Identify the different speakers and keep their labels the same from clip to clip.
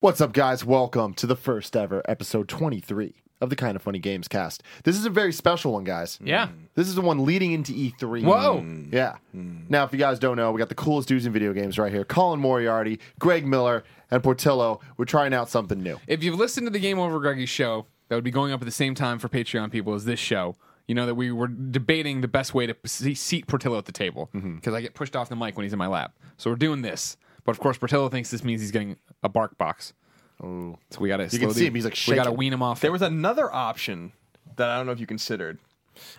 Speaker 1: What's up, guys? Welcome to the first ever episode 23 of the Kind of Funny Games cast. This is a very special one, guys.
Speaker 2: Yeah.
Speaker 1: This is the one leading into E3.
Speaker 2: Whoa.
Speaker 1: Yeah. Now, if you guys don't know, we got the coolest dudes in video games right here Colin Moriarty, Greg Miller, and Portillo. We're trying out something new.
Speaker 2: If you've listened to the Game Over Greggy show, that would be going up at the same time for Patreon people as this show. You know that we were debating the best way to se- seat Portillo at the table because
Speaker 1: Mm-hmm.
Speaker 2: I get pushed off the mic when he's in my lap. So we're doing this, but of course Portillo thinks this means he's getting a bark box. Oh, so we gotta. You
Speaker 1: can see him, he's, like,
Speaker 2: we gotta
Speaker 1: shaking.
Speaker 2: wean him off.
Speaker 3: There was another option that I don't know if you considered,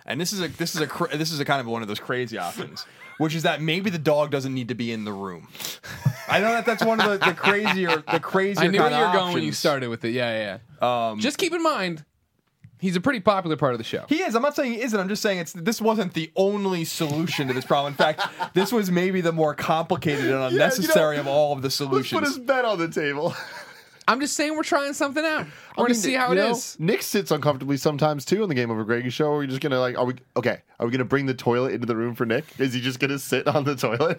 Speaker 3: and this is a this is a cra- this is a kind of one of those crazy options, which is that maybe the dog doesn't need to be in the room. I know that that's one of the, the crazier the crazier.
Speaker 2: I knew where
Speaker 3: kind
Speaker 2: you
Speaker 3: of
Speaker 2: were going when you
Speaker 3: options.
Speaker 2: started with it. Yeah, yeah. yeah.
Speaker 1: Um,
Speaker 2: Just keep in mind, he's a pretty popular part of the show.
Speaker 3: He is. I'm not saying he isn't. I'm just saying it's this wasn't the only solution to this problem. In fact, this was maybe the more complicated and unnecessary of all of the
Speaker 1: Let's put
Speaker 3: solutions.
Speaker 1: his bed on the table.
Speaker 2: I'm just saying we're trying something out. We're gonna see how it
Speaker 1: You
Speaker 2: is.
Speaker 1: know, Nick sits uncomfortably sometimes too in the Game Over Greggy show. Are we just going to, like, are we, okay, are we going to bring the toilet into the room for Nick? Is he just going to sit on the toilet?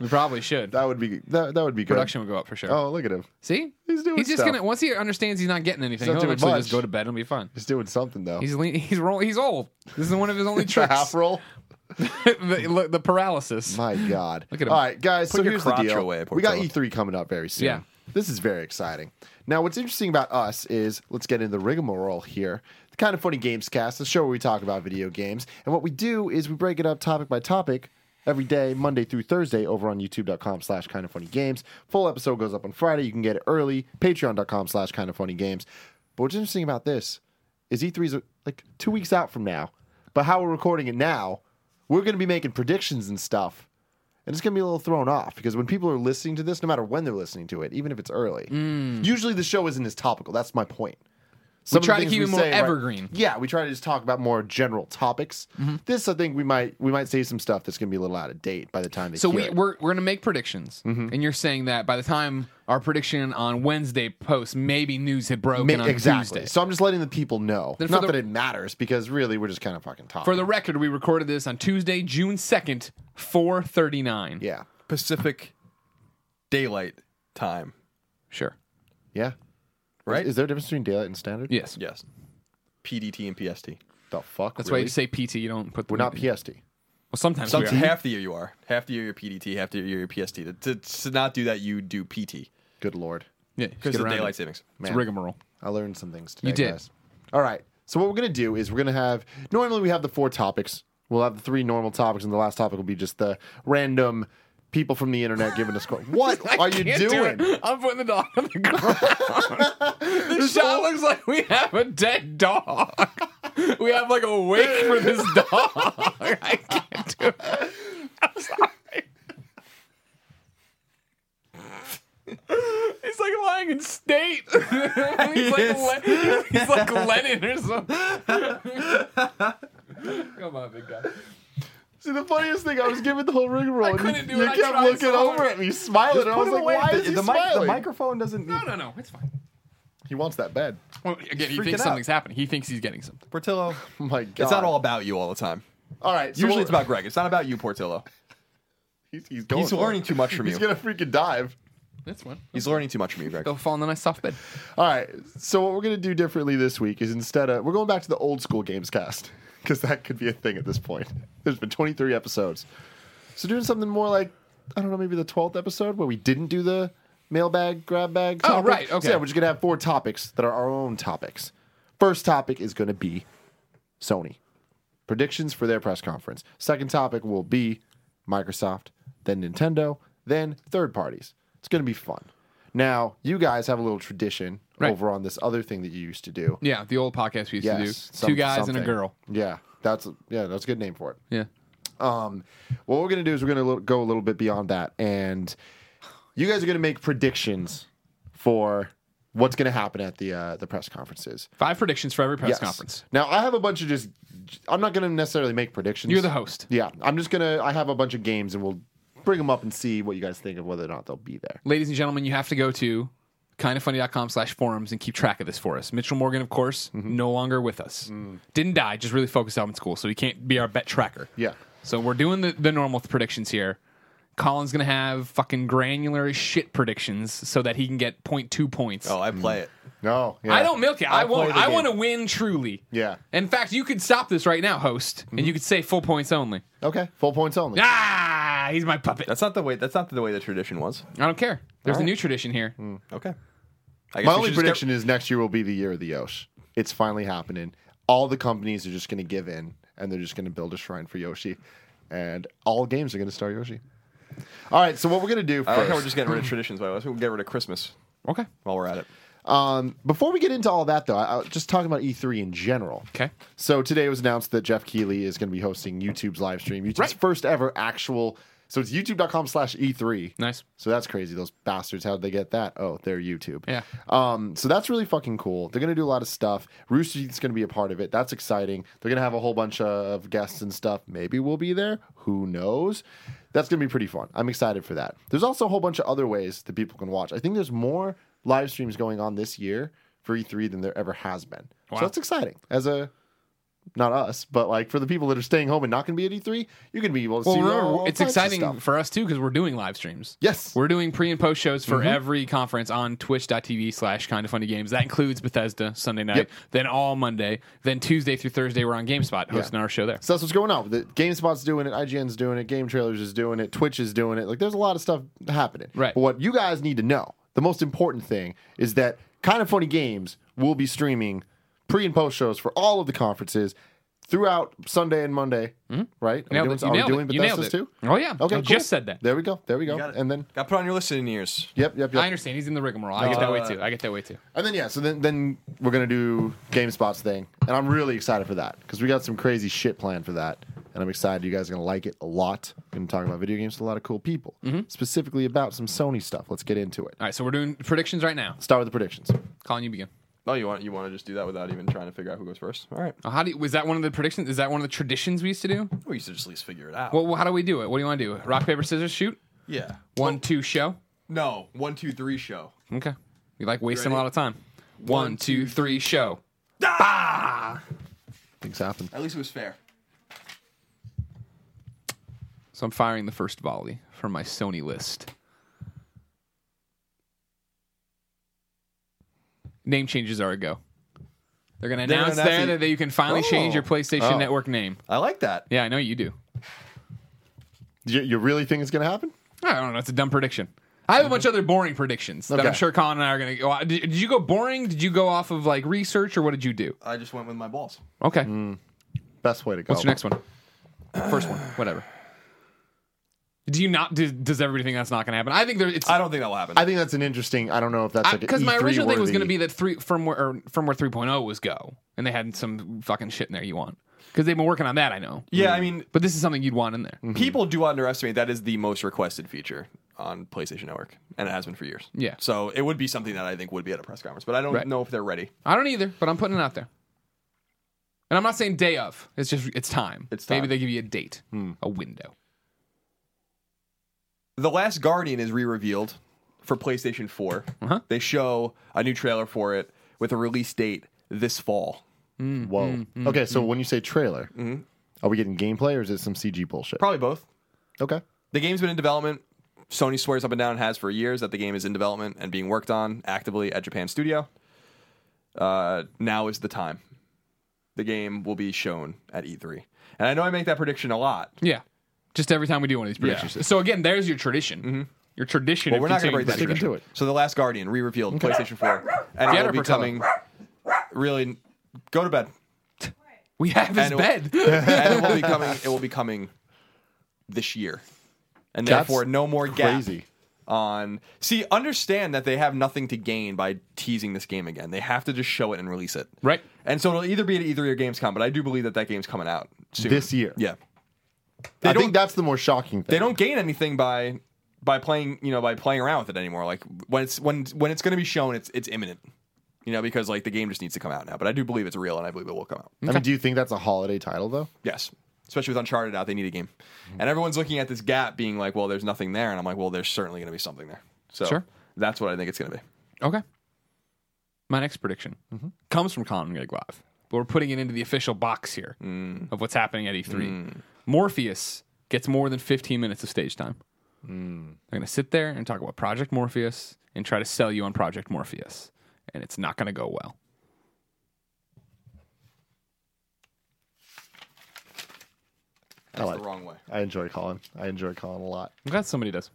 Speaker 2: We probably should.
Speaker 1: That would be, that, that would be good.
Speaker 2: Production would go up for sure.
Speaker 1: Oh, look at him.
Speaker 2: See,
Speaker 1: He's doing
Speaker 2: He's just
Speaker 1: stuff.
Speaker 2: gonna once he understands he's not getting anything,
Speaker 1: not
Speaker 2: he'll
Speaker 1: doing
Speaker 2: eventually
Speaker 1: much.
Speaker 2: just go to bed and be fine.
Speaker 1: He's doing something, though.
Speaker 2: He's lean, he's roll, he's old. This is one of his only
Speaker 1: It's a half
Speaker 2: tricks.
Speaker 1: roll.
Speaker 2: the, look, the paralysis.
Speaker 1: My God.
Speaker 2: Look at him.
Speaker 1: All right, guys. so
Speaker 3: your
Speaker 1: here's the
Speaker 3: crotch
Speaker 1: deal.
Speaker 3: away,
Speaker 1: we got
Speaker 3: Portillo.
Speaker 1: E3 E coming up very soon.
Speaker 2: Yeah.
Speaker 1: This is very exciting. Now, what's interesting about us is let's get into the rigmarole here. The kind of funny games cast, the show where we talk about video games. And what we do is we break it up topic by topic every day, Monday through Thursday, over on youtube.com slash kind of funny games. Full episode goes up on Friday. You can get it early. Patreon.com slash kind of funny games. But what's interesting about this is E3 is like two weeks out from now. But how we're recording it now, we're going to be making predictions and stuff. And it's going to be a little thrown off because when people are listening to this, no matter when they're listening to it, even if it's early, usually the show isn't as topical. That's my point. Some of the
Speaker 2: Mm. try to
Speaker 1: things
Speaker 2: keep it more
Speaker 1: say, right-
Speaker 2: evergreen. Mm-hmm.
Speaker 1: yeah, we try to just talk about more general topics. This, I think, we might we might say some stuff that's going to be a little out of date by the time they
Speaker 2: So
Speaker 1: hear
Speaker 2: we,
Speaker 1: it.
Speaker 2: we're we're gonna make predictions,
Speaker 1: Mm-hmm.
Speaker 2: and you're saying that by the time our prediction on Wednesday posts, maybe news had broken
Speaker 1: Ma-
Speaker 2: on
Speaker 1: exactly.
Speaker 2: Tuesday.
Speaker 1: So I'm just letting the people know.
Speaker 2: Then for
Speaker 1: Not
Speaker 2: the-
Speaker 1: that it matters because really we're just kind of fucking talking.
Speaker 2: For the record, we recorded this on Tuesday, June second, four thirty nine.
Speaker 1: yeah,
Speaker 3: Pacific daylight time,
Speaker 2: sure.
Speaker 1: yeah.
Speaker 3: right?
Speaker 1: Is there a difference between daylight and standard?
Speaker 2: Yes,
Speaker 3: yes. PDT and PST.
Speaker 1: The fuck.
Speaker 2: that's why
Speaker 1: really?
Speaker 2: you say PT. You don't put. The
Speaker 1: we're not PST.
Speaker 2: Well, sometimes
Speaker 3: Sometimes
Speaker 2: we are.
Speaker 3: half the year you are. Half the year you're PDT, half the year you're PST. To, to, to not do that, you do PT
Speaker 1: Good lord.
Speaker 2: Yeah,
Speaker 3: because of the daylight savings.
Speaker 2: It's rigmarole.
Speaker 1: I learned some things today.
Speaker 2: You did.
Speaker 1: guys. All right. So what we're gonna do is we're gonna have normally we have the four topics. We'll have the three normal topics, and the last topic will be just the random people from the internet giving us quotes. What
Speaker 2: I
Speaker 1: are you
Speaker 2: can't
Speaker 1: doing?
Speaker 2: Do it. I'm putting the dog on the ground. the shot looks like we have a dead dog. We have like a wake for this dog. I can't do it. I'm sorry. He's like lying in state. he's, like Le- he's like Lenin or something. Come on, big guy.
Speaker 1: See, the funniest thing, I was giving the whole rigmarole. and
Speaker 2: couldn't do
Speaker 1: you
Speaker 2: it. I
Speaker 1: kept
Speaker 2: tried
Speaker 1: looking
Speaker 2: so
Speaker 1: over
Speaker 2: hard.
Speaker 1: at me, smiling, and I was like, "Why is he smiling?"
Speaker 3: microphone doesn't.
Speaker 2: No, no, no. It's fine.
Speaker 1: He wants that bed.
Speaker 2: Well, again, he
Speaker 3: freaking
Speaker 2: thinks
Speaker 3: out.
Speaker 2: something's happened. He thinks he's getting something.
Speaker 3: Portillo.
Speaker 1: Oh my god!
Speaker 3: It's not all about you all the time.
Speaker 1: All right. so
Speaker 3: Usually
Speaker 1: we're-
Speaker 3: it's about Greg. It's not about you, Portillo.
Speaker 1: He's, he's going.
Speaker 3: He's
Speaker 1: for it.
Speaker 3: learning too much from
Speaker 1: He's
Speaker 3: you.
Speaker 1: gonna freaking dive.
Speaker 2: That's one.
Speaker 3: He's learning too much from you, Greg.
Speaker 2: Go fall in the nice soft bed.
Speaker 1: All right. So what we're gonna do differently this week is instead of we're going back to the old school games cast because that could be a thing at this point. There's been 23 episodes, so doing something more like I don't know, maybe the 12th episode where we didn't do the mailbag grab bag. topic.
Speaker 2: Oh, right,
Speaker 1: So,
Speaker 2: okay.
Speaker 1: yeah, we're just gonna have four topics that are our own topics. First topic is gonna be Sony predictions for their press conference. Second topic will be Microsoft, then Nintendo, then third parties. It's going to be fun. Now, you guys have a little tradition
Speaker 2: Right.
Speaker 1: over on this other thing that you used to do.
Speaker 2: Yeah, the old podcast we used to do.
Speaker 1: Yes, some-
Speaker 2: Two guys and
Speaker 1: something.
Speaker 2: a girl.
Speaker 1: Yeah, that's yeah, that's a good name for it.
Speaker 2: Yeah.
Speaker 1: Um, what we're gonna do is we're gonna lo- go a little bit beyond that, and you guys are gonna make predictions for what's gonna happen at the uh, the press conferences.
Speaker 2: Five predictions for every press
Speaker 1: Yes.
Speaker 2: conference.
Speaker 1: Now, I have a bunch of just. I'm not gonna necessarily make predictions.
Speaker 2: You're the host.
Speaker 1: Yeah, I'm just gonna. I have a bunch of games, and we'll bring them up and see what you guys think of whether or not they'll be there.
Speaker 2: Ladies and gentlemen, you have to go to kindoffunny.com slash forums and keep track of this for us. Mitchell Morgan, of course,
Speaker 1: Mm-hmm.
Speaker 2: no longer with us.
Speaker 1: Mm.
Speaker 2: Didn't die, just really focused on school, so he can't be our bet tracker.
Speaker 1: Yeah.
Speaker 2: So we're doing the, the normal th- predictions here. Colin's gonna have fucking granular as shit predictions so that he can get 0.2 points.
Speaker 3: Oh, I play it.
Speaker 1: No, yeah.
Speaker 2: I don't milk it. I,
Speaker 3: I'll play
Speaker 2: won't.
Speaker 3: the
Speaker 2: I
Speaker 3: game.
Speaker 2: want to win truly.
Speaker 1: Yeah.
Speaker 2: In fact, you could stop this right now, host,
Speaker 1: Mm-hmm.
Speaker 2: and you could say full points only.
Speaker 1: Okay, full points only.
Speaker 2: Ah, he's my puppet.
Speaker 3: That's not the way. That's not the way the tradition was.
Speaker 2: I don't care. There's a
Speaker 1: Alright.
Speaker 2: new tradition here.
Speaker 1: Mm.
Speaker 3: Okay. I guess
Speaker 1: My
Speaker 3: we
Speaker 1: only
Speaker 3: should just get-
Speaker 1: prediction is next year will be the year of the Yosh. It's finally happening. All the companies are just going to give in and they're just going to build a shrine for Yoshi, and all games are going to star Yoshi. All right, so what we're going to do
Speaker 3: I like how we're
Speaker 1: first,
Speaker 3: just getting rid of traditions. By the way, let's get rid of Christmas
Speaker 2: Okay.
Speaker 3: while we're at it.
Speaker 1: um, before we get into all that though, I, I, just talking about E3 in general.
Speaker 2: Okay.
Speaker 1: So today it was announced that Jeff Keighley is going to be hosting YouTube's live stream, YouTube's
Speaker 2: Right.
Speaker 1: first ever actual. So it's YouTube.com/slash E3.
Speaker 2: Nice.
Speaker 1: E So that's crazy. Those bastards, how'd they get that? Oh, they're YouTube.
Speaker 2: Yeah.
Speaker 1: Um, so that's really fucking cool. They're gonna do a lot of stuff. Rooster Teeth's gonna be a part of it. That's exciting. They're gonna have a whole bunch of guests and stuff. Maybe we'll be there. Who knows? That's gonna be pretty fun. I'm excited for that. There's also a whole bunch of other ways that people can watch. I think there's more live streams going on this year for E3 than there ever has been.
Speaker 2: Wow.
Speaker 1: So that's exciting. As a not us, but like for the people that are staying home and not gonna be at E3, you're gonna be able to
Speaker 2: Well,
Speaker 1: see.
Speaker 2: remember,
Speaker 1: all
Speaker 2: it's
Speaker 1: kinds of
Speaker 2: exciting
Speaker 1: stuff.
Speaker 2: for us too because we're doing live streams.
Speaker 1: Yes. Mm-hmm.
Speaker 2: We're doing pre and post shows for every conference on twitch.tv slash kind of funny games. That includes Bethesda Sunday night,
Speaker 1: Yep.
Speaker 2: then all Monday, then Tuesday through Thursday, we're on GameSpot hosting our show there.
Speaker 1: So that's what's going on. The GameSpot's doing it, IGN's doing it, Game Trailers is doing it, Twitch is doing it. Like there's a lot of stuff happening.
Speaker 2: Right.
Speaker 1: But what you guys need to know, the most important thing is that kind of funny games will be streaming pre and post shows for all of the conferences throughout Sunday and Monday. Right? Are
Speaker 2: Mm-hmm. Nailed
Speaker 1: we doing,
Speaker 2: it. You
Speaker 1: are we
Speaker 2: nailed
Speaker 1: doing
Speaker 2: it. You nailed
Speaker 1: Bethesda's
Speaker 2: it.
Speaker 1: too?
Speaker 2: Oh, yeah.
Speaker 1: Okay.
Speaker 2: I
Speaker 1: cool.
Speaker 2: just said that.
Speaker 1: There we go. There we go.
Speaker 3: Got it.
Speaker 1: And then
Speaker 3: got put on your listening ears.
Speaker 1: yep, yep,
Speaker 2: I
Speaker 1: yep.
Speaker 2: understand. He's in the rigmarole. I get that
Speaker 1: Uh,
Speaker 2: way too. I get that way too.
Speaker 1: And then yeah, so then then we're gonna do GameSpot's thing, and I'm really excited for that because we got some crazy shit planned for that, and I'm excited you guys are gonna like it a lot. We're gonna talk about video games with a lot of cool people,
Speaker 2: Mm-hmm.
Speaker 1: specifically about some Sony stuff. Let's get into it.
Speaker 2: All right, so we're doing predictions right now.
Speaker 1: Start with the predictions.
Speaker 2: Colin, you begin.
Speaker 3: Oh, you want you want to just do that without even trying to figure out who goes first? All right.
Speaker 2: Oh, How do you, was that one of the predictions? Is that one of the traditions we used to do?
Speaker 3: We used to just at least figure it out.
Speaker 2: Well, how do we do it? What do you want to do? Rock paper scissors shoot.
Speaker 3: yeah.
Speaker 2: One two show.
Speaker 3: No. One, two, three. Show.
Speaker 2: Okay, you like wasting a
Speaker 3: ready?
Speaker 2: lot of time. One two three show.
Speaker 1: Things happen.
Speaker 3: At least it was fair.
Speaker 2: So I'm firing the first volley from my Sony list. Name changes are a go. They're going to
Speaker 3: They're
Speaker 2: announce
Speaker 3: announcing-
Speaker 2: there that you can finally change your
Speaker 1: Oh.
Speaker 2: PlayStation
Speaker 1: Oh.
Speaker 2: Network name.
Speaker 3: I like that.
Speaker 2: Yeah, I know you do.
Speaker 1: You, you really think it's gonna happen?
Speaker 2: I don't know. It's a dumb prediction. I have a bunch of other boring predictions that I'm
Speaker 1: Okay.
Speaker 2: sure Colin and I are going to go. Did, did you go boring? Did you go off of like research or what did you do?
Speaker 3: I just went with my balls.
Speaker 2: Okay.
Speaker 1: Best way to go.
Speaker 2: What's your next one? First one. Whatever. Do you not? Do, does everybody think that's not going to happen? I think there, it's.
Speaker 3: I don't think that will happen.
Speaker 1: I think that's an interesting. I don't know if that's like E
Speaker 2: because
Speaker 1: because
Speaker 2: my original thing was going to be that three firmware or firmware 3.0 was go, and they had some fucking shit in there you want because they've been working on that. I know,
Speaker 3: yeah, I mean,
Speaker 2: but this is something you'd want in there.
Speaker 3: people do underestimate that is the most requested feature on PlayStation Network, and it has been for years.
Speaker 2: Yeah.
Speaker 3: So it would be something that I think would be at a press conference, but I don't
Speaker 2: Right.
Speaker 3: know if they're ready.
Speaker 2: I don't either, but I'm putting it out there. And I'm not saying day of. It's just it's time.
Speaker 3: It's
Speaker 2: maybe
Speaker 3: time. Hmm.
Speaker 2: they give you a date, a window.
Speaker 3: The Last Guardian is re-revealed for PlayStation 4.
Speaker 2: Uh-huh.
Speaker 3: They show a new trailer for it with a release date this fall.
Speaker 1: Whoa.
Speaker 2: Mm,
Speaker 1: okay, so when you say trailer, are we getting gameplay or is it some CG bullshit?
Speaker 3: Probably both.
Speaker 1: okay.
Speaker 3: The game's been in development. Sony swears up and down and has for years that the game is in development and being worked on actively at Japan Studio. Uh, now is the time. The game will be shown at E3. And I know I make that prediction a lot.
Speaker 2: Yeah, just every time we do one of these predictions. So again, there's your tradition. Your tradition.
Speaker 3: Mm-hmm. Well,
Speaker 2: of
Speaker 3: we're not going to
Speaker 2: continuing
Speaker 3: break that
Speaker 1: Sticking
Speaker 3: tradition.
Speaker 1: to it.
Speaker 3: So The Last Guardian re-revealed PlayStation 4. And
Speaker 2: Get
Speaker 3: it will
Speaker 2: her,
Speaker 3: be
Speaker 2: Portillo.
Speaker 3: coming really go to bed.
Speaker 2: We have his
Speaker 3: And-
Speaker 2: bed.
Speaker 3: and it will be coming it will be coming this year. And
Speaker 1: That's
Speaker 3: therefore no more gap
Speaker 1: crazy.
Speaker 3: on See, understand that they have nothing to gain by teasing this game again. They have to just show it and release it.
Speaker 2: Right.
Speaker 3: And so it'll either be at E3 or Gamescom, but I do believe that that game's coming out soon.
Speaker 1: This year.
Speaker 3: Yeah.
Speaker 1: I
Speaker 3: don't-
Speaker 1: think that's the more shocking thing.
Speaker 3: They don't gain anything by by playing, you know, by playing around with it anymore. Like when it's when when it's going to be shown, it's it's imminent. You know, because like the game just needs to come out now, but I do believe it's real and I believe it will come out.
Speaker 1: I mean, do you think that's a holiday title though?
Speaker 3: Yes. Especially with Uncharted out, they need a game. And everyone's looking at this gap being like, well, there's nothing there. And I'm like, well, there's certainly going to be something there. So
Speaker 2: Sure.
Speaker 3: that's what I think it's going to be.
Speaker 2: Okay. My next prediction
Speaker 3: Mm-hmm.
Speaker 2: comes from Colin Gregg Live, but we're putting it into the official box here
Speaker 3: Mm.
Speaker 2: E of what's happening at E3. Morpheus gets more than 15 minutes of stage time.
Speaker 3: Mm.
Speaker 2: They're going to sit there and talk about Project Morpheus and try to sell you on Project Morpheus, and it's not going to go well.
Speaker 3: That's
Speaker 1: like-
Speaker 3: the wrong way.
Speaker 1: I enjoy Colin. I enjoy Colin a lot.
Speaker 2: I'm glad somebody does.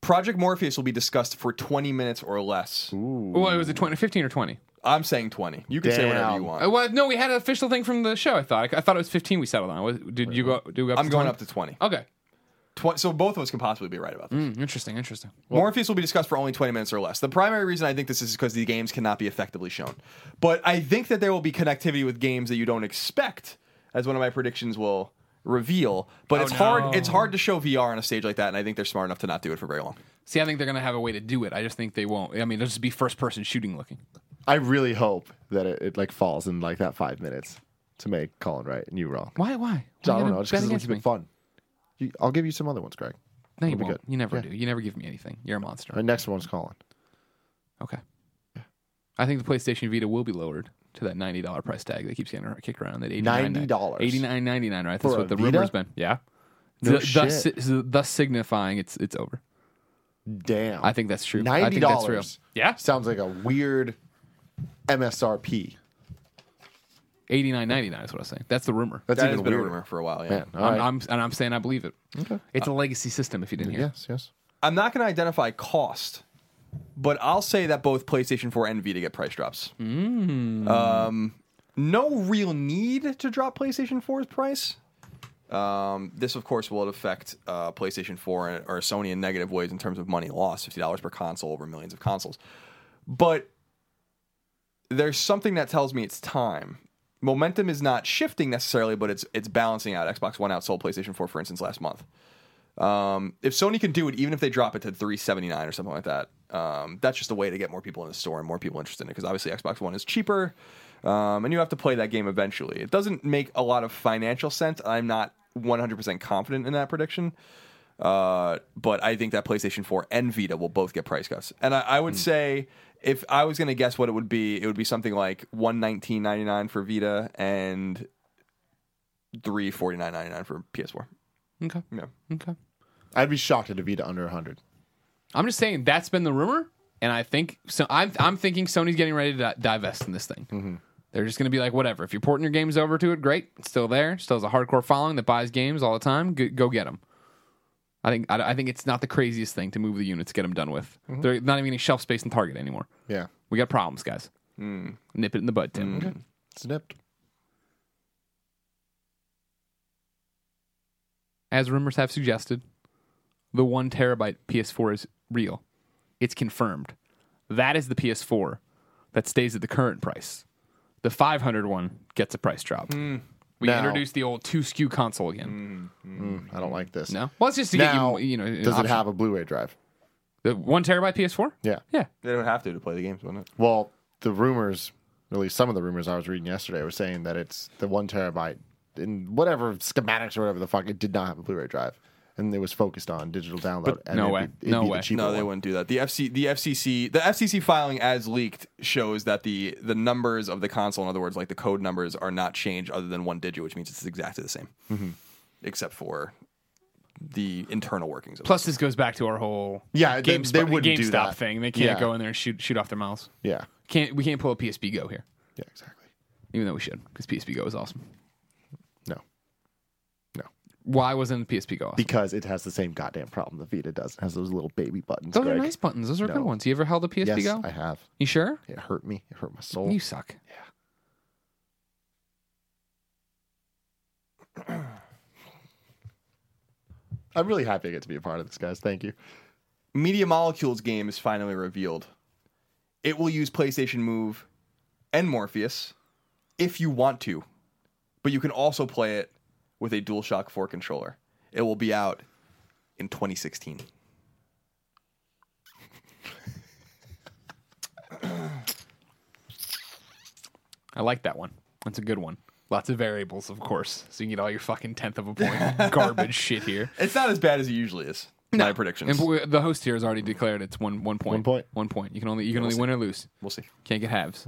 Speaker 3: Project Morpheus will be discussed for 20 minutes or less.
Speaker 2: Well, it was a 20, 15 or 20.
Speaker 3: I'm saying 20. You can say whatever
Speaker 1: Damn.
Speaker 3: you want.
Speaker 2: Uh, well, no, we had an official thing from the show. I thought. I, thought it was 15. We settled on. Was, did you go? Do we go up
Speaker 3: I'm
Speaker 2: to
Speaker 3: going
Speaker 2: 20?
Speaker 3: up to 20.
Speaker 2: Okay.
Speaker 3: Twen- so both of us can possibly be right about this.
Speaker 2: Mm, interesting. Interesting.
Speaker 3: Morpheus will be discussed for only 20 minutes or less. The primary reason I think this is because the games cannot be effectively shown. But I think that there will be connectivity with games that you don't expect, as one of my predictions will reveal. But it's hard it's hard to show VR on a stage like that, and I think they're smart enough to not do it for very long.
Speaker 2: See, I think they're going to have a way to do it. I just think they won't. I mean, it'll just be first person shooting looking.
Speaker 1: I really hope that it, it like falls in like that five minutes to make Colin right and you wrong.
Speaker 2: Why? Why? Why
Speaker 1: I
Speaker 2: you
Speaker 1: don't
Speaker 2: gotta
Speaker 1: know. Just
Speaker 2: bet
Speaker 1: because it'll
Speaker 2: against
Speaker 1: keep
Speaker 2: me?
Speaker 1: it fun. You, I'll give you some other ones, Greg.
Speaker 2: No, you
Speaker 1: It'll be
Speaker 2: won't.
Speaker 1: good.
Speaker 2: You never do. You never give me anything. You're a monster.
Speaker 1: Our next one's Colin.
Speaker 2: Okay. I think the PlayStation Vita will be lowered to that ninety dollar price tag that keeps getting kicked around. That
Speaker 1: $90.
Speaker 2: eighty nine ninety nine. Right? That's
Speaker 1: For
Speaker 2: what
Speaker 1: a
Speaker 2: the rumor's
Speaker 1: Vita?
Speaker 2: been. Yeah.
Speaker 1: No
Speaker 2: Th- thus,
Speaker 1: shit.
Speaker 2: thus signifying it's it's over.
Speaker 1: Damn.
Speaker 2: I think that's true. I
Speaker 1: ninety
Speaker 2: think that's real.
Speaker 1: dollars.
Speaker 2: Yeah.
Speaker 1: Sounds like a weird MSRP.
Speaker 2: Eighty nine ninety nine is what I was saying. That's the rumor.
Speaker 1: That's
Speaker 3: That has
Speaker 1: even
Speaker 3: been
Speaker 1: weirder.
Speaker 3: a rumor for a while, yeah.
Speaker 1: Man, all
Speaker 2: I'm,
Speaker 1: right.
Speaker 2: I'm- and I'm saying I believe it.
Speaker 1: Okay.
Speaker 2: It's a legacy system. If you didn't hear,
Speaker 1: Yes, yes.
Speaker 3: I'm not going to identify cost, but I'll say that both PlayStation 4 and Vita get price drops. Um, no real need to drop PlayStation 4's price. Um, this, of course, will affect uh, PlayStation 4 and- or Sony in negative ways in terms of money lost $50 per console over millions of consoles. But there's something that tells me it's time. Momentum is not shifting necessarily, but it's it's balancing out. Xbox One outsold PlayStation 4, for instance, last month. Um, if Sony can do it, even if they drop it to 379 or something like that, um, that's just a way to get more people in the store and more people interested in it because obviously Xbox One is cheaper, um, and you have to play that game eventually. It doesn't make a lot of financial sense. I'm not 100% confident in that prediction, uh, but I think that PlayStation 4 and Vita will both get price cuts. And I, I would say if I was going to guess what it would be, it would be something like 119.99 for Vita and 349.99 for PS4.
Speaker 2: okay,
Speaker 3: Yeah.
Speaker 2: okay.
Speaker 1: I'd be shocked at a Vita under hundred.
Speaker 2: I'm just saying that's been the rumor, and I think so. I'm I'm thinking Sony's getting ready to di- divest in this thing. They're just going to be like, whatever. If you're porting your games over to it, great. It's still there. Still has a hardcore following that buys games all the time. Go, go get them. I think I, I think it's not the craziest thing to move the units, get them done with. They're not even getting shelf space in Target anymore.
Speaker 1: Yeah.
Speaker 2: We got problems, guys. Nip it in the bud, Tim.
Speaker 1: It's nipped.
Speaker 2: as rumors have suggested, the one terabyte PS4 is real. It's confirmed. That is the PS4 that stays at the current price. The 500 one gets a price drop. We
Speaker 1: Hmm. Now-
Speaker 2: introduced the old two SKU console again.
Speaker 1: I don't like this.
Speaker 2: No, well, it's just to
Speaker 1: Now,
Speaker 2: get you, you know, an
Speaker 1: does
Speaker 2: option.
Speaker 1: it have a Blu-ray drive?
Speaker 2: the one terabyte PS4?
Speaker 1: Yeah.
Speaker 2: yeah.
Speaker 3: They don't have to to play the games, wouldn't it?
Speaker 1: Well, the rumors, at least some of the rumors I was reading yesterday, were saying that it's the one terabyte in whatever schematics or whatever the fuck. It did not have a Blu-ray drive, and it was focused on digital download. and
Speaker 2: no
Speaker 1: it'd
Speaker 2: way.
Speaker 1: be- it'd
Speaker 2: No
Speaker 1: be the
Speaker 2: way.
Speaker 1: cheaper
Speaker 3: No, they
Speaker 1: one.
Speaker 3: wouldn't do that. The FC, the FCC, the FCC filing as leaked shows that the the numbers of the console, in other words, like the code numbers, are not changed other than one digit, which means it's exactly the same, except for the internal workings. Of
Speaker 2: Plus, this goes back to our whole
Speaker 1: Yeah, they-
Speaker 2: GameSpot-
Speaker 1: they wouldn't do
Speaker 2: GameStop
Speaker 1: that.
Speaker 2: thing. They can't
Speaker 1: Yeah.
Speaker 2: go in there and shoot shoot off their mouths.
Speaker 1: Yeah.
Speaker 2: Can't we can't pull a PSP Go here,
Speaker 1: Yeah. Exactly.
Speaker 2: even though we should because PSP Go is awesome.
Speaker 1: No. No.
Speaker 2: Why wasn't PSP Go awesome?
Speaker 1: Because it has the same goddamn problem the Vita does. It has those little baby buttons.
Speaker 2: Those
Speaker 1: Greg.
Speaker 2: are nice buttons. Those are
Speaker 1: No.
Speaker 2: good ones. You ever held a PSP
Speaker 1: Yes,
Speaker 2: Go?
Speaker 1: I have.
Speaker 2: You sure?
Speaker 1: It hurt me. It hurt my soul.
Speaker 2: You suck.
Speaker 1: I'm really happy I get to be a part of this, guys. Thank you.
Speaker 3: Media Molecules game is finally revealed. It will use PlayStation Move and Morpheus if you want to, but you can also play it with a DualShock 4 controller. It will be out in 2016.
Speaker 2: I like that one. That's a good one. Lots of variables, of course, so you can get all your fucking tenth of a point garbage shit here.
Speaker 3: It's not as bad as it usually is. My predictions.
Speaker 2: And w- the host here has already declared it's one one point.
Speaker 1: One point.
Speaker 2: One point. You can only you can only win or lose.
Speaker 3: we'll see.
Speaker 1: Mm-hmm,
Speaker 2: Can't get halves.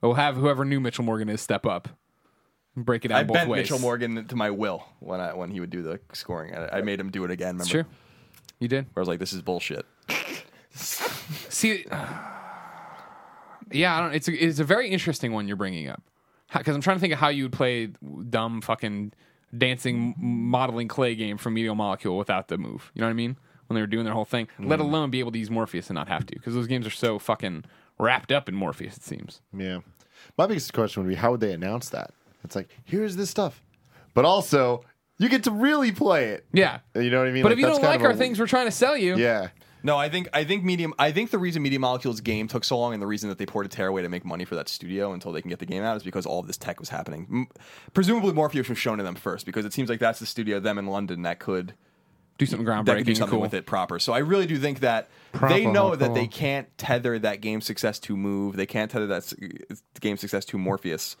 Speaker 2: We'll have whoever knew Mitchell Morgan is step up, break it out
Speaker 3: I
Speaker 2: both
Speaker 3: bent
Speaker 2: ways.
Speaker 3: Mitchell Morgan to my will when I when he would do the scoring. I, I made him do it again. Remember?
Speaker 2: It's true. You did.
Speaker 3: Where I was like, this is bullshit.
Speaker 2: See, yeah, I don't. It's a, it's a very interesting one you're bringing up because I'm trying to think of how you would play dumb fucking dancing m- modeling clay game from Medial Molecule without the move. You know what I mean? When they were doing their whole thing, let
Speaker 1: Mm-hmm.
Speaker 2: alone be able to use Morpheus and not have to, because those games are so fucking wrapped up in Morpheus. It seems.
Speaker 1: Yeah. My biggest question would be how would they announce that? It's like, here's this stuff. But also, you get to really play it.
Speaker 2: Yeah.
Speaker 1: You know what I mean?
Speaker 2: But if you
Speaker 1: that's
Speaker 2: don't
Speaker 1: kind
Speaker 2: like
Speaker 1: of
Speaker 2: our
Speaker 1: a-
Speaker 2: things we're trying to sell you,
Speaker 1: Yeah.
Speaker 3: No, I think I think medium. I think the reason Media Molecule's game took so long, and the reason that they poured a tear away to make money for that studio until they can get the game out, is because all of this tech was happening. M- Presumably, Morpheus was shown to them first, because it seems like that's the studio them in London that could
Speaker 2: do something groundbreaking,
Speaker 3: that could do
Speaker 2: and
Speaker 3: something
Speaker 2: cool.
Speaker 3: with it proper. So I really do think that they
Speaker 1: Proper,
Speaker 3: know
Speaker 1: huh,
Speaker 3: that they
Speaker 1: cool.
Speaker 3: can't tether that game success to move. They can't tether that s- game success to Morpheus,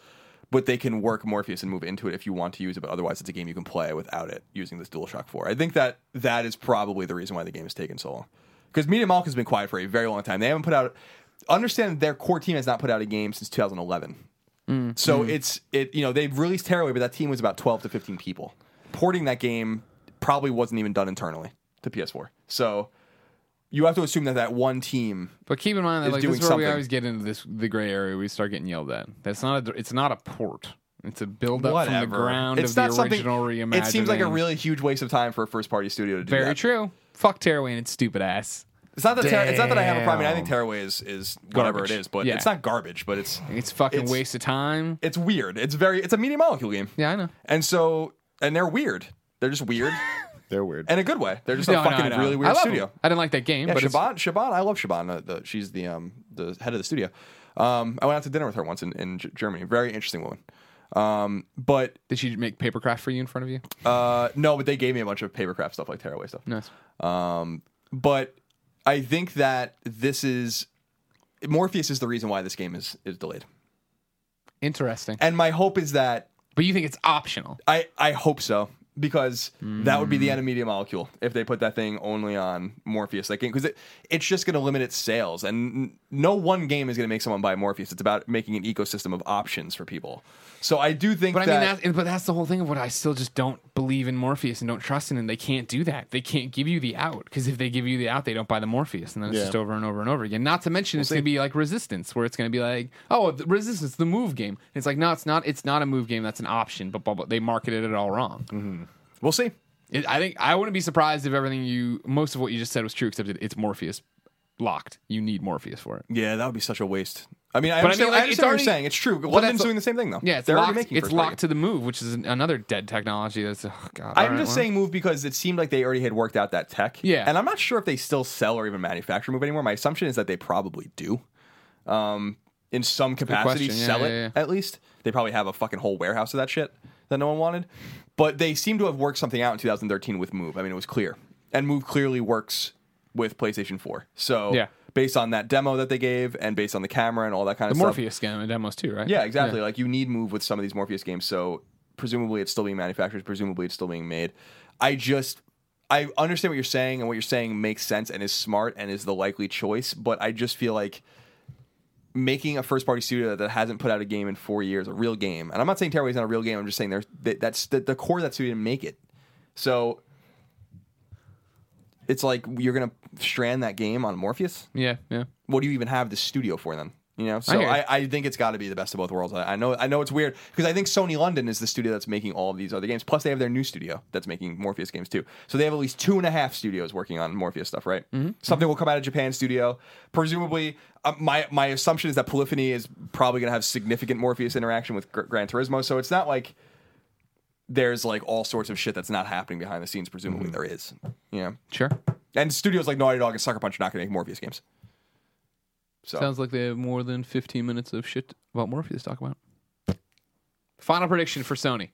Speaker 3: but they can work Morpheus and move into it if you want to use it. But otherwise, it's a game you can play without it using this DualShock Four. I think that that is probably the reason why the game has taken so long. Because Media Molecule has been quiet for a very long time. They haven't put out. Understand that their core team has not put out a game since 2011. So it's it you know they've released Tearaway, but that team was about twelve to fifteen people. Porting that game probably wasn't even done internally to PS4. So you have to assume that that one team.
Speaker 2: But keep in mind that
Speaker 3: is
Speaker 2: like this is
Speaker 3: doing
Speaker 2: where we
Speaker 3: something.
Speaker 2: always get into this the gray area. We start getting yelled at. That's not a, it's not a port. It's a build up from the ground
Speaker 3: It's
Speaker 2: of
Speaker 3: not
Speaker 2: the
Speaker 3: something.
Speaker 2: original reimagining.
Speaker 3: It seems like a really huge waste of time for a first party studio to do
Speaker 2: very
Speaker 3: that.
Speaker 2: true. Fuck Tearaway and its stupid ass.
Speaker 3: It's not that Tear- it's not that I have a problem. I, mean, I think
Speaker 1: Damn.
Speaker 3: Tearaway is is whatever
Speaker 2: Garbage.
Speaker 3: it is, but
Speaker 2: Yeah.
Speaker 3: it's not garbage. But it's
Speaker 2: It's fucking
Speaker 3: It's-
Speaker 2: waste of time.
Speaker 3: it's weird. It's very it's a media molecule game,
Speaker 2: Yeah, I know.
Speaker 3: and so and they're weird. They're just weird,
Speaker 1: They're weird.
Speaker 3: in a good way. They're just
Speaker 2: No,
Speaker 3: a
Speaker 2: no,
Speaker 3: fucking
Speaker 2: no.
Speaker 3: really
Speaker 2: I
Speaker 3: weird
Speaker 2: love
Speaker 3: studio.
Speaker 2: them. I didn't like that game,
Speaker 3: Yeah,
Speaker 2: but it's,
Speaker 3: Shaban, Shaban, I love Shaban. Uh, the, she's the um the head of the studio. Um, I went out to dinner with her once in, in G- Germany. Very interesting woman. Um, but
Speaker 2: did she make paper craft for you in front of you?
Speaker 3: uh, no, but they gave me a bunch of papercraft stuff like tearaway stuff.
Speaker 2: Nice.
Speaker 3: Um, but I think that this is Morpheus is the reason why this game is is delayed.
Speaker 2: Interesting.
Speaker 3: And my hope is that
Speaker 2: But you think it's optional?
Speaker 3: I I hope so because that would be
Speaker 2: Mm.
Speaker 3: the end of Media Molecule if they put that thing only on Morpheus like because it, it's just going to limit its sales and n- no one game is going to make someone buy Morpheus. It's about making an ecosystem of options for people. So I do think
Speaker 2: But I
Speaker 3: that.
Speaker 2: mean, that's, but that's the whole thing of what I still just don't believe in Morpheus and don't trust in, and they can't do that. They can't give you the out because if they give you the out, they don't buy the Morpheus, and then it's
Speaker 1: Yeah.
Speaker 2: just over and over and over again. Not to mention, it's going to be like Resistance, where it's going to be like, oh, the Resistance, the move game. And it's like, no, it's not. It's not a move game. That's an option. But blah, blah, they marketed it all wrong.
Speaker 3: Mm-hmm. we'll see.
Speaker 2: It, I think I wouldn't be surprised if everything you, most of what you just said was true, except it, it's Morpheus locked. You need Morpheus for it.
Speaker 3: Yeah, that would be such a waste. I mean, I
Speaker 2: But I
Speaker 3: understand,
Speaker 2: mean,
Speaker 3: I
Speaker 2: like, it's
Speaker 3: understand what
Speaker 2: already-
Speaker 3: you're saying. It's true.
Speaker 2: that's
Speaker 3: London's
Speaker 2: a-
Speaker 3: doing the same thing though.
Speaker 2: Yeah, it's
Speaker 3: They're already
Speaker 2: locked.
Speaker 3: making
Speaker 2: It's
Speaker 3: first-party
Speaker 2: locked to the move, which is an- another dead technology. That's oh god. all
Speaker 3: I'm
Speaker 2: right,
Speaker 3: just
Speaker 2: well.
Speaker 3: saying move because it seemed like they already had worked out that tech.
Speaker 2: Yeah.
Speaker 3: And I'm not sure if they still sell or even manufacture move anymore. My assumption is that they probably do. Um, in some capacity,
Speaker 2: question. Yeah,
Speaker 3: sell
Speaker 2: yeah,
Speaker 3: it
Speaker 2: yeah.
Speaker 3: at least. They probably have a fucking whole warehouse of that shit that no one wanted. But they seem to have worked something out in 2013 with Move. I mean, it was clear. And Move clearly works with PlayStation 4. So
Speaker 2: Yeah.
Speaker 3: based on that demo that they gave and based on the camera and all that kind of
Speaker 2: the
Speaker 3: stuff.
Speaker 2: Morpheus game and demos too, right?
Speaker 3: Yeah, exactly. Like you need move with some of these Morpheus games. So presumably it's still being manufactured. Presumably it's still being made. I just I understand what you're saying, and what you're saying makes sense and is smart and is the likely choice. But I just feel like making a first party studio that hasn't put out a game in four years, a real game. And I'm not saying Tearaway's not a real game. I'm just saying there's that, that's the, the core of that studio didn't make it. So. It's like you're gonna strand that game on Morpheus
Speaker 2: Yeah, yeah.
Speaker 3: what do you even have the studio for then? You know, so
Speaker 2: hear you.
Speaker 3: I, I, think it's got to be the best of both worlds. I, I know I know it's weird because I think Sony London is the studio that's making all of these other games. Plus, they have their new studio that's making Morpheus games too. So they have at least two and a half studios working on Morpheus stuff, right?
Speaker 2: Mm-hmm.
Speaker 3: Something will come out of Japan studio. Presumably, uh, my my assumption is that Polyphony is probably going to have significant Morpheus interaction with Gr- Gran Turismo. So it's not like there's like all sorts of shit that's not happening behind the scenes.
Speaker 2: Mm-hmm.
Speaker 3: Presumably, there is. You know,
Speaker 2: Sure.
Speaker 3: and studios like Naughty Dog and Sucker Punch are not going to make Morpheus games. So.
Speaker 2: Sounds like they have more than 15 minutes of shit about Morpheus to talk about. Final prediction for Sony.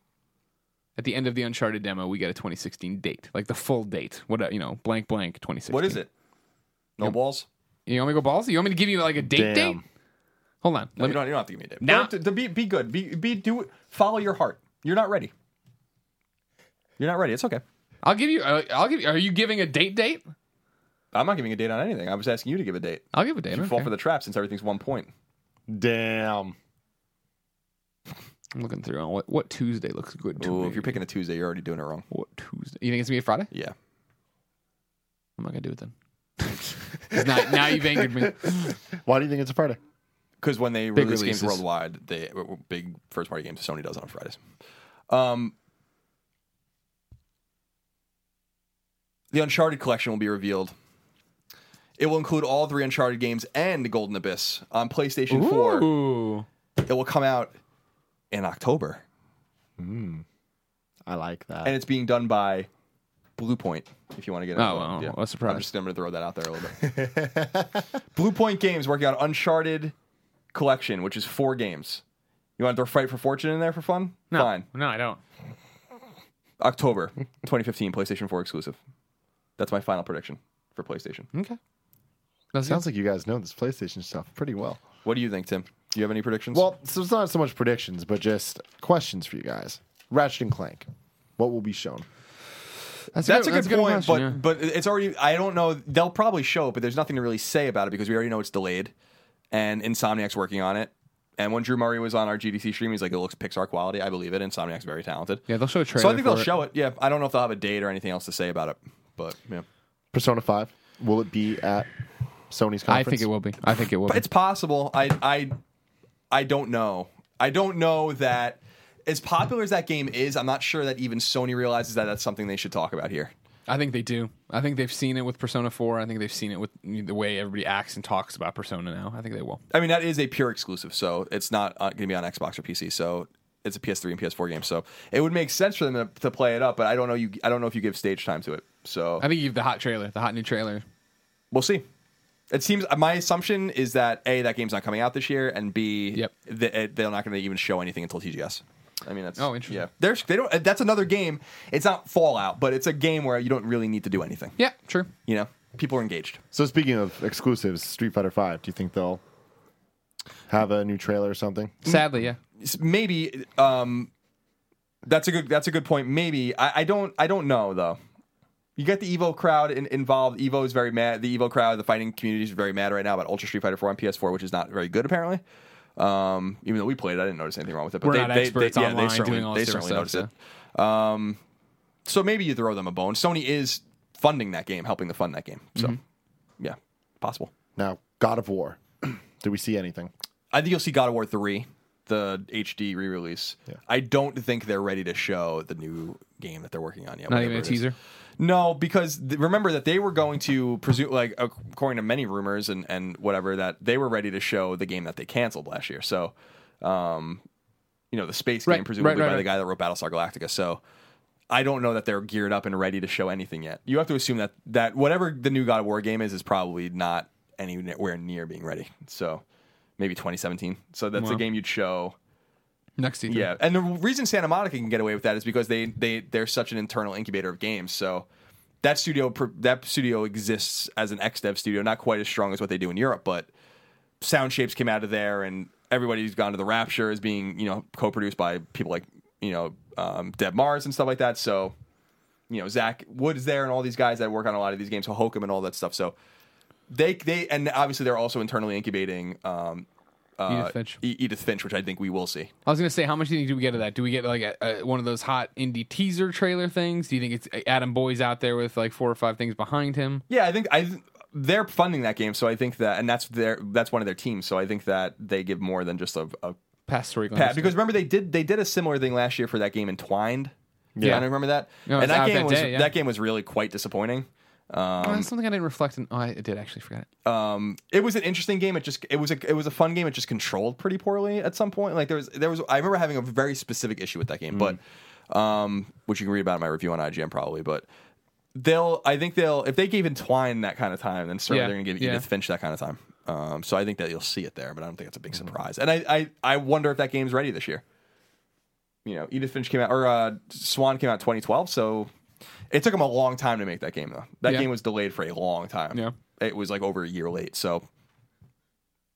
Speaker 2: At the end of the Uncharted demo, we get a 2016 date, like the full date. What you know, blank blank 2016.
Speaker 3: What is it? No balls?
Speaker 2: You want me to go ballsy? You want me to give you like a
Speaker 1: Damn.
Speaker 2: date date? Hold on.
Speaker 3: No,
Speaker 2: Let
Speaker 3: you,
Speaker 2: me,
Speaker 3: don't, you don't have to give me a date.
Speaker 2: Now-
Speaker 3: Don't- to, be, be good. Be, be do follow your heart. You're not ready. You're not ready. It's okay.
Speaker 2: I'll give you. Uh, I'll give you. Are you giving a date date?
Speaker 3: I'm not giving a date on anything. I was asking you to give a date.
Speaker 2: I'll give a date.
Speaker 3: You fall
Speaker 2: okay.
Speaker 3: for the trap since everything's one point.
Speaker 1: Damn.
Speaker 2: I'm looking through on what, what Tuesday looks good to
Speaker 3: Ooh,
Speaker 2: me.
Speaker 3: if you're picking a Tuesday, you're already doing it wrong.
Speaker 2: what Tuesday? You think it's gonna be a Friday?
Speaker 3: Yeah.
Speaker 2: I'm not gonna do it then. 'Cause now, now you've angered me.
Speaker 1: Why do you think it's a Friday?
Speaker 3: Because when they
Speaker 2: Big
Speaker 3: release
Speaker 2: releases.
Speaker 3: games worldwide, they w- big first party games Sony does on Fridays. Um, the Uncharted collection will be revealed. It will include all three Uncharted games and Golden Abyss on PlayStation 4.
Speaker 2: Ooh.
Speaker 3: It will come out in October,
Speaker 1: I like that.
Speaker 3: and it's being done by Blue Point. If you want to get, into
Speaker 2: Oh,
Speaker 3: it.
Speaker 2: wow.
Speaker 3: Yeah.
Speaker 2: What a surprise.
Speaker 3: I'm just going to throw that out there a little bit. Blue Point Games working on Uncharted collection, which is four games. You want to throw Fight for Fortune in there for fun?
Speaker 2: No,
Speaker 3: Fine.
Speaker 2: no, I don't.
Speaker 3: October 2015, PlayStation 4 exclusive. That's my final prediction for PlayStation.
Speaker 2: Okay. That
Speaker 1: Sounds like you guys know this PlayStation stuff pretty well.
Speaker 3: What do you think, Tim? Do you have any predictions?
Speaker 1: Well, so it's not so much predictions, but just questions for you guys. Ratchet and Clank, what will be shown?
Speaker 2: that's,
Speaker 3: that's a good, point,
Speaker 2: question,
Speaker 3: but
Speaker 2: yeah.
Speaker 3: but it's already. I don't know. They'll probably show it, but there's nothing to really say about it because we already know it's delayed, and Insomniac's working on it. And when Drew Murray was on our GDC stream, he's like, "It looks Pixar quality." I believe it. Insomniac's very talented.
Speaker 2: yeah, they'll show a trailer.
Speaker 3: So I think they'll
Speaker 2: for it.
Speaker 3: show it. Yeah, I don't know if they'll have a date or anything else to say about it, but yeah,
Speaker 2: Hmm.
Speaker 1: Persona Five, will it be at Sony's conference?
Speaker 2: I think it will be. I think it will.
Speaker 3: but it's possible. I I I don't know. I don't know that as popular as that game is, I'm not sure that even Sony realizes that that's something they should talk about here.
Speaker 2: I think they do. I think they've seen it with Persona Four. I think they've seen it with the way everybody acts and talks about Persona now. I think they will.
Speaker 3: I mean, that is a pure exclusive, so it's not uh, going to be on Xbox or PC. So it's a PS3 and PS4 game. So it would make sense for them to, to play it up, but I don't know. You I don't know if you give stage time to it. So
Speaker 2: I think you have the hot trailer, the hot new trailer.
Speaker 3: we'll see. It seems uh, my assumption is that a that game's not coming out this year, and b
Speaker 2: Yep.
Speaker 3: th- it- they're not going to even show anything until TGS. I mean, that's
Speaker 2: Oh, interesting.
Speaker 3: Yeah, there's they don't. That's another game. It's not Fallout, but it's a game where you don't really need to do anything.
Speaker 2: Yeah, true.
Speaker 3: You know, people are engaged.
Speaker 1: So speaking of exclusives, Street Fighter Five, do you think they'll have a new trailer or something?
Speaker 2: Sadly, yeah.
Speaker 3: S- Maybe um, that's a good that's a good point. Maybe I, I don't I don't know though. You get the Evo crowd in, involved. Evo is very mad. The Evo crowd, the fighting community is very mad right now about Ultra Street Fighter 4 on PS4, which is not very good apparently. Um, even though we played it, I didn't notice anything wrong with it. But
Speaker 2: We're
Speaker 3: they,
Speaker 2: not
Speaker 3: they,
Speaker 2: experts
Speaker 3: they, yeah,
Speaker 2: online
Speaker 3: they certainly,
Speaker 2: doing all
Speaker 3: they
Speaker 2: this different
Speaker 3: certainly noticed
Speaker 2: stuff,
Speaker 3: it. Um, so maybe you throw them a bone. Sony is funding that game, helping to fund that game. So
Speaker 2: Mm-hmm.
Speaker 3: yeah, possible.
Speaker 1: Now, God of War, do we see anything?
Speaker 3: I think you'll see God of War three, the HD re-release. I don't think they're ready to show the new game that they're working on yet.
Speaker 2: Not
Speaker 3: whatever
Speaker 2: even a
Speaker 3: it is.
Speaker 2: teaser.
Speaker 3: No, because th- remember that they were going to presume, like according to many rumors and and whatever, that they were ready to show the game that they canceled last year. So, um, you know, the space
Speaker 2: Right,
Speaker 3: game
Speaker 2: right,
Speaker 3: presumably
Speaker 2: right,
Speaker 3: by
Speaker 2: right.
Speaker 3: the guy that wrote Battlestar Galactica. So. I don't know that they're geared up and ready to show anything yet. You have to assume that that whatever the new God of War game is is probably not anywhere near being ready. So maybe 2017. So that's a
Speaker 2: Wow.
Speaker 3: game you'd show.
Speaker 2: Next season.
Speaker 3: Yeah, and the reason Santa Monica can get away with that is because they they they're such an internal incubator of games. So that studio pr- that studio exists as an XDev studio, not quite as strong as what they do in Europe, but Sound Shapes came out of there, and everybody's gone to the Rapture as being you know co-produced by people like you know um, Deb Mars and stuff like that. So you know Zach Woods there, and all these guys that work on a lot of these games, so Hokum and all that stuff. So they they and obviously they're also internally incubating. Um, uh,
Speaker 2: Edith Finch.
Speaker 3: E- Edith Finch, which I think we will see.
Speaker 2: I was gonna say, how much do you think do we get of that? Do we get like a, a, one of those hot indie teaser trailer things? Do you think it's uh, Adam Boy's out there with like four or five things behind him?
Speaker 3: Yeah, I think I they're funding that game, so I think that, and that's their that's one of their teams. So I think that they give more than just a, a
Speaker 2: Past story
Speaker 3: pat because remember they did they did a similar thing last year for that game Entwined.
Speaker 2: Yeah.
Speaker 3: I don't remember that.
Speaker 2: No, it was
Speaker 3: and that
Speaker 2: out
Speaker 3: game
Speaker 2: that
Speaker 3: was
Speaker 2: day, yeah.
Speaker 3: that game was really quite disappointing.
Speaker 2: Oh, that's something I didn't reflect on. Oh, I did actually forget it.
Speaker 3: Um, it was an interesting game. It just it was a it was a fun game. It just controlled pretty poorly at some point. Like there was there was I remember having a very specific issue with that game, but um, which you can read about in my review on IGN probably. But they'll I think they'll if they gave Entwine that kind of time, then certainly
Speaker 2: Yeah,
Speaker 3: they're gonna give
Speaker 2: yeah.
Speaker 3: Edith Finch that kind of time. Um, so I think that you'll see it there, but I don't think it's a
Speaker 2: Mm-hmm.
Speaker 3: big surprise. And I I, I wonder if that game's ready this year. You know, Edith Finch came out or uh, Swan came out in 2012, so it took them a long time to make that game though. That
Speaker 2: Yeah.
Speaker 3: game was delayed for a long time.
Speaker 2: Yeah.
Speaker 3: It was like over a year late, so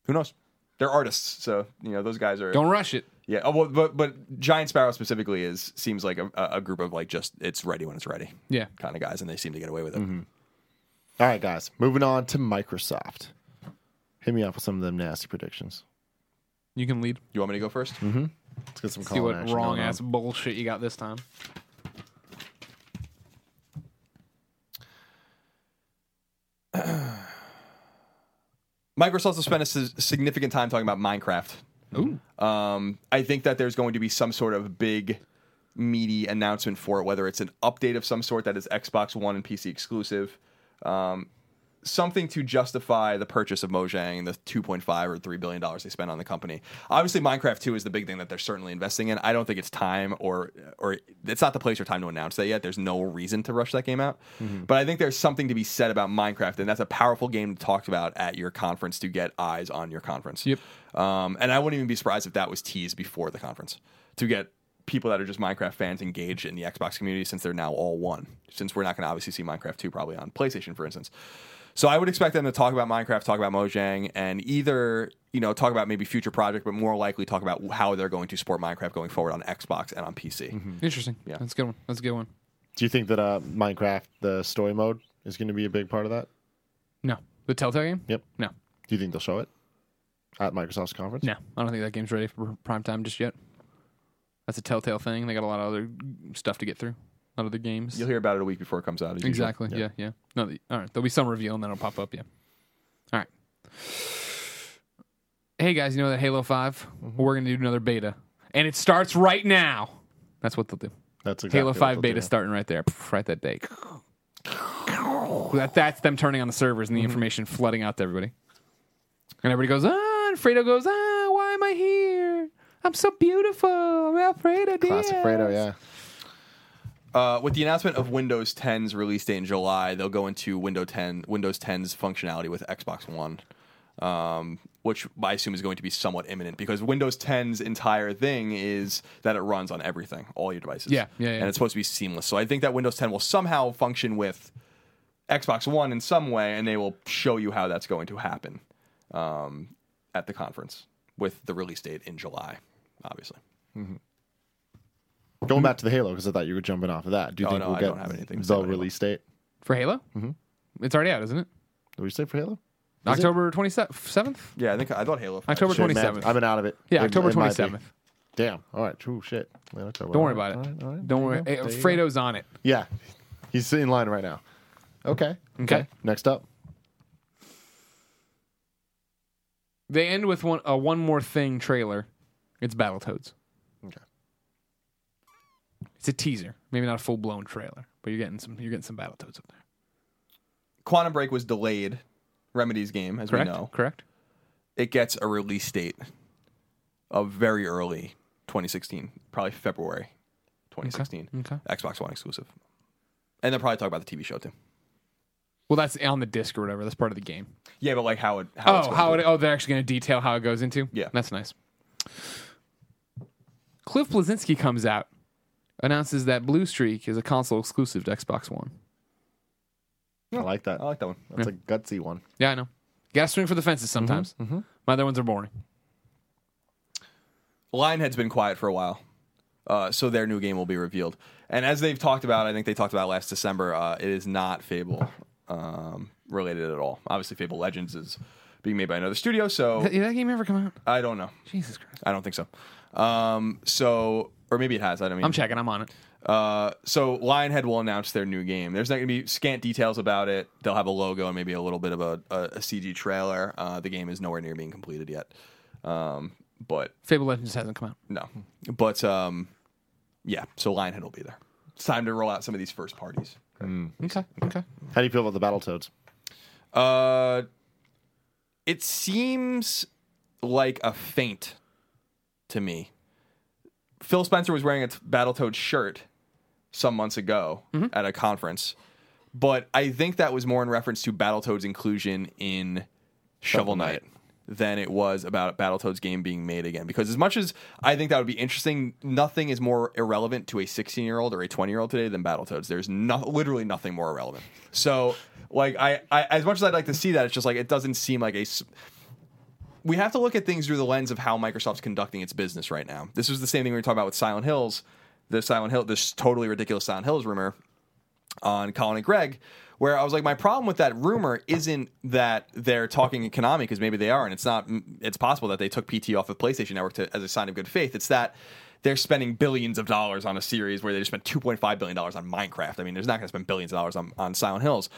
Speaker 3: who knows? They're artists, so you know those guys are.
Speaker 2: Don't rush it.
Speaker 3: yeah, oh, well, but but Giant Sparrow specifically is seems like a, a group of like just it's ready when it's ready
Speaker 2: Yeah.
Speaker 3: kind of guys, and they seem to get away with it.
Speaker 2: Mm-hmm.
Speaker 1: All right, guys, moving on to Microsoft. Hit me up with some of them nasty predictions.
Speaker 2: You can lead.
Speaker 3: You want me to go 1st Mm-hmm.
Speaker 1: Let's get some
Speaker 2: See
Speaker 1: call
Speaker 2: what wrong ass bullshit you got this time.
Speaker 3: Microsoft has spent a s- significant time talking about Minecraft.
Speaker 2: Ooh.
Speaker 3: Um, I think that there's going to be some sort of big, meaty announcement for it, whether it's an update of some sort that is Xbox One and PC exclusive, um, something to justify the purchase of Mojang and the 2.5 or 3 billion dollars they spent on the company. Obviously, Minecraft 2 is the big thing that they're certainly investing in. I don't think it's time or or it's not the place or time to announce that yet. There's no reason to rush that game out, but I think there's something to be said about Minecraft, and that's a powerful game to talk about at your conference to get eyes on your conference.
Speaker 2: Yep.
Speaker 3: Um, and I wouldn't even be surprised if that was teased before the conference to get people that are just Minecraft fans engaged in the Xbox community since they're now all one. Since we're not going to obviously see Minecraft 2 probably on PlayStation, for instance. So I would expect them to talk about Minecraft, talk about Mojang, and either you know talk about maybe future project, but more likely talk about how they're going to support Minecraft going forward on Xbox and on PC.
Speaker 2: Interesting.
Speaker 3: Yeah.
Speaker 2: That's a good one. That's a good one.
Speaker 1: Do you think that uh, Minecraft, the story mode, is going to be a big part of that?
Speaker 2: No. The Telltale game?
Speaker 1: Yep.
Speaker 2: No.
Speaker 1: Do you think they'll show it at Microsoft's conference?
Speaker 2: No. I don't think that game's ready for prime time just yet. That's a Telltale thing. They got a lot of other stuff to get through. A lot of other games.
Speaker 3: You'll hear about it a week before it comes out. as usual.
Speaker 2: Exactly. Yeah. Yeah. No. The, all right. There'll be some reveal and then it'll pop up. Yeah. All right. Hey guys, you know that Halo 5 We're gonna do another beta, and it starts right now. That's what they'll do.
Speaker 1: That's exactly
Speaker 2: Halo
Speaker 1: what
Speaker 2: Five
Speaker 1: they'll
Speaker 2: beta
Speaker 1: do.
Speaker 2: starting right there, Pff, right that day. That that's them turning on the servers
Speaker 1: Mm-hmm.
Speaker 2: and the information flooding out to everybody. And everybody goes, ah, and Fredo goes, ah, why am I here? I'm so beautiful. I'm Alfredo
Speaker 1: Classic
Speaker 2: Diaz.
Speaker 1: Fredo, yeah.
Speaker 3: Uh, with the announcement of Windows 10's release date in July, they'll go into Windows 10 Windows 10's functionality with Xbox One, um, which I assume is going to be somewhat imminent because Windows 10's entire thing is that it runs on everything, all your devices.
Speaker 2: Yeah, yeah, yeah.
Speaker 3: and it's supposed to be seamless. So I think that Windows 10 will somehow function with Xbox One in some way, and they will show you how that's going to happen um, at the conference with the release date in July, obviously.
Speaker 1: Going back to the Halo because I thought you were jumping off of that. Do you
Speaker 3: Oh,
Speaker 1: think
Speaker 3: no,
Speaker 1: we'll
Speaker 3: I
Speaker 1: get
Speaker 3: don't have anything to say
Speaker 1: the
Speaker 3: about Halo.
Speaker 1: release date?
Speaker 2: For Halo, mm-hmm. it's already out, isn't it?
Speaker 1: Did we say for Halo? Is it?
Speaker 2: October twenty seventh.
Speaker 3: Yeah, I think I thought Halo.
Speaker 2: October
Speaker 1: Shit, man,
Speaker 2: twenty seventh.
Speaker 1: I've been out of it.
Speaker 2: Yeah,
Speaker 1: It-
Speaker 2: October
Speaker 1: it might
Speaker 2: twenty
Speaker 1: be.
Speaker 2: seventh.
Speaker 1: Damn. All right. True shit. Late October.
Speaker 2: Don't
Speaker 1: All
Speaker 2: worry
Speaker 1: right,
Speaker 2: about
Speaker 1: all
Speaker 2: it.
Speaker 1: right, all right.
Speaker 2: Don't
Speaker 1: There
Speaker 2: worry.
Speaker 1: you go.
Speaker 2: Hey,
Speaker 1: There you go.
Speaker 2: Fredo's on it.
Speaker 1: Yeah, he's in line right now. Okay.
Speaker 2: Okay.
Speaker 1: Next up.
Speaker 2: They end with one a one more thing trailer. It's Battletoads.
Speaker 1: Okay.
Speaker 2: It's a teaser, maybe not a full blown trailer, but you're getting some you're getting some Battletoads up there.
Speaker 3: Quantum Break was delayed. Remedy's game, as
Speaker 2: Correct.
Speaker 3: we know,
Speaker 2: Correct.
Speaker 3: it gets a release date of very early 2016, probably February 2016.
Speaker 2: Okay.
Speaker 3: Xbox One exclusive, and they'll probably talk about the TV show too.
Speaker 2: Well, that's on the disc or whatever. That's part of the game.
Speaker 3: Yeah, but like how it how it's
Speaker 2: oh,
Speaker 3: going
Speaker 2: how
Speaker 3: to-
Speaker 2: it? Oh, they're actually going to detail how it goes into.
Speaker 3: Yeah.
Speaker 2: that's nice. Cliff Blazinski comes out, announces that Blue Streak is a console exclusive to Xbox One.
Speaker 1: I like that.
Speaker 3: I
Speaker 2: Uh,
Speaker 3: like that one.
Speaker 1: That's a gutsy one.
Speaker 2: Yeah, I know. Got to swing for the
Speaker 3: Mm-hmm,
Speaker 2: fences sometimes. My other ones are boring.
Speaker 3: Lionhead's been quiet for a while, uh, so their new game will be revealed. And as they've talked about, I think they talked about last December, uh, it is not Fable um, related at all. Obviously, Fable Legends is being made by another studio, so
Speaker 2: Did did that game ever come out?
Speaker 3: I don't know.
Speaker 2: Jesus Christ!
Speaker 3: I don't think so. Um, so, or maybe it has. I don't mean.
Speaker 2: I'm checking. I'm on it.
Speaker 3: Uh, so Lionhead will announce their new game. There's not going to be scant details about it. They'll have a logo and maybe a little bit of a, a, a CG trailer. Uh, the game is nowhere near being completed yet. Um, but
Speaker 2: Fable Legends hasn't come out.
Speaker 3: no, but um, yeah. So Lionhead will be there. It's time to roll out some of these first parties.
Speaker 2: Okay. Okay.
Speaker 1: How do you feel about the Battletoads?
Speaker 3: Uh, it seems like a feint to me. Phil Spencer was wearing a t- Battletoad shirt some months ago at a conference, but I think that was more in reference to Battletoad's inclusion in Shovel Knight than it was about Battletoad's game being made again. Because as much as I think that would be interesting, nothing is more irrelevant to a 16 year old or a 20 year old today than Battletoads. There's no, literally nothing more irrelevant. So, like, I, I as much as I'd like to see that, it's just like it doesn't seem like a. s- We have to look at things through the lens of how Microsoft's conducting its business right now. This was the same thing we were talking about with Silent Hills, the Silent Hill, this totally ridiculous Silent Hills rumor on Colin and Greg, where I was like, my problem with that rumor isn't that they're talking in Konami because maybe they are, and it's not. It's possible that they took PT off of PlayStation Network to, as a sign of good faith. It's that they're spending billions of dollars on a series where they just spent two point five billion dollars on Minecraft. I mean, they're not going to spend billions of dollars on, on Silent Hills.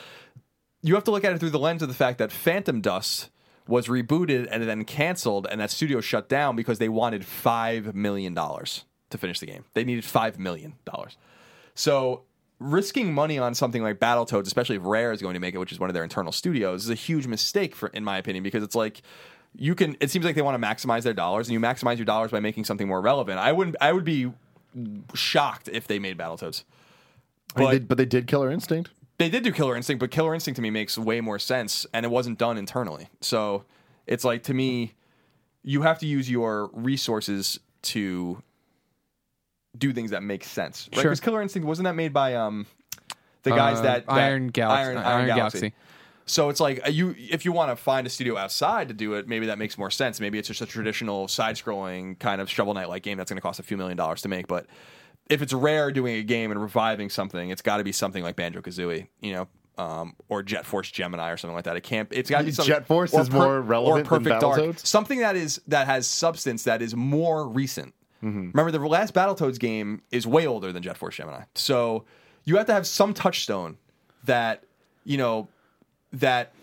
Speaker 3: You have to look at it through the lens of the fact that Phantom Dust was rebooted and then canceled, and that studio shut down because they wanted five million dollars to finish the game. They needed five million dollars. So risking money on something like Battletoads, especially if Rare is going to make it, which is one of their internal studios, is a huge mistake for in my opinion because it's like you can it seems like they want to maximize their dollars and you maximize your dollars by making something more relevant. I wouldn't I would be shocked if they made Battletoads.
Speaker 1: But,
Speaker 3: But-
Speaker 1: they did, but they did Killer Instinct.
Speaker 3: They did do Killer Instinct, but Killer Instinct to me makes way more sense and it wasn't done internally. So it's like to me you have to use your resources to do things that make sense. Right?
Speaker 2: Sure.
Speaker 3: Because Killer Instinct wasn't that made by um the guys
Speaker 2: Uh,
Speaker 3: that, that-
Speaker 2: Iron Galaxy,
Speaker 3: Iron,
Speaker 2: Iron
Speaker 3: Iron
Speaker 2: Galaxy.
Speaker 3: Galaxy. So it's like uh, you if you want to find a studio outside to do it, maybe that makes more sense. Maybe it's just a traditional side-scrolling kind of shovel knight like game that's going to cost a few million dollars to make, but if it's rare doing a game and reviving something, it's got to be something like Banjo Kazooie, you know, um, or Jet Force Gemini or something like that. It can't. It's got to be something.
Speaker 1: Jet Force
Speaker 3: or
Speaker 1: is more relevant
Speaker 3: or
Speaker 1: than
Speaker 3: Perfect Dark.
Speaker 1: Battletoads?
Speaker 3: Something that is that has substance that is more recent.
Speaker 1: Mm-hmm.
Speaker 3: Remember, the last Battletoads game is way older than Jet Force Gemini, so you have to have some touchstone that you know that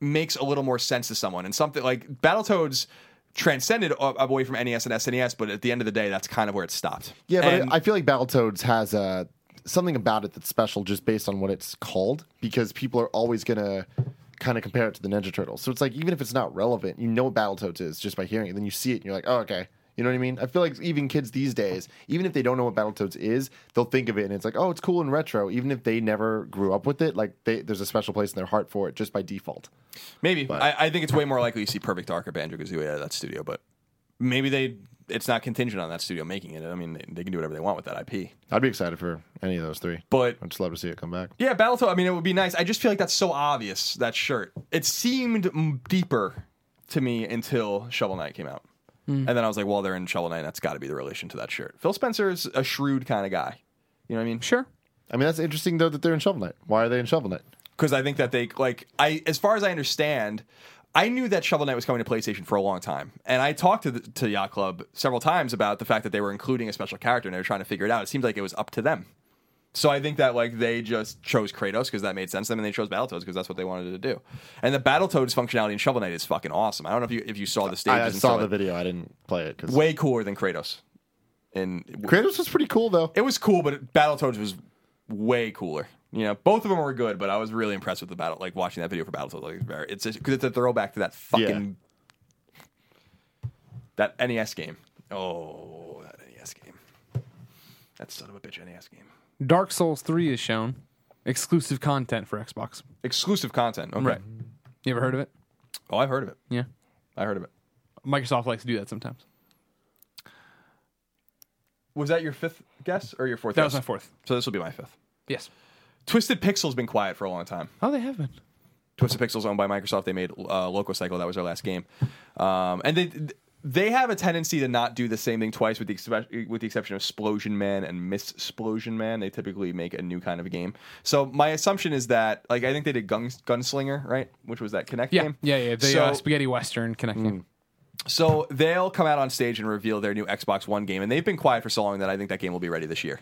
Speaker 3: makes a little more sense to someone. And something like Battletoads transcended a- away from NES and SNES, but at the end of the day, that's kind of where it stopped.
Speaker 1: Yeah, but
Speaker 3: And-
Speaker 1: I feel like Battletoads has a something about it that's special just based on what it's called because people are always gonna kind of compare it to the Ninja Turtles. So it's like even if it's not relevant, you know what Battletoads is just by hearing it. Then you see it and you're like, oh okay. You know what I mean? I feel like even kids these days, even if they don't know what Battletoads is, they'll think of it and it's like, oh, it's cool and retro. Even if they never grew up with it, like they, there's a special place in their heart for it just by default.
Speaker 3: Maybe. I, I think it's way more likely you see Perfect Dark or Banjo Kazooie out of that studio, but maybe they. It's not contingent on that studio making it. I mean, they, they can do whatever they want with that IP.
Speaker 1: I'd be excited for any of those three.
Speaker 3: But
Speaker 1: I'd just love to see it come back.
Speaker 3: yeah, Battletoad. I mean, it would be nice. I just feel like that's so obvious. That shirt. It seemed mm, deeper to me until Shovel Knight came out, and then I was like, well, they're in Shovel Knight. That's got to be the relation to that shirt. Phil Spencer is a shrewd kind of guy. You know what I mean?
Speaker 2: Sure.
Speaker 1: I mean, that's interesting though that they're in Shovel Knight. Why are they in Shovel Knight?
Speaker 3: because I think that they like I as far as I understand, I knew that Shovel Knight was coming to PlayStation for a long time, and I talked to the, to Yacht Club several times about the fact that they were including a special character and they were trying to figure it out. It seems like it was up to them. So I think that like they just chose Kratos because that made sense to them, and they chose Battletoads because that's what they wanted to do. And the Battletoads functionality in Shovel Knight is fucking awesome. I don't know if you if you saw the stages.
Speaker 1: I, I
Speaker 3: and
Speaker 1: saw
Speaker 3: stuff
Speaker 1: the
Speaker 3: like-
Speaker 1: video. I didn't play it because
Speaker 3: way cooler than Kratos. And
Speaker 1: Kratos was pretty cool though.
Speaker 3: it was cool, but Battletoads was way cooler. You know, both of them were good, but I was really impressed with the battle. Like watching that video for Battletoads, like very, it's because it's a throwback to that fucking that NES game. Oh, that NES game. That son of a bitch NES game.
Speaker 2: Dark Souls 3 is shown. Exclusive content for Xbox.
Speaker 3: Exclusive content. Okay.
Speaker 2: You ever heard of it?
Speaker 3: Oh, I've heard of it.
Speaker 2: Yeah.
Speaker 3: I heard of it.
Speaker 2: Microsoft likes to do that sometimes.
Speaker 3: Was that your fifth guess or your fourth?
Speaker 2: That
Speaker 3: guess?
Speaker 2: was my fourth.
Speaker 3: So this will be my fifth.
Speaker 2: Yes.
Speaker 3: Twisted Pixel's been quiet for a long time.
Speaker 2: Oh, they have been.
Speaker 3: Twisted Pixel's owned by Microsoft. They made uh, Loco Cycle. That was their last game, um, and they they have a tendency to not do the same thing twice, with the expe- with the exception of Splosion Man and Miss Splosion Man. They typically make a new kind of game. So my assumption is that, like, I think they did Gun- Gunslinger, right? Which was that Connect
Speaker 2: Yeah.
Speaker 3: game.
Speaker 2: Yeah, yeah. They
Speaker 3: so,
Speaker 2: uh, spaghetti western
Speaker 1: Mm.
Speaker 2: connecting.
Speaker 3: so they'll come out on stage and reveal their new Xbox One game, and they've been quiet for so long that I think that game will be ready this year.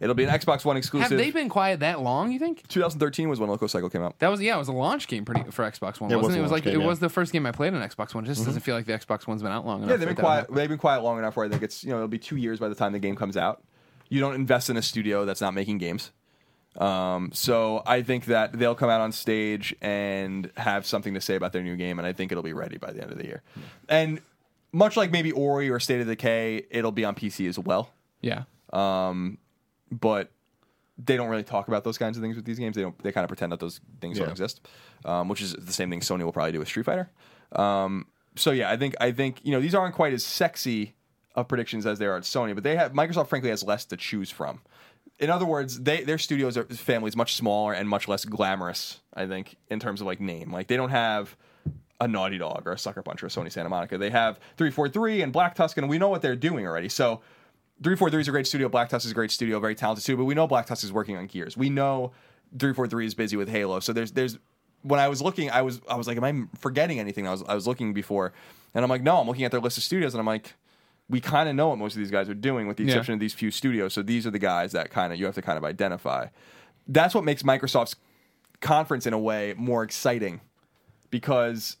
Speaker 3: It'll be an Xbox One exclusive.
Speaker 2: Have they been quiet that long, you think?
Speaker 3: 2013 was when Loco Cycle came out.
Speaker 2: That was yeah, it was a launch game pretty for Xbox One,
Speaker 1: It was
Speaker 2: wasn't
Speaker 1: a
Speaker 2: it? It
Speaker 1: launch
Speaker 2: was like
Speaker 1: game,
Speaker 2: it
Speaker 1: yeah. Mm-hmm.
Speaker 2: was the first game I played on Xbox One. It just doesn't feel like the Xbox One's been out long enough.
Speaker 3: Yeah, they've been
Speaker 2: for that one.
Speaker 3: quiet. They've been quiet long enough where I think it's you know it'll be two years by the time the game comes out. You don't invest in a studio that's not making games, um, so I think that they'll come out on stage and have something to say about their new game, and I think it'll be ready by the end of the year. And much like maybe Ori or State of Decay, it'll be on PC as well.
Speaker 2: Yeah.
Speaker 3: But they don't really talk about those kinds of things with these games. They don't. They kind of pretend that those things don't
Speaker 1: Yeah.
Speaker 3: exist, um, which is the same thing Sony will probably do with Street Fighter. Um, so yeah, I think I think you know these aren't quite as sexy of predictions as they are at Sony, but they have Microsoft frankly has less to choose from. In other words, they their studios are families much smaller and much less glamorous. I think in terms of like name, like they don't have a Naughty Dog or a Sucker Punch or a Sony Santa Monica. They have three four three and Black Tusk, and we know what they're doing already. So 343 is a great studio. Black Tusk is a great studio, very talented studio. But we know Black Tusk is working on Gears. We know 343 is busy with Halo. So there's there's when I was looking, I was I was like, am I forgetting anything? I was I was looking before, and I'm like, no, I'm looking at their list of studios, and I'm like, we kind of know what most of these guys are doing, with the
Speaker 2: Yeah.
Speaker 3: exception of these few studios. So these are the guys that kind of you have to kind of identify. That's what makes Microsoft's conference in a way more exciting because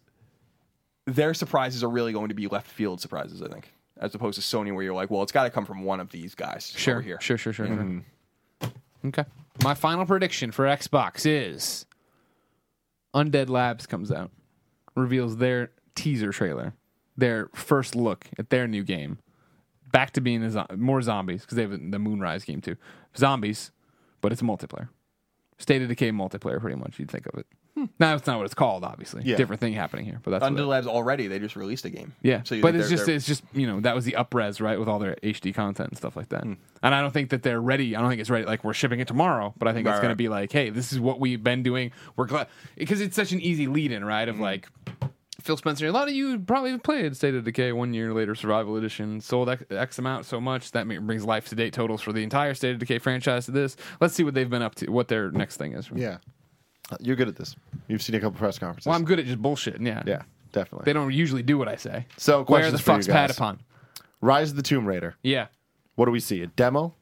Speaker 3: their surprises are really going to be left field surprises, I think, as opposed to Sony, where you're like, well, it's got to come from one of these guys
Speaker 2: Sure.
Speaker 3: over here. Mm-hmm.
Speaker 2: Sure, sure, sure. sure. Okay. My final prediction for Xbox is Undead Labs comes out, reveals their teaser trailer, their first look at their new game. Back to being a zo- more zombies because they have the Moonrise game too. Zombies, but it's multiplayer. State of Decay multiplayer, pretty much. You'd think of it.
Speaker 3: Hmm.
Speaker 2: Now that's not what it's called, obviously.
Speaker 1: Yeah.
Speaker 2: Different thing happening here, but that's what it-
Speaker 3: Under Labs already, they just released a game.
Speaker 2: yeah,
Speaker 3: So you-
Speaker 2: but it's
Speaker 3: they're-
Speaker 2: just
Speaker 3: they're-
Speaker 2: it's just you know that was the upres right with all their HD content and stuff like that. And I don't think that they're ready. I don't think it's ready. Like we're shipping it tomorrow, but I think it's
Speaker 3: Right,
Speaker 2: going to
Speaker 3: right.
Speaker 2: be like, hey, this is what we've been doing. We're glad because it's such an easy lead-in, right? Of like Phil Spencer. A lot of you probably played State of Decay one year later, Survival Edition. Sold X, X amount so much that ma- brings life to date totals for the entire State of Decay franchise to this. Let's see what they've been up to, what their next thing is.
Speaker 1: Yeah. Uh, You're good at this. You've seen a couple press conferences.
Speaker 2: Well, I'm good at just bullshitting. Yeah,
Speaker 1: yeah, definitely.
Speaker 2: They don't usually do what I say.
Speaker 1: So,
Speaker 2: where the
Speaker 1: questions for you
Speaker 2: fuck's
Speaker 1: guys.
Speaker 2: Patapon?
Speaker 1: Rise of the Tomb Raider.
Speaker 2: Yeah.
Speaker 1: What do we see? A demo?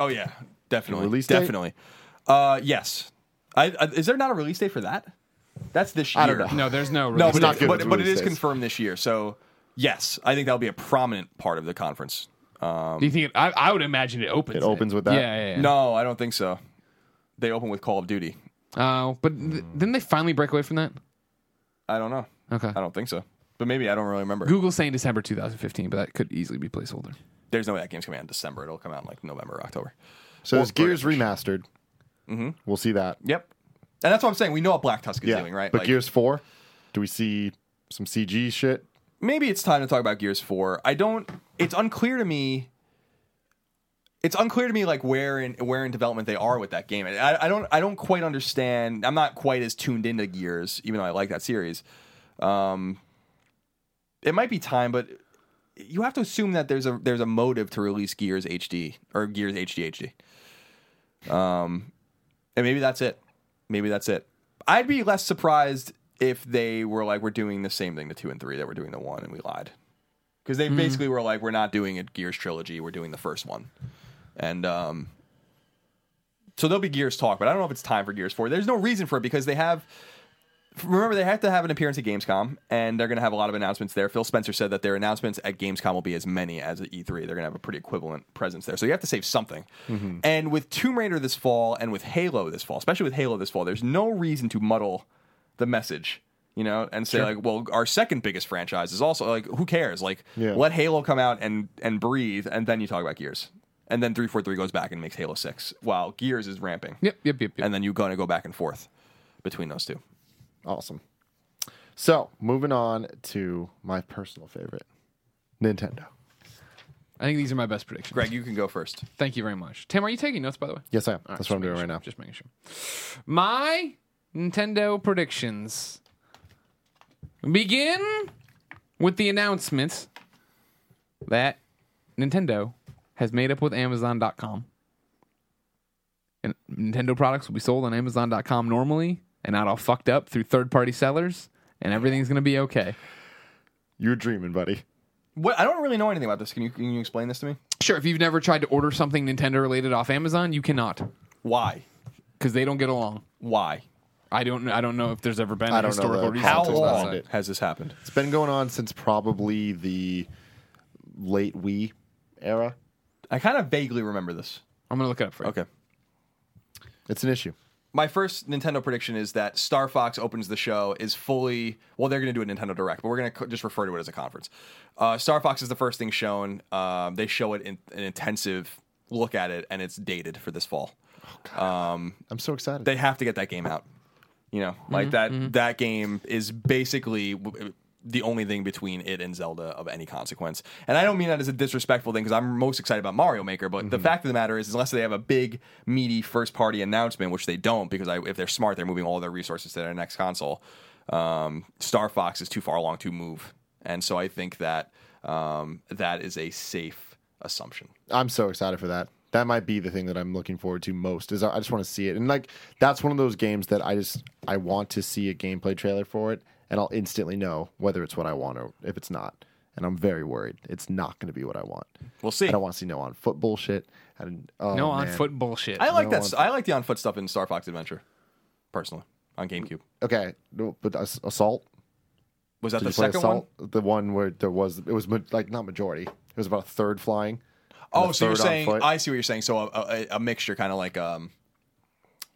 Speaker 3: Oh yeah, definitely.
Speaker 1: Release date?
Speaker 3: definitely. Uh, yes. I, I, is there not a release date for that? That's this year.
Speaker 1: I don't know.
Speaker 2: No, there's no.
Speaker 3: No,
Speaker 2: Release
Speaker 3: but,
Speaker 1: not
Speaker 3: it-
Speaker 1: good
Speaker 3: but,
Speaker 1: with
Speaker 3: but it
Speaker 1: release
Speaker 3: is
Speaker 1: dates.
Speaker 3: confirmed this year. So yes, I think that'll be a prominent part of the conference.
Speaker 2: Do you think it, I, I would imagine it opens?
Speaker 1: It opens with that?
Speaker 2: Yeah, yeah, yeah.
Speaker 3: No, I don't think so. They open with Call of Duty.
Speaker 2: Oh, but th- didn't they finally break away from that?
Speaker 3: I don't know.
Speaker 2: Okay.
Speaker 3: I don't think so. But maybe I don't really remember.
Speaker 2: Google's saying December 2015, but that could easily be placeholder.
Speaker 3: There's no way that game's coming out in December. It'll come out in like November, October.
Speaker 1: So there's
Speaker 3: British.
Speaker 1: Gears remastered. Mm-hmm. We'll see that.
Speaker 3: Yep. And that's what I'm saying. We know what Black Tusk is
Speaker 1: Yeah.
Speaker 3: doing, right?
Speaker 1: But
Speaker 3: Like,
Speaker 1: Gears 4? Do we see some CG shit?
Speaker 3: maybe it's time to talk about Gears 4. I don't it's unclear to me it's unclear to me like where in where in development they are with that game. I, I don't I don't quite understand. I'm not quite as tuned into Gears, even though I like that series. Um, it might be time, but you have to assume that there's a there's a motive to release Gears HD or Gears HD HD. Um, and maybe that's it. Maybe that's it. I'd be less surprised if they were like, we're doing the same thing to two and three that we're doing the one, and we lied. Because they basically were like, we're not doing a Gears trilogy, we're doing the first one. And um, so there'll be Gears talk, but I don't know if it's time for Gears 4. There's no reason for it because they have. Remember, they have to have an appearance at Gamescom, and they're going to have a lot of announcements there. Phil Spencer said that their announcements at Gamescom will be as many as at E3. They're going to have a pretty equivalent presence there. So you have to save something. And with Tomb Raider this fall and with Halo this fall, especially with Halo this fall, there's no reason to muddle the message, you know, and say, like, well, our second biggest franchise is also, like, who cares? Like,
Speaker 1: Yeah.
Speaker 3: let Halo come out and, and breathe, and then you talk about Gears. And then 343 goes back and makes Halo 6 while Gears is ramping
Speaker 2: Yep, yep, yep, yep.
Speaker 3: and then you're going to go back and forth between those two.
Speaker 1: Awesome. So, moving on to my personal favorite Nintendo.
Speaker 2: I think these are my best predictions.
Speaker 3: Greg, you can go first.
Speaker 2: Thank you very much. Tim, are you taking notes, by the way?
Speaker 1: Yes, I am.
Speaker 2: All
Speaker 1: That's what I'm doing
Speaker 2: just
Speaker 1: right now.
Speaker 2: making sure. Just making sure. My Nintendo predictions begin with the announcement that Nintendo has made up with Amazon.com. And Nintendo products will be sold on Amazon.com normally and not all fucked up through third party sellers, and everything's going to be okay.
Speaker 1: You're dreaming, buddy.
Speaker 3: What I don't really know anything about this. Can you can you explain this to me?
Speaker 2: Sure, if you've never tried to order something Nintendo related off Amazon, you cannot
Speaker 3: Why?
Speaker 2: because they don't get along.
Speaker 3: Why?
Speaker 2: I don't. I don't know if there's ever been
Speaker 1: I
Speaker 2: a
Speaker 1: don't know
Speaker 2: historical
Speaker 1: the
Speaker 2: reason.
Speaker 1: How
Speaker 3: How
Speaker 2: to
Speaker 1: Politics
Speaker 3: long
Speaker 1: behind it.
Speaker 3: has this happened?
Speaker 1: It's been going on since probably the late Wii era.
Speaker 3: I kind of vaguely remember this.
Speaker 2: I'm gonna look it up for you.
Speaker 3: Okay.
Speaker 1: It's an issue.
Speaker 3: My first Nintendo prediction is that Star Fox opens the show is fully well. They're going to do a Nintendo Direct, but we're going to co- just refer to it as a conference. Uh, Star Fox is the first thing shown. Um, they show it in an intensive look at it, and it's dated for this fall.
Speaker 1: I'm so excited.
Speaker 3: they have to get that game out. You know, like that that game is basically w- the only thing between it and Zelda of any consequence. And I don't mean that as a disrespectful thing because I'm most excited about Mario Maker, but the fact of the matter is unless they have a big meaty first party announcement, which they don't because I, if they're smart, they're moving all their resources to their next console. Um, Star Fox is too far along to move. And so I think that um, that is a safe assumption.
Speaker 1: I'm so excited for that. That might be the thing that I'm looking forward to most. Is I I just want to see it, and like that's one of those games that I just I want to see a gameplay trailer for it, and I'll instantly know whether it's what I want or if it's not. And I'm very worried it's not going to be what I want.
Speaker 3: We'll see.
Speaker 1: I don't want to see no on foot bullshit. And oh,
Speaker 2: no on
Speaker 1: man.
Speaker 2: foot bullshit.
Speaker 3: I like
Speaker 1: No
Speaker 3: that.
Speaker 1: one-
Speaker 3: st- I like the on foot stuff in Star Fox Adventure, personally, on GameCube.
Speaker 1: Okay, no, but ass- assault.
Speaker 3: Was that
Speaker 1: Did
Speaker 3: the
Speaker 1: you play
Speaker 3: second one?
Speaker 1: assault? The one where there was it was ma- like not majority. It was about a third flying. and
Speaker 3: Oh,
Speaker 1: a
Speaker 3: so you're
Speaker 1: third on
Speaker 3: saying
Speaker 1: foot.
Speaker 3: I see what you're saying. So a, a, a mixture, kind of like um,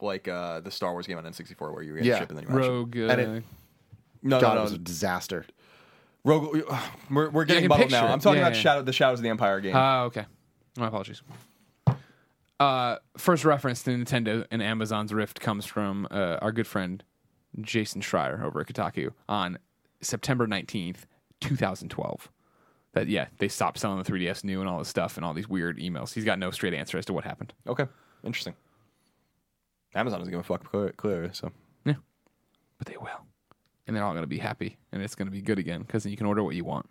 Speaker 3: like uh, the Star Wars game on N64, where you get
Speaker 1: Yeah.
Speaker 3: a ship and then you were on a ship.
Speaker 2: Rogue. Uh,
Speaker 1: And it-
Speaker 3: No,
Speaker 1: God, it
Speaker 3: no,
Speaker 1: was
Speaker 3: no.
Speaker 1: a disaster.
Speaker 3: Rogue. We're, we're getting
Speaker 2: can
Speaker 3: muddled
Speaker 2: picture
Speaker 3: now.
Speaker 2: it.
Speaker 3: I'm talking
Speaker 2: Yeah,
Speaker 3: about
Speaker 2: yeah.
Speaker 3: Shadow, the Shadows of the Empire game.
Speaker 2: Ah, okay. My apologies. Uh, first reference to Nintendo and Amazon's Rift comes from uh, our good friend Jason Schreier over at Kotaku on September 19th, 2012. That, yeah, they stopped selling the 3DS new and all this stuff and all these weird emails. He's got no straight answer as to what happened.
Speaker 3: okay, interesting. Amazon is gonna fuck clear, clear so
Speaker 2: Yeah. But they will. And they're all going to be happy. And it's going to be good again because you can order what you want.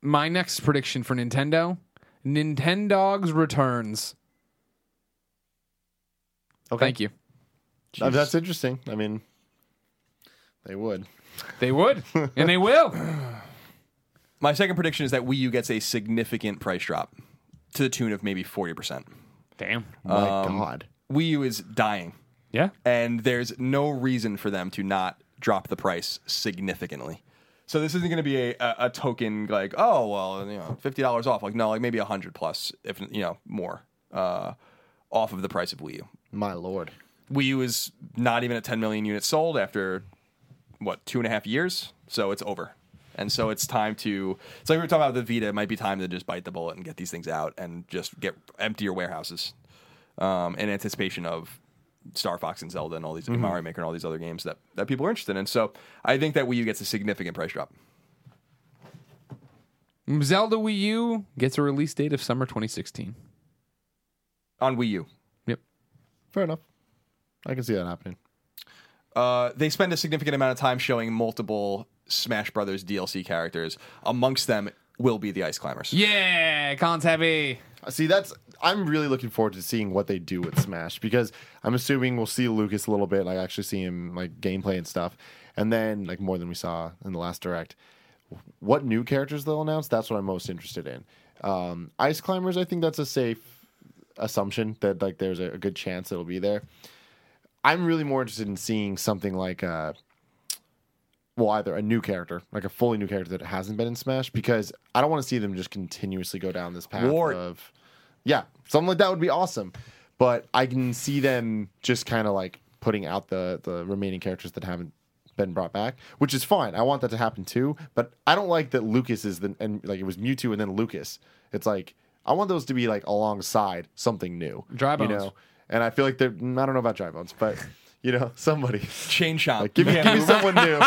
Speaker 2: My next prediction for Nintendo Nintendogs returns.
Speaker 1: Okay,
Speaker 2: Thank you.
Speaker 1: Uh, that's interesting. I mean, they would.
Speaker 2: They would. and they will.
Speaker 3: My second prediction is that Wii U gets a significant price drop to the tune of maybe 40%.
Speaker 2: Damn.
Speaker 1: My
Speaker 3: Um,
Speaker 1: God.
Speaker 3: Wii U is dying,
Speaker 2: Yeah.
Speaker 3: and there's no reason for them to not drop the price significantly. So this isn't going to be a, a, a token like, oh, well, you know, $50 off. Like, no, like maybe 100 plus, if, you know, more uh, off of the price of Wii U.
Speaker 1: My Lord.
Speaker 3: Wii U is not even at 10 million units sold after what two and a half years, so it's over. And so it's time to. It's like we were talking about with the Vita. It might be time to just bite the bullet and get these things out and just get empty your warehouses um, in anticipation of Star Fox and Zelda and all
Speaker 1: Mm-hmm.
Speaker 3: these Mario Maker and all these other games that that people are interested in. So I think that Wii U gets a significant price drop.
Speaker 2: Zelda Wii U gets a release date of summer 2016.
Speaker 3: On Wii U,
Speaker 2: Yep.
Speaker 1: Fair enough. I can see that happening.
Speaker 3: uh, they spend a significant amount of time showing multiple Smash Brothers DLC characters. Amongst them will be the Ice Climbers.
Speaker 2: Yeah. Cons heavy.
Speaker 1: Uh, See, that's I'm really looking forward to seeing what they do with Smash because I'm assuming we'll see Lucas a little bit, like actually see him like gameplay and stuff, and then like more than we saw in the last direct. What new characters they'll announce? That's what I'm most interested in. Um, Ice climbers, I think that's a safe assumption that like there's a, a good chance it'll be there. I'm really more interested in seeing something like uh, well, either a new character, like a fully new character that hasn't been in Smash, because I don't want to see them just continuously go down this path
Speaker 3: Ward.
Speaker 1: of, yeah, something like that would be awesome. But I can see them just kind of like putting out the the remaining characters that haven't been brought back, which is fine. I want that to happen too, but I don't like that Lucas is the and like it was Mewtwo and then Lucas. It's like I want those to be like alongside something new,
Speaker 2: Dry Bones.
Speaker 1: you know. And I feel like they're mm, I don't know about dry bones, but you know somebody.
Speaker 3: Chain Shop.
Speaker 1: Like, give me,
Speaker 3: Yeah.
Speaker 1: give me someone new.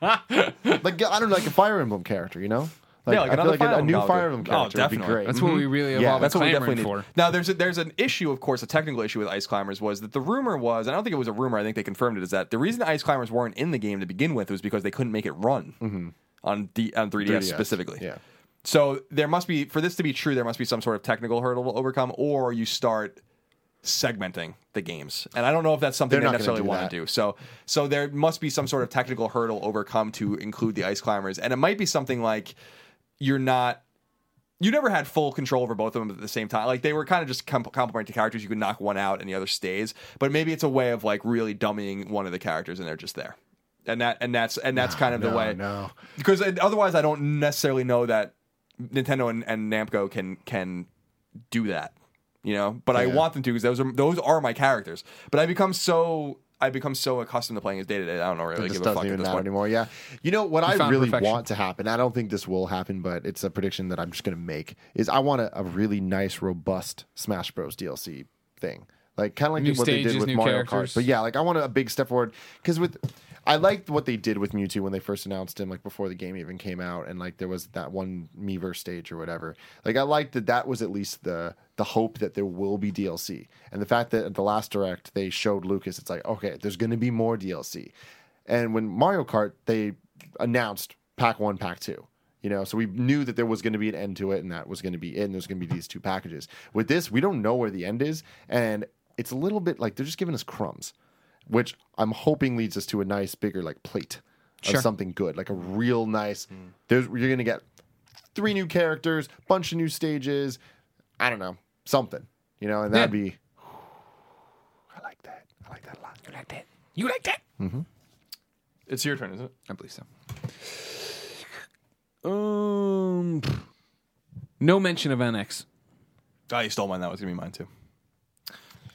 Speaker 1: like I don't know, like a Fire Emblem character, you know? Like, I
Speaker 3: Yeah, like
Speaker 1: feel
Speaker 3: another
Speaker 1: like a-
Speaker 3: Fire
Speaker 1: a,
Speaker 3: Emblem
Speaker 1: new
Speaker 3: character.
Speaker 1: Fire Emblem
Speaker 3: Oh,
Speaker 1: character would be
Speaker 3: definitely.
Speaker 1: great.
Speaker 2: That's what we really
Speaker 1: Yeah,
Speaker 2: evolved
Speaker 1: that's
Speaker 3: That's what we definitely
Speaker 2: clamoring
Speaker 3: need.
Speaker 2: for.
Speaker 3: Now, there's a, there's an issue, of course, a technical issue with Ice Climbers was that the rumor was, and I don't think it was a rumor, I think they confirmed it, is that the reason Ice Climbers weren't in the game to begin with was because they couldn't make it run on Mm-hmm. D, on 3DS,
Speaker 1: 3DS,
Speaker 3: specifically.
Speaker 1: yeah.
Speaker 3: So there must be, for this to be true, there must be some sort of technical hurdle to overcome, or you start segmenting the games. And I don't know if that's something
Speaker 1: They're not gonna
Speaker 3: they necessarily
Speaker 1: do
Speaker 3: want
Speaker 1: that.
Speaker 3: to do. So so there must be some sort of technical hurdle overcome to include the ice climbers. And it might be something like you're not you never had full control over both of them at the same time. Like they were kind of just comp- complementary characters. You could knock one out and the other stays. But maybe it's a way of like really dummying one of the characters and they're just there. And that and that's and that's kind of the
Speaker 1: No,
Speaker 3: way
Speaker 1: no.
Speaker 3: because it- otherwise I don't necessarily know that Nintendo and, and Namco can can do that, you know. But I
Speaker 1: Yeah.
Speaker 3: want them to because those are those are my characters. But I become so I become so accustomed to playing as day to day. I don't know really
Speaker 1: It
Speaker 3: give
Speaker 1: just
Speaker 3: a fuck
Speaker 1: doesn't
Speaker 3: at
Speaker 1: even
Speaker 3: this
Speaker 1: matter
Speaker 3: point.
Speaker 1: anymore. Yeah. You know what I
Speaker 2: found
Speaker 1: really
Speaker 2: perfection.
Speaker 1: want to happen. I don't think this will happen, but it's a prediction that I'm just going to make. Is I want a, a really nice, robust Smash Bros. DLC thing, like kind of like
Speaker 2: New
Speaker 1: what they
Speaker 2: stages,
Speaker 1: did with
Speaker 2: new
Speaker 1: Mario
Speaker 2: characters.
Speaker 1: Kart. But yeah, like I want a big step forward because with I liked what they did with Mewtwo when they first announced him, like before the game even came out, and like there was that one Miiverse stage or whatever. Like I liked that that was at least the the hope that there will be DLC, and the fact that at the last direct they showed Lucas, it's like okay, there's going to be more DLC. And when Mario Kart, they announced Pack One, Pack Two. You know, so we knew that there was going to be an end to it, and that was going to be it. And there's going to be these two packages. With this, we don't know where the end is, and it's a little bit like they're just giving us crumbs, which I'm hoping leads us to a nice bigger like plate of
Speaker 2: Sure.
Speaker 1: something good, like a real nice. There's you're going to get three new characters, bunch of new stages. I don't know something, you know, and that'd
Speaker 2: Yeah.
Speaker 1: be. I like that. I like that a lot.
Speaker 2: You like that? You like that?
Speaker 3: It's your turn, isn't it?
Speaker 2: I believe so. Um, no mention of NX.
Speaker 3: Ah, you stole mine. That was gonna be mine too.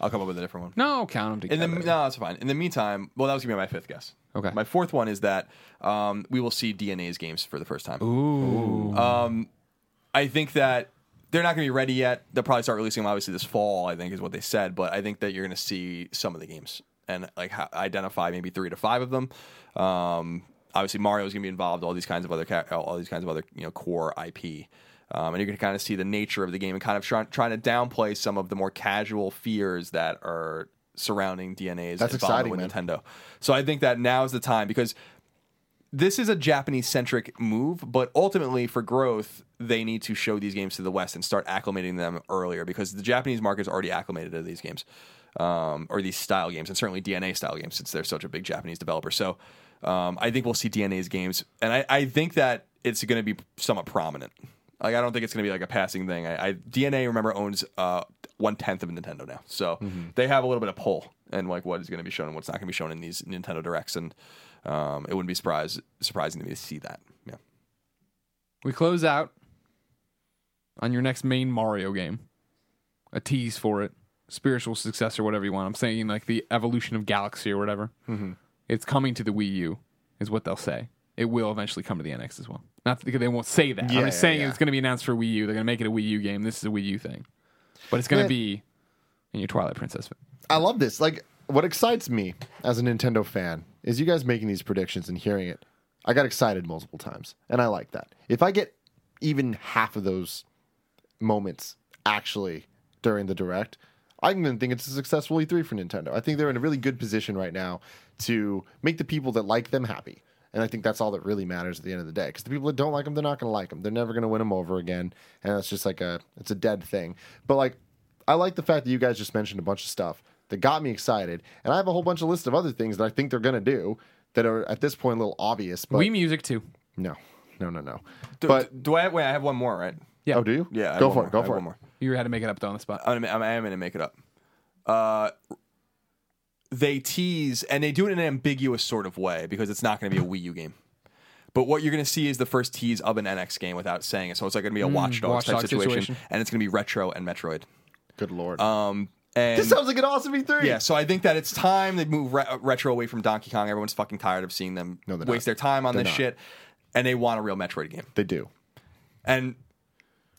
Speaker 3: I'll come up with a different one.
Speaker 2: No, count them
Speaker 3: In the
Speaker 2: together.
Speaker 3: no, that's fine. In the meantime, well, that was gonna be my fifth guess.
Speaker 2: Okay.
Speaker 3: My fourth one is that um, we will see DNA's games for the first time.
Speaker 2: Ooh.
Speaker 3: Um, I think that they're not going to be ready yet. They'll probably start releasing them obviously this fall. I think is what they said, but I think that you're going to see some of the games and like ho- identify maybe three to five of them. Um, obviously Mario's going to be involved. All these kinds of other ca- all these kinds of other you know core IP. Um, and you're going to kind of see the nature of the game and kind of try- trying to downplay some of the more casual fears that are surrounding DNA's
Speaker 1: That's
Speaker 3: involvement with
Speaker 1: exciting,
Speaker 3: Nintendo. So I think that now is the time because this is a Japanese centric move, but ultimately for growth, they need to show these games to the West and start acclimating them earlier because the Japanese market is already acclimated to these games um, or these style games, and certainly DNA style games since they're such a big Japanese developer. So um, I think we'll see DNA's games, and I, I think that it's going to be somewhat prominent. Like I don't think it's going to be like a passing thing. I, I DNA remember owns uh, one tenth of Nintendo now, so
Speaker 1: Mm-hmm.
Speaker 3: they have a little bit of pull and like what is going to be shown and what's not going to be shown in these Nintendo directs, and um, it wouldn't be surprise surprising to me to see that. Yeah,
Speaker 2: we close out on your next main Mario game. A tease for it, spiritual successor, whatever you want. I'm saying like the evolution of Galaxy or whatever. It's coming to the Wii U, is what they'll say. It will eventually come to the NX as well. Not that they won't say that.
Speaker 1: Yeah,
Speaker 2: I'm
Speaker 1: yeah,
Speaker 2: just saying
Speaker 1: yeah.
Speaker 2: it's going to be announced for Wii U. They're going to make it a Wii U game. This is a Wii U thing, but it's going
Speaker 1: Yeah.
Speaker 2: to be in your Twilight Princess.
Speaker 1: I love this. Like, what excites me as a Nintendo fan is you guys making these predictions and hearing it. I got excited multiple times, and I like that. If I get even half of those moments actually during the direct, I'm going to think it's a successful E3 for Nintendo. I think they're in a really good position right now to make the people that like them happy. And I think that's all that really matters at the end of the day. Because the people that don't like them, they're not going to like them. They're never going to win them over again. And that's just like a, it's a dead thing. But like, I like the fact that you guys just mentioned a bunch of stuff that got me excited. And I have a whole bunch of list of other things that I think they're going to do that are at this point a little obvious. But
Speaker 2: Wii Music too.
Speaker 1: no, no, no, no.
Speaker 3: do,
Speaker 1: but,
Speaker 3: do I wait? I have one more, right?
Speaker 2: Yeah.
Speaker 1: oh, do you?
Speaker 3: Yeah, I have
Speaker 1: Go
Speaker 3: one
Speaker 1: for
Speaker 3: more.
Speaker 1: it. Go
Speaker 3: I have
Speaker 1: for it.
Speaker 3: one more.
Speaker 2: You had to make it up though on the spot.
Speaker 3: I'm, I'm, I'm gonna make it up. Uh, they tease and they do it in an ambiguous sort of way because it's not gonna be a Wii U game. But what you're gonna see is the first tease of an NX game without saying it. So it's like gonna be a
Speaker 1: Mm,
Speaker 3: Watch Dogs
Speaker 2: Watch
Speaker 3: type
Speaker 2: Dogs
Speaker 3: situation,
Speaker 2: situation.
Speaker 3: and it's gonna be retro and Metroid.
Speaker 1: Good lord.
Speaker 3: Um, and
Speaker 1: this sounds like an awesome E E3.
Speaker 3: yeah, so I think that it's time they move re- retro away from Donkey Kong. Everyone's fucking tired of seeing them
Speaker 1: No, they're
Speaker 3: waste
Speaker 1: not.
Speaker 3: their time on
Speaker 1: They're
Speaker 3: this
Speaker 1: not.
Speaker 3: shit, and they want a real Metroid game.
Speaker 1: They do.
Speaker 3: And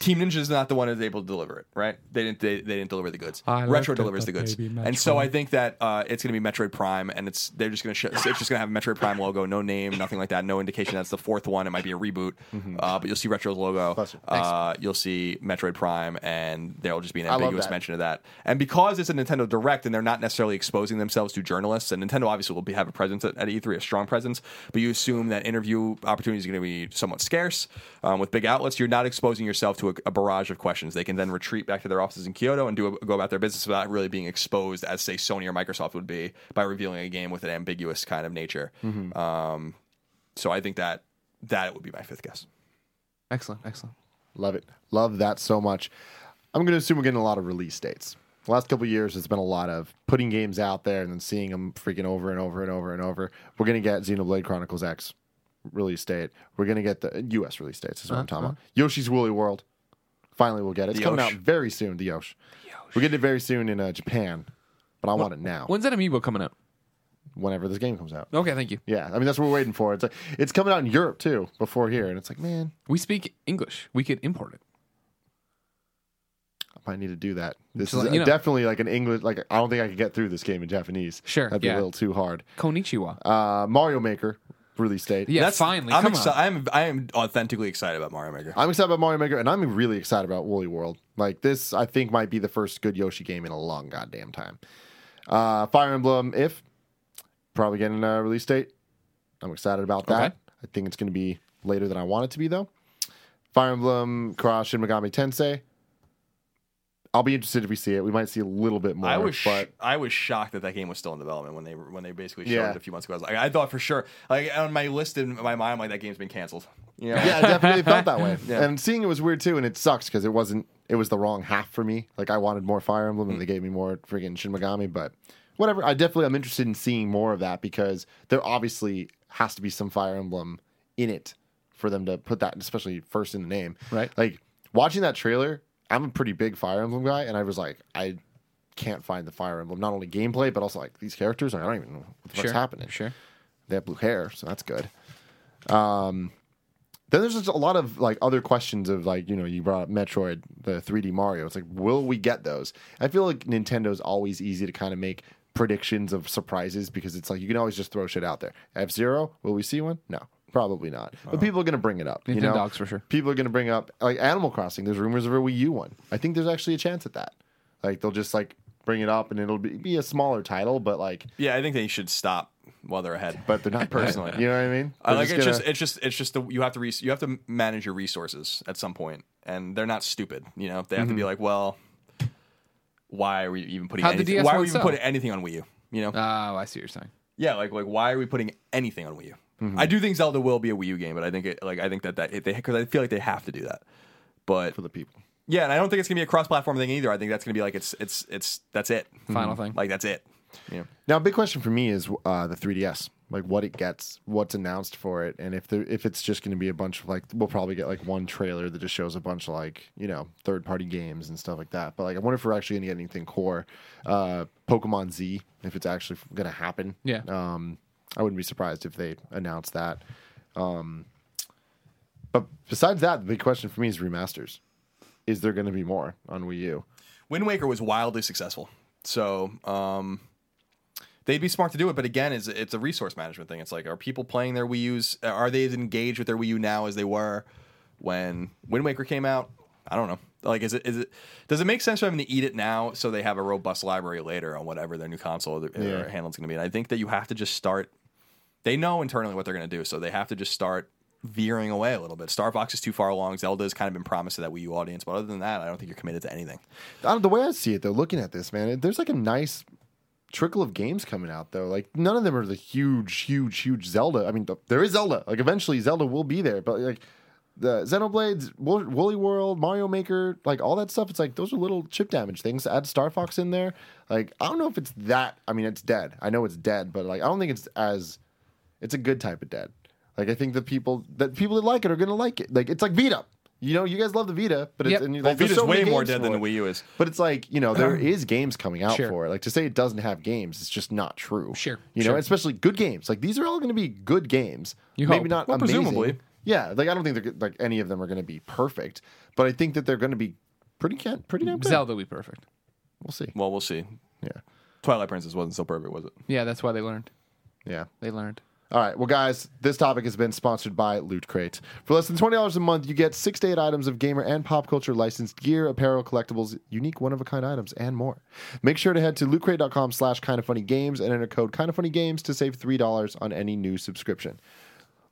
Speaker 3: Team Ninja is not the one that's able to deliver it, right? They didn't. They, they didn't deliver the goods.
Speaker 2: I looked
Speaker 3: Retro
Speaker 2: at
Speaker 3: delivers
Speaker 2: the
Speaker 3: the goods,
Speaker 2: baby
Speaker 3: and so
Speaker 2: Metroid.
Speaker 3: I think that uh, it's going to be Metroid Prime, and it's they're just going to sh- it's just going to have a Metroid Prime logo, no name, nothing like that, no indication that's the fourth one. It might be a reboot,
Speaker 1: Mm-hmm.
Speaker 3: uh, but you'll see Retro's logo.
Speaker 1: Bless you.
Speaker 3: Uh, you'll see Metroid Prime, and there'll just be an
Speaker 1: love
Speaker 3: ambiguous
Speaker 1: that.
Speaker 3: mention of that. And because it's a Nintendo Direct, and they're not necessarily exposing themselves to journalists, and Nintendo obviously will be, have a presence at, at E3, a strong presence, but you assume that interview opportunities are going to be somewhat scarce um, with big outlets. You're not exposing yourself to a, a barrage of questions. They can then retreat back to their offices in Kyoto and do a, go about their business without really being exposed, as say Sony or Microsoft would be, by revealing a game with an ambiguous kind of nature.
Speaker 1: Mm-hmm.
Speaker 3: Um, so I think that that would be my fifth guess.
Speaker 2: Excellent, excellent.
Speaker 1: Love it. Love that so much. I'm going to assume we're getting a lot of release dates. The last couple of years, it's been a lot of putting games out there and then seeing them freaking over and over and over and over. We're going to get Xenoblade Chronicles X release date. We're going to get the U.S. release dates, is what I'm talking about. Yoshi's Woolly World. Finally, we'll get it. It's
Speaker 3: The
Speaker 1: coming out
Speaker 3: Yosh.
Speaker 1: very soon, the Yosh. We're getting it very soon in uh, Japan, but I want it now,
Speaker 2: When's that amiibo coming out?
Speaker 1: whenever this game comes out.
Speaker 2: Okay, thank you.
Speaker 1: Yeah, I mean, that's what we're waiting for. It's like, it's coming out in Europe, too, before here. And it's like, man,
Speaker 2: We speak English. We could import it.
Speaker 1: might need to do that. This
Speaker 2: So,
Speaker 1: is
Speaker 2: you know-
Speaker 1: definitely like an English. Like I don't think I could get through this game in Japanese.
Speaker 2: Sure,
Speaker 1: that'd be
Speaker 2: yeah.
Speaker 1: a little too hard.
Speaker 2: Konichiwa.
Speaker 1: Uh, Mario Maker release date.
Speaker 2: Yeah, finally.
Speaker 3: I'm
Speaker 2: come
Speaker 3: exci-
Speaker 2: on.
Speaker 3: I'm I am authentically excited about Mario Maker.
Speaker 1: I'm excited about Mario Maker, and I'm really excited about Woolly World. Like this, I think might be the first good Yoshi game in a long goddamn time. Uh, Fire Emblem, if probably getting a release date. I'm excited about that.
Speaker 2: Okay.
Speaker 1: I think it's going to be later than I want it to be, though. Fire Emblem Cross Shin Megami Tensei. I'll be interested if we see it. We might see a little bit more.
Speaker 3: I was sh-
Speaker 1: but
Speaker 3: I was shocked that that game was still in development when they when they basically showed
Speaker 1: Yeah.
Speaker 3: it a few months ago. I, was like, I thought for sure, like on my list in my mind, I'm like that game's been canceled. You know?
Speaker 1: yeah, I definitely felt that way.
Speaker 3: Yeah.
Speaker 1: And seeing it was weird too, and it sucks because it wasn't. It was the wrong half for me. Like I wanted more Fire Emblem, and they gave me more friggin' Shin Megami. But whatever. I definitely am interested in seeing more of that because there obviously has to be some Fire Emblem in it for them to put that, especially first in the name.
Speaker 2: Right.
Speaker 1: Like watching that trailer, I'm a pretty big Fire Emblem guy, and I was like, I can't find the Fire Emblem. Not only gameplay, but also like these characters. Like, I don't even know what the
Speaker 2: Sure.
Speaker 1: fuck's happening.
Speaker 2: Sure.
Speaker 1: They have blue hair, so that's good. Um, then there's just a lot of like other questions of like you know you brought up Metroid, the 3D Mario. It's like will we get those? I feel like Nintendo's always easy to kind of make predictions of surprises because it's like you can always just throw shit out there. F Zero, will we see one? No, probably not. But people are gonna bring it up. you know?
Speaker 2: Nintendogs Oh. for sure.
Speaker 1: People are gonna bring up like Animal Crossing. There's rumors of a Wii U one. I think there's actually a chance at that. Like they'll just like bring it up and it'll be, be a smaller title, but like
Speaker 3: yeah. I think they should stop while they're ahead.
Speaker 1: but they're not
Speaker 3: Personally.
Speaker 1: You know what I mean?
Speaker 3: I
Speaker 1: They're
Speaker 3: like it's
Speaker 1: gonna-
Speaker 3: just it's just it's just the, you have to res- you have to manage your resources at some point, and they're not stupid. You know they have
Speaker 1: Mm-hmm.
Speaker 3: to be like, well, why are we even putting
Speaker 2: How'd the
Speaker 3: anything,
Speaker 2: DS
Speaker 3: why are
Speaker 2: one
Speaker 3: we even
Speaker 2: sell?
Speaker 3: putting anything on Wii U? You know,
Speaker 1: Uh.
Speaker 2: Oh, I see what you're saying.
Speaker 3: yeah, like like why are we putting anything on Wii U?
Speaker 1: Mm-hmm.
Speaker 3: I do think Zelda will be a Wii U game, but I think it like I think that that it, they because I feel like they have to do that. But
Speaker 1: for the people.
Speaker 3: yeah, and I don't think it's gonna be a cross-platform thing either. I think that's gonna be like it's it's it's that's it, Mm-hmm.
Speaker 2: Final thing.
Speaker 3: like that's it. Yeah.
Speaker 1: Now, a big question for me is uh, the 3DS, like what it gets, what's announced for it, and if there, if it's just going to be a bunch of like, we'll probably get like one trailer that just shows a bunch of like you know third party games and stuff like that. But like, I wonder if we're actually going to get anything core, uh, Pokemon Z, if it's actually going to happen.
Speaker 2: Yeah.
Speaker 1: Um, I wouldn't be surprised if they announced that. Um, but besides that, the big question for me is remasters. Is there going to be more on Wii U?
Speaker 3: Wind Waker was wildly successful, so um, they'd be smart to do it. But again, it's it's a resource management thing. It's like, are people playing their Wii U's? Are they as engaged with their Wii U now as they were when Wind Waker came out? I don't know. Like, is it is it does it make sense for them to eat it now so they have a robust library later on whatever their new console or
Speaker 1: Yeah.
Speaker 3: their handle's going to be? And I think that you have to just start. They know internally what they're going to do, so they have to just start veering away a little bit. Star Fox is too far along. Zelda's kind of been promised to that Wii U audience, but other than that, I don't think you're committed to anything.
Speaker 1: I don't, the way I see it, though, looking at this, man, it- there's like a nice trickle of games coming out, though. Like none of them are the huge, huge, huge Zelda. I mean, th- there is Zelda. Like eventually, Zelda will be there, but like the Xenoblades, Wo- Woolly World, Mario Maker, like all that stuff. It's like those are little chip damage things. Add Star Fox in there. Like I don't know if it's that. I mean, it's dead. I know it's dead, but like I don't think it's as. It's a good type of dead. Like I think the people that people that like it are gonna like it. Like it's like Vita. You know, you guys love the Vita, but
Speaker 2: Yep.
Speaker 1: it's and you,
Speaker 3: Well,
Speaker 1: like, there's
Speaker 3: Vita's
Speaker 1: so many
Speaker 3: way more
Speaker 1: games
Speaker 3: dead
Speaker 1: for
Speaker 3: than the
Speaker 1: it.
Speaker 3: Wii U is.
Speaker 1: But it's like you know there is games coming out
Speaker 2: Sure.
Speaker 1: for it. Like to say it doesn't have games, it's just not true.
Speaker 2: Sure,
Speaker 1: you know,
Speaker 2: sure.
Speaker 1: especially good games. Like these are all going to be good games.
Speaker 2: You
Speaker 1: maybe
Speaker 2: hope.
Speaker 1: not
Speaker 3: Well,
Speaker 1: amazing.
Speaker 3: presumably.
Speaker 1: Yeah, like I don't think they're, g- like any of them are going to be perfect, but I think that they're going to be pretty can pretty damn good.
Speaker 2: Zelda would be perfect.
Speaker 1: We'll see.
Speaker 3: Well, we'll see.
Speaker 1: Yeah,
Speaker 3: Twilight Princess wasn't so perfect, was it?
Speaker 2: Yeah, that's why they learned.
Speaker 1: yeah.
Speaker 2: They learned.
Speaker 1: All right, well, guys, this topic has been sponsored by Loot Crate. For less than $20 a month, you get six to eight items of gamer and pop culture licensed gear, apparel, collectibles, unique one of a kind items, and more. Make sure to head to lootcrate.com slash kind of funny games and enter code kind of funny games to save $3 on any new subscription.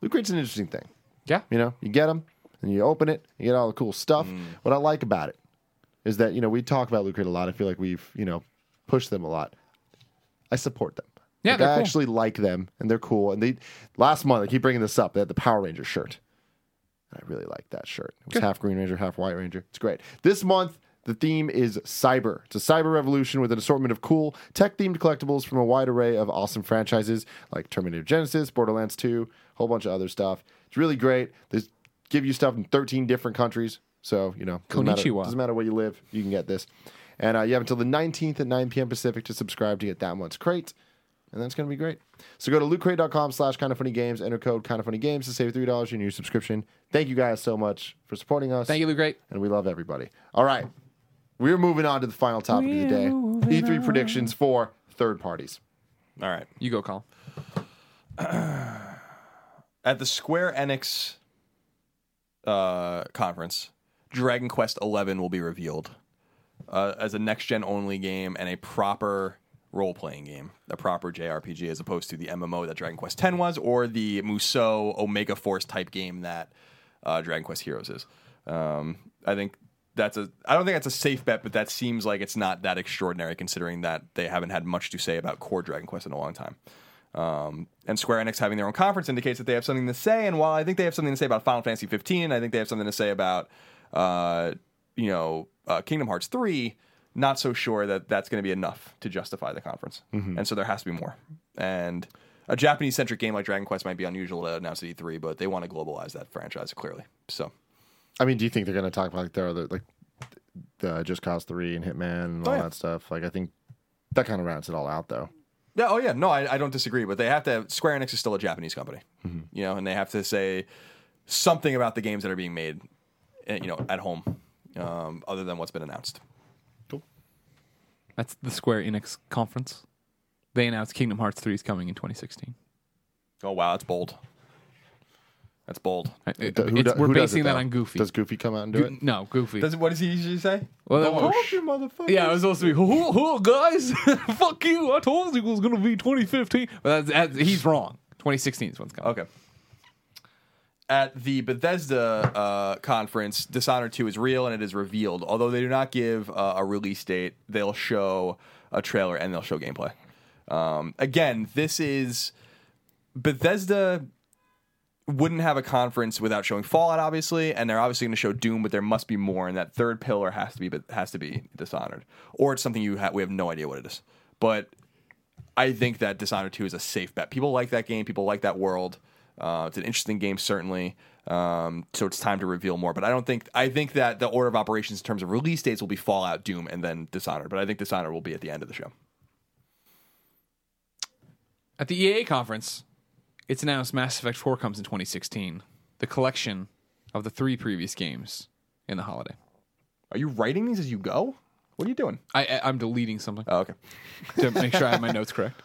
Speaker 1: Loot Crate's an interesting thing.
Speaker 2: Yeah. Mm.
Speaker 1: You know, you get them and you open it, you get all the cool stuff. What I like about it is that, you know, we talk about Loot Crate a lot. I feel like we've, you know, pushed them a lot. I support them.
Speaker 2: Yeah,
Speaker 1: Like,
Speaker 2: they're
Speaker 1: I
Speaker 2: cool.
Speaker 1: actually like them and they're cool. And they last month, I keep bringing this up, they had the Power Ranger shirt. And I really like that shirt. It was half Green Ranger, half White Ranger. It's great. This month, the theme is cyber. It's a cyber revolution with an assortment of cool tech themed collectibles from a wide array of awesome franchises like Terminator Genesis, Borderlands 2, a whole bunch of other stuff. It's really great. They give you stuff in 13 different countries. So, you know, doesn't matter,
Speaker 2: Konnichiwa.
Speaker 1: doesn't matter where you live, you can get this. And uh, you have until the 19th at 9 p.m. Pacific to subscribe to get that month's crate and that's going to be great. So go to lootcrate.com slash kind of funny games, enter code kind of funny games to save $3 in your subscription. Thank you guys so much for supporting us.
Speaker 2: Thank you, Lou Great.
Speaker 1: And we love everybody. All right. We're moving on to the final topic of the day E3 predictions for third parties.
Speaker 3: All right.
Speaker 2: You go, Colin.
Speaker 3: At the Square Enix uh, conference, Dragon Quest XI will be revealed uh, as a next gen only game and a proper role playing game, a proper JRPG as opposed to the MMO that Dragon Quest X was or the Musou Omega Force type game that uh, Dragon Quest Heroes is. Um, I think that's a. I don't think that's a safe bet, but that seems like it's not that extraordinary considering that they haven't had much to say about core Dragon Quest in a long time. Um, and Square Enix having their own conference indicates that they have something to say. And while I think they have something to say about Final Fantasy 15, I think they have something to say about, uh, you know, uh, Kingdom Hearts 3. Not so sure that that's going to be enough to justify the conference. And so there has to be more. And a Japanese centric game like Dragon Quest might be unusual to announce at E3, but they want to globalize that franchise clearly. So
Speaker 1: I mean, do you think they're going to talk about like their other like the uh, Just Cause Three and Hitman
Speaker 2: Oh,
Speaker 1: and all
Speaker 3: yeah.
Speaker 1: that stuff? Like, I think that kind of rounds it all out, though.
Speaker 3: Yeah. Oh, yeah. No, I, I don't disagree. But they have to. Square Enix is still a Japanese company, you know, and they have to say something about the games that are being made, eh, you know, at home, um, other than what's been announced.
Speaker 2: That's the Square Enix conference. They announced Kingdom Hearts 3 is coming in 2016.
Speaker 3: Oh wow, that's bold. That's bold.
Speaker 2: It- Uh, it-
Speaker 1: Who
Speaker 2: it's-
Speaker 1: do-
Speaker 2: we're
Speaker 1: who does
Speaker 2: basing
Speaker 1: it,
Speaker 2: that
Speaker 1: though?
Speaker 2: on Goofy.
Speaker 1: Does Goofy come out and do it?
Speaker 2: no, Goofy.
Speaker 3: Does what does he usually say?
Speaker 2: Well, that
Speaker 3: Don't
Speaker 2: was-
Speaker 3: you, motherfucker.
Speaker 2: yeah, it was supposed to be, "Hoo, hoo, guys, fuck you. I told you it was going to be 2015. But that's, that's, he's wrong. 2016 is what's coming.
Speaker 3: Okay. At the Bethesda uh, conference, Dishonored 2 is real and it is revealed. Although they do not give uh, a release date, they'll show a trailer and they'll show gameplay. Um, again, this is Bethesda wouldn't have a conference without showing Fallout, obviously, and they're obviously going to show Doom, but there must be more, and that third pillar has to be has to be Dishonored, or it's something you ha- we have no idea what it is. But I think that Dishonored 2 is a safe bet. People like that game. People like that world. Uh, it's an interesting game, certainly. Um, so it's time to reveal more. But I don't think I think that the order of operations in terms of release dates will be Fallout, Doom, and then Dishonored. But I think Dishonored will be at the end of the show.
Speaker 2: At the EA conference, it's announced Mass Effect 4 comes in 2016, the collection of the three previous games in the holiday.
Speaker 3: Are you writing these as you go? What are you doing?
Speaker 2: I, I, I'm deleting something
Speaker 3: Oh, okay.
Speaker 2: to make sure I have my notes correct.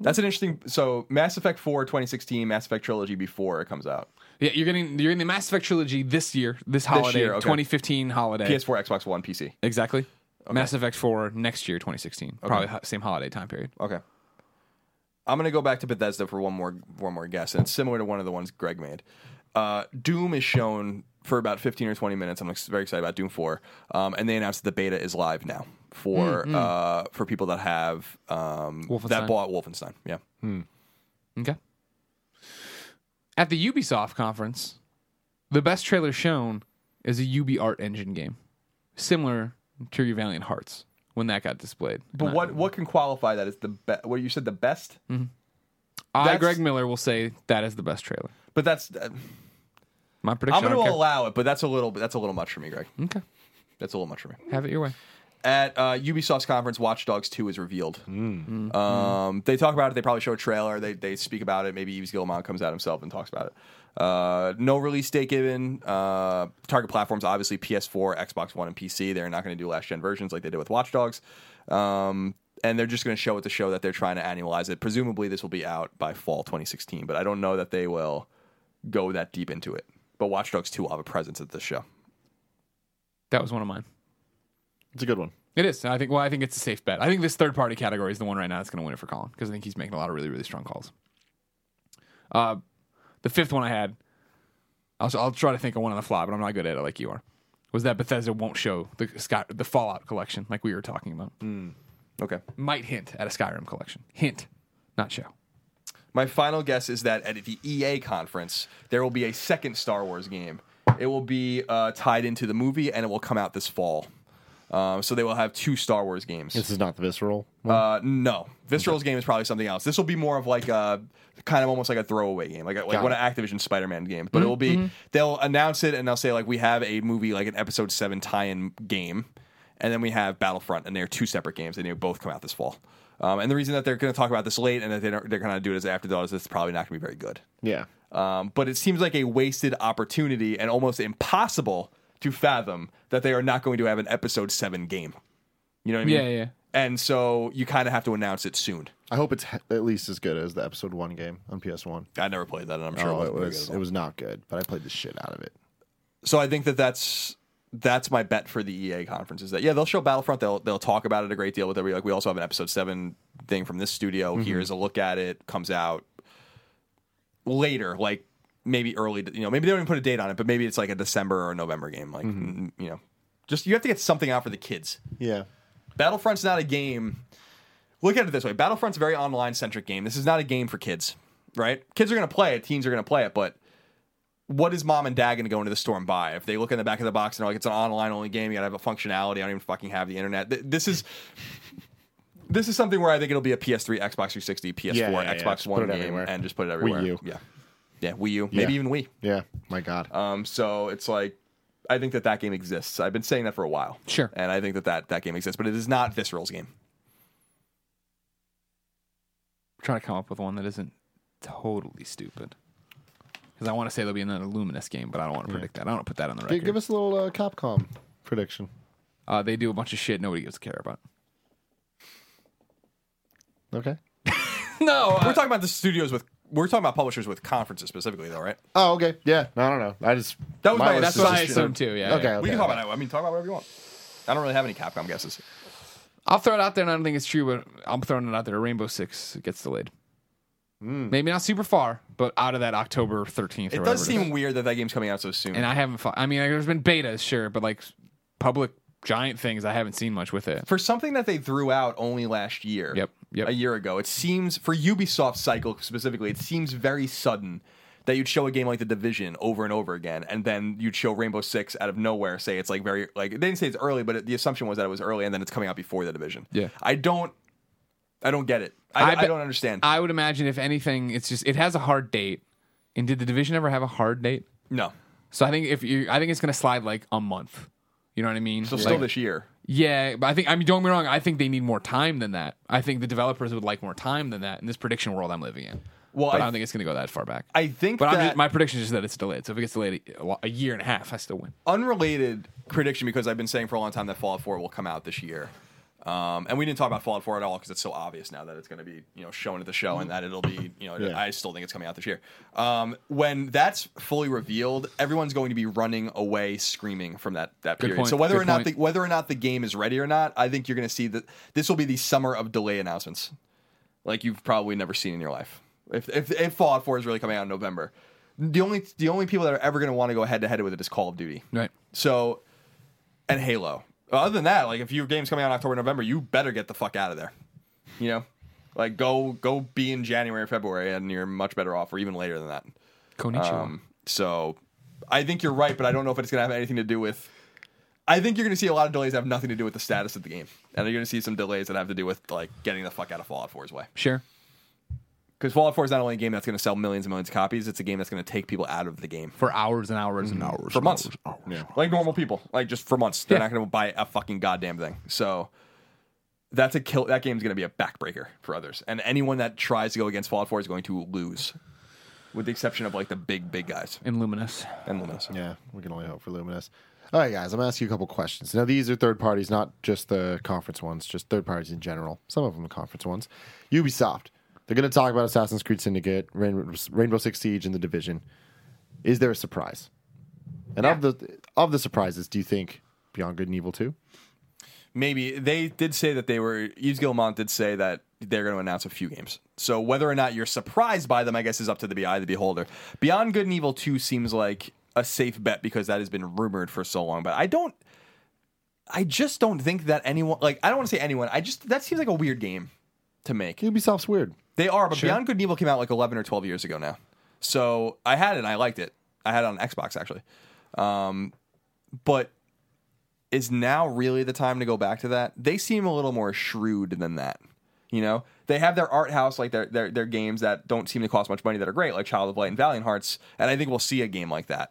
Speaker 3: That's an interesting. So Mass Effect 4 2016, Mass Effect trilogy before it comes out.
Speaker 2: Yeah, you're getting you're in the Mass Effect trilogy this year, this holiday,
Speaker 3: year, okay.
Speaker 2: 2015 holiday.
Speaker 3: PS4, Xbox One, PC.
Speaker 2: Exactly. Mass Effect 4 next year, 2016. Probably ho- same holiday time period.
Speaker 3: Okay. I'm gonna go back to Bethesda for one more one more guess, and it's similar to one of the ones Greg made. Uh, Doom is shown for about 15 or 20 minutes. I'm ex- very excited about Doom 4, um, and they announced that the beta is live now for uh, for people that have um,
Speaker 2: Wolfenstein.
Speaker 3: that bought Wolfenstein. Yeah,
Speaker 2: Okay. At the Ubisoft conference, the best trailer shown is a UB Art Engine game, similar to your Valiant Hearts when that got displayed.
Speaker 3: but what what can qualify that as the best? What you said the best,
Speaker 2: I,
Speaker 3: that's-
Speaker 2: Greg Miller, will say that is the best trailer.
Speaker 3: but that's uh,
Speaker 2: My
Speaker 3: I'm
Speaker 2: prediction. I
Speaker 3: gonna
Speaker 2: don't care.
Speaker 3: allow it, but that's a little that's a little much for me, Greg.
Speaker 2: Okay.
Speaker 3: That's a little much for me.
Speaker 2: Have it your way.
Speaker 3: at uh, Ubisoft's conference, Watch Dogs 2 is revealed. Um, they talk about it. They probably show a trailer. They, they speak about it. Maybe Yves Guillemot comes out himself and talks about it. Uh, no release date given. Uh, target platforms, obviously PS4, Xbox One, and PC. They're not going to do last gen versions like they did with Watch Dogs. Um, and they're just going to show it to show that they're trying to annualize it. Presumably, this will be out by fall 2016, but I don't know that they will go that deep into it. But Watch Dogs 2 will have a presence at this show.
Speaker 2: That was one of mine.
Speaker 1: It's a good one.
Speaker 2: It is. I think. Well, I think it's a safe bet. I think this third party category is the one right now that's going to win it for Colin because I think he's making a lot of really really strong calls. Uh, the fifth one I had, I'll, I'll try to think of one on the fly, but I'm not good at it like you are. Was that Bethesda won't show the Sky, the Fallout collection like we were talking about?
Speaker 3: Okay.
Speaker 2: Might hint at a Skyrim collection. Hint, not show.
Speaker 3: My final guess is that at the EA conference, there will be a second Star Wars game. It will be uh, tied into the movie, and it will come out this fall. Um, so they will have two Star Wars games.
Speaker 1: This is not the visceral. One.
Speaker 3: Uh, no, Visceral's game is probably something else. This will be more of like a kind of almost like a throwaway game, like a, like
Speaker 1: Got
Speaker 3: one
Speaker 1: it. Mm-hmm.
Speaker 3: of Activision Spider-Man games. But it will be they'll announce it and they'll say like we have a movie like an Episode Seven tie-in game, and then we have Battlefront, and they're two separate games, and they both come out this fall. Um, and the reason that they're going to talk about this late and that they don't, they're going to do it as after is it's probably not going to be very good.
Speaker 1: yeah.
Speaker 3: Um, but it seems like a wasted opportunity and almost impossible to fathom that they are not going to have an episode seven game. You know what I mean?
Speaker 2: Yeah, yeah.
Speaker 3: And so you kind of have to announce it soon.
Speaker 1: I hope it's he- at least as good as the episode one game on PS One.
Speaker 3: I never played that, and I'm sure
Speaker 1: Oh,
Speaker 3: it
Speaker 1: it
Speaker 3: wasn't very good
Speaker 1: was
Speaker 3: at all.
Speaker 1: it was not good, but I played the shit out of it.
Speaker 3: So I think that that's that's my bet for the EA conference is that yeah they'll show Battlefront they'll they'll talk about it a great deal with every like we also have an episode seven thing from this studio here's a look at it comes out later like maybe early. You know, maybe they don't even put a date on it, but maybe it's like a December or November game. Like mm, you know, just you have to get something out for the kids.
Speaker 1: Yeah.
Speaker 3: Battlefront's not a game. Look at it this way: Battlefront's a very online centric game. This is not a game for kids, right? Kids are going to play it, teens are going to play it, but what is mom and dad going to go into the store and buy? If they look in the back of the box and they're like, "It's an online only game. You got to have a functionality. I don't even fucking have the internet." Th- This is. This is something where I think it'll be a PS3, Xbox 360, PS4,
Speaker 1: Yeah, yeah, yeah.
Speaker 3: Xbox
Speaker 1: Just put
Speaker 3: One
Speaker 1: it
Speaker 3: game,
Speaker 1: everywhere.
Speaker 3: and just put it everywhere.
Speaker 1: U.
Speaker 3: Yeah, yeah, Wii U, maybe
Speaker 1: Yeah.
Speaker 3: even Wii.
Speaker 1: Yeah. My God.
Speaker 3: Um, so it's like I think that that game exists. I've been saying that for a while.
Speaker 2: Sure.
Speaker 3: And I think that that, that game exists, but it is not Visceral's game.
Speaker 2: trying to come up with one that isn't totally stupid. Because I want to say there'll be another Luminous game, but I don't want to predict that. I don't want to put that on the
Speaker 1: Hey,
Speaker 2: record.
Speaker 1: give us a little uh, Capcom prediction.
Speaker 2: uh, they do a bunch of shit nobody gives a care about.
Speaker 1: Okay.
Speaker 2: No,
Speaker 3: We're talking about the studios with we're talking about publishers with conferences specifically though, right?
Speaker 1: Oh, okay. Yeah. I don't know. I just
Speaker 3: That was my-
Speaker 1: list
Speaker 3: that's
Speaker 1: is
Speaker 3: what I
Speaker 1: just-
Speaker 2: assumed too, yeah,
Speaker 1: Okay.
Speaker 2: yeah.
Speaker 1: okay
Speaker 3: we can talk
Speaker 1: okay.
Speaker 3: about it. I mean talk about whatever you want. I don't really have any Capcom guesses.
Speaker 2: I'll throw it out there, and I don't think it's true, but I'm throwing it out there. Rainbow Six gets delayed. Maybe not super far, but out of that October 13th. or
Speaker 3: Hmm. It
Speaker 2: whatever
Speaker 3: does
Speaker 2: is.
Speaker 3: seem weird that that game's coming out so soon.
Speaker 2: and I haven't. Fought, I mean, like, there's been betas, sure, but like public giant things, I haven't seen much with it.
Speaker 3: for something that they threw out only last year.
Speaker 2: Yep, yep.
Speaker 3: A year ago. It seems for Ubisoft cycle specifically, it seems very sudden that you'd show a game like The Division over and over again and then you'd show Rainbow 6 out of nowhere say it's like very like they didn't say it's early, but it, the assumption was that it was early and then it's coming out before The Division.
Speaker 2: Yeah.
Speaker 3: I don't I don't get it. I,
Speaker 2: I
Speaker 3: I,
Speaker 2: bet-
Speaker 3: don't understand.
Speaker 2: I would imagine, if anything, it's just it has a hard date. And did the division ever have a hard date?
Speaker 3: no.
Speaker 2: So I think if you, I think it's going to slide like a month. You know what I mean?
Speaker 3: So
Speaker 2: Like-
Speaker 3: still this year.
Speaker 2: Yeah, but I think I mean don't get me wrong. I think they need more time than that. I think the developers would like more time than that in this prediction world I'm living in.
Speaker 3: Well,
Speaker 2: but I,
Speaker 3: I-
Speaker 2: don't think it's going to go that far back.
Speaker 3: I think
Speaker 2: but I'm
Speaker 3: that
Speaker 2: just, my prediction is that it's delayed. So if it gets delayed a, lo- a year and a half, I still win.
Speaker 3: unrelated prediction because I've been saying for a long time that Fallout 4 will come out this year. Um, and we didn't talk about Fallout 4 at all because it's so obvious now that it's going to be you know shown at the show and that it'll be you know
Speaker 1: Yeah.
Speaker 3: I still think it's coming out this year. Um, when that's fully revealed, everyone's going to be running away screaming from that that period.
Speaker 2: point,
Speaker 3: So whether
Speaker 2: good
Speaker 3: or not the,
Speaker 2: point.
Speaker 3: whether or not the game is ready or not, I think you're going to see that this will be the summer of delay announcements like you've probably never seen in your life. If if, if Fallout 4 is really coming out in November, the only the only people that are ever going to want to go head to head with it is Call of Duty.
Speaker 2: Right.
Speaker 3: So, and Halo. Other than that, like if your game's coming out in October, November, you better get the fuck out of there. You know, like go go be in January or February, and you're much better off, or even later than that.
Speaker 2: Konichiwa.
Speaker 3: Um, so, I think you're right, but I don't know if it's going to have anything to do with. I think you're going to see a lot of delays that have nothing to do with the status of the game, and you're going to see some delays that have to do with like getting the fuck out of Fallout 4's way.
Speaker 2: sure.
Speaker 3: Because Fallout 4 is not only a game that's going to sell millions and millions of copies; it's a game that's going to take people out of the game
Speaker 2: For hours and hours and hours.
Speaker 3: mm, for months.
Speaker 1: Yeah.
Speaker 3: Like normal people, like just for months, they're
Speaker 2: Oh, Yeah.
Speaker 3: not going to buy a fucking goddamn thing. So that's a kill. That game's going to be a backbreaker for others, and anyone that tries to go against Fallout 4 is going to lose, with the exception of like the big big guys
Speaker 2: In Luminous.
Speaker 3: and Luminous.
Speaker 1: Yeah, we can only hope for Luminous. All right, guys, I'm gonna ask you a couple questions. Now, these are third parties, not just the conference ones, just third parties in general. Some of them are conference ones. Ubisoft, they're gonna talk about Assassin's Creed Syndicate, Rainbow, Rainbow Six Siege, and The Division. Is there a surprise? And of the of the surprises, do you think Beyond Good and Evil Two?
Speaker 3: Maybe they did say that they were. Yves Gilmont did say that they're going to announce a few games. So whether or not you're surprised by them, I guess, is up to the eye of the beholder. Beyond Good and Evil Two seems like a safe bet because that has been rumored for so long. But I don't. I just don't think that anyone. Like I don't want to say anyone. I just that seems like a weird game to make.
Speaker 1: Ubisoft's weird.
Speaker 3: They are, but Beyond Good and Evil came out like 11 or 12 years ago now. So I had it and I liked it. I had it on Xbox actually. Um, but is now really the time to go back to that? They seem a little more shrewd than that. You know, they have their art house, like their, their their games that don't seem to cost much money that are great, like Child of Light and Valiant Hearts, and I think we'll see a game like that.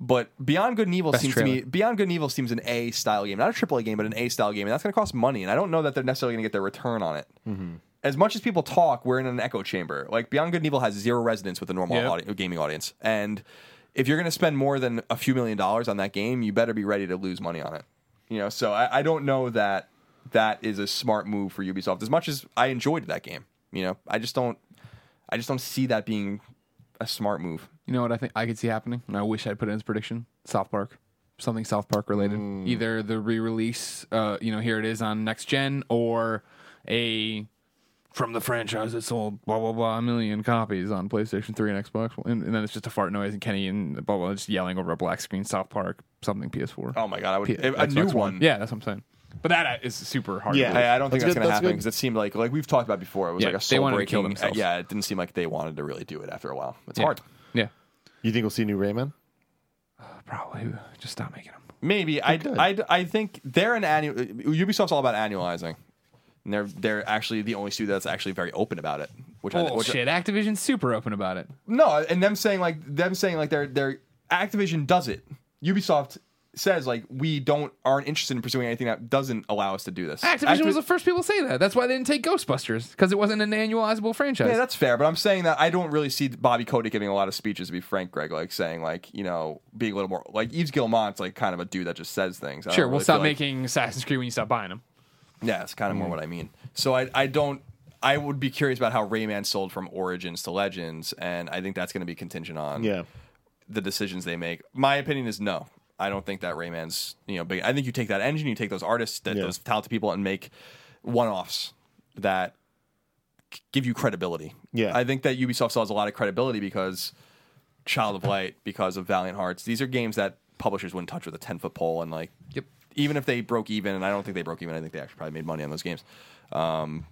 Speaker 3: But Beyond Good and Evil seems to me
Speaker 2: trailer.
Speaker 3: Beyond Good and Evil seems an A style game, not a AAA game, but an A style game, and that's going to cost money, and I don't know that they're necessarily going to get their return on it. As much as people talk, we're in an echo chamber. Like Beyond Good and Evil has zero resonance with the normal
Speaker 2: Yep.
Speaker 3: audi- gaming audience, and if you're going to spend more than a few million dollars on that game, you better be ready to lose money on it. You know, so I, I don't know that that is a smart move for Ubisoft. As much as I enjoyed that game, you know, I just don't, I just don't see that being a smart move.
Speaker 2: You know what I think I could see happening, and I wish I'd put in as prediction: South Park, something South Park related.
Speaker 3: Hmm.
Speaker 2: Either the re-release, uh, you know, here it is on next gen, or a from the franchise that sold blah blah blah a million copies on PlayStation 3 and Xbox One, and, and then it's just a fart noise and Kenny and blah blah just yelling over a black screen South Park something PS4.
Speaker 3: Oh my god, I would
Speaker 2: P-
Speaker 3: a, a
Speaker 2: Xbox
Speaker 3: new one.
Speaker 2: Yeah, that's what I'm saying. But that uh, is super hard.
Speaker 1: Yeah.
Speaker 2: to believe.
Speaker 3: I, I don't think
Speaker 1: That's
Speaker 3: that's,
Speaker 1: good,
Speaker 3: gonna
Speaker 1: that's
Speaker 3: happen
Speaker 1: good.
Speaker 3: because it seemed like like we've talked about before. It was
Speaker 2: Yeah,
Speaker 3: like a
Speaker 2: they
Speaker 3: soul
Speaker 2: wanted to kill
Speaker 3: breaking.
Speaker 2: themselves.
Speaker 3: yeah, it didn't seem like they wanted to really do it after a while. It's
Speaker 2: Yeah.
Speaker 3: hard.
Speaker 2: Yeah,
Speaker 1: You think we'll see new Rayman?
Speaker 2: probably just stop making them.
Speaker 3: Maybe I
Speaker 1: could.
Speaker 3: I I think they're an annual. Ubisoft's all about annualizing. And they're they're actually the only studio that's actually very open about it. Which I which,
Speaker 2: Bullshit. Activision's super open about it.
Speaker 3: No, and them saying like them saying like their their Activision does it. Ubisoft says like we don't aren't interested in pursuing anything that doesn't allow us to do this.
Speaker 2: Activision
Speaker 3: Activi-
Speaker 2: was the first people to say that. That's why they didn't take Ghostbusters because it wasn't an annualizable franchise.
Speaker 3: Yeah, that's fair, but I'm saying that I don't really see Bobby Kotick giving a lot of speeches. To be frank, Greg, like saying like you know being a little more like Yves Guillemot's like kind of a dude that just says
Speaker 1: Oh,
Speaker 3: things. I don't
Speaker 2: sure, we'll
Speaker 3: really
Speaker 2: stop
Speaker 3: feel like-
Speaker 2: making Assassin's Creed when you stop buying them.
Speaker 3: Yeah, it's kind of more what I mean. So I I don't I would be curious about how Rayman sold from Origins to Legends, and I think that's going to be contingent on
Speaker 1: Yeah.
Speaker 3: the decisions they make. My opinion is no. I don't think that Rayman's you know big. I think you take that engine, you take those artists, that
Speaker 1: Yeah.
Speaker 3: those talented people, and make one offs that c- give you credibility.
Speaker 1: Yeah.
Speaker 3: I think that Ubisoft still has a lot of credibility because Child of Light, because of Valiant Hearts. These are games that publishers wouldn't touch with a ten foot pole, and like
Speaker 2: Yep.
Speaker 3: even if they broke even, and I don't think they broke even. I think they actually probably made money on those games. Um,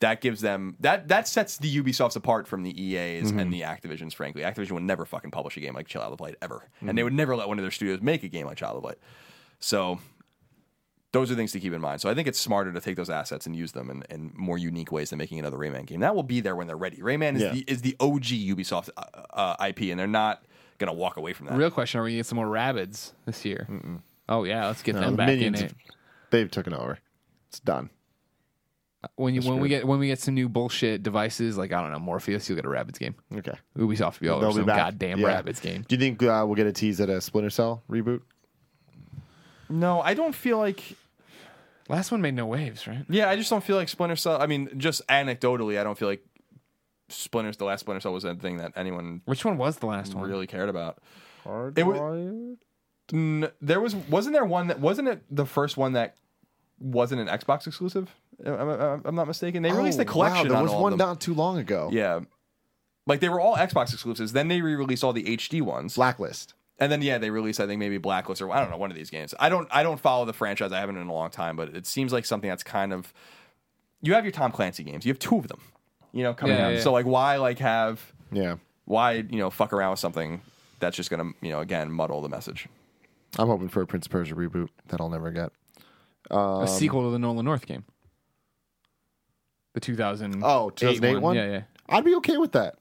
Speaker 3: that gives them that that sets the Ubisofts apart from the EAs and the Activisions. Frankly, Activision would never fucking publish a game like Child of Light ever, and they would never let one of their studios make a game like Child of Light. So those are things to keep in mind. So I think it's smarter to take those assets and use them in, in more unique ways than making another Rayman game. That will be there when they're ready. Rayman is
Speaker 1: Yeah.
Speaker 3: the is the OG Ubisoft uh, uh, IP, and they're not gonna walk away from that.
Speaker 2: Real question: Are we gonna get some more rabbits this year? Oh yeah, let's get
Speaker 1: No,
Speaker 2: them
Speaker 1: the
Speaker 2: back
Speaker 1: minions
Speaker 2: in it.
Speaker 1: have- They've taken over. It's done.
Speaker 2: When you, when we get when we get some new bullshit devices like I don't know Morpheus, you'll get a rabbits game.
Speaker 1: Okay.
Speaker 2: Ubisoft will be all
Speaker 1: They'll
Speaker 2: over
Speaker 1: be
Speaker 2: some
Speaker 1: back.
Speaker 2: goddamn
Speaker 1: Yeah.
Speaker 2: rabbits game.
Speaker 1: Do you think uh, we'll get a tease at a Splinter Cell reboot?
Speaker 3: No, I don't feel like
Speaker 2: Last one made no waves, right?
Speaker 3: Yeah, I just don't feel like Splinter Cell. I mean, just anecdotally, I don't feel like Splinter. The last Splinter Cell was a thing that anyone
Speaker 2: Which one was the last one?
Speaker 3: really cared about.
Speaker 1: Hard
Speaker 3: It wa- N- there was wasn't there one that wasn't it the first one that wasn't an Xbox exclusive? Am I- am I- I'm, not mistaken. They released a collection.
Speaker 1: Oh, Wow, there
Speaker 3: on
Speaker 1: was
Speaker 3: all of
Speaker 1: one
Speaker 3: them.
Speaker 1: not too long ago.
Speaker 3: Yeah. Like they were all Xbox exclusives. Then they re-released all the HD ones,
Speaker 1: Blacklist.
Speaker 3: and then yeah, they released I think maybe Blacklist or I don't know one of these games. I don't I don't follow the franchise. I haven't in a long time, but it seems like something that's kind of you have your Tom Clancy games. You have two of them, you know, coming
Speaker 2: Yeah,
Speaker 3: out.
Speaker 2: yeah, yeah.
Speaker 3: So like, why like have
Speaker 1: Yeah.
Speaker 3: why you know fuck around with something that's just gonna you know again muddle the message.
Speaker 1: I'm hoping for a Prince of Persia reboot that I'll never get. um,
Speaker 2: a sequel to the Nolan North game. The 2000.
Speaker 1: Oh, 2008 one?
Speaker 2: Yeah, yeah.
Speaker 1: I'd be okay with that.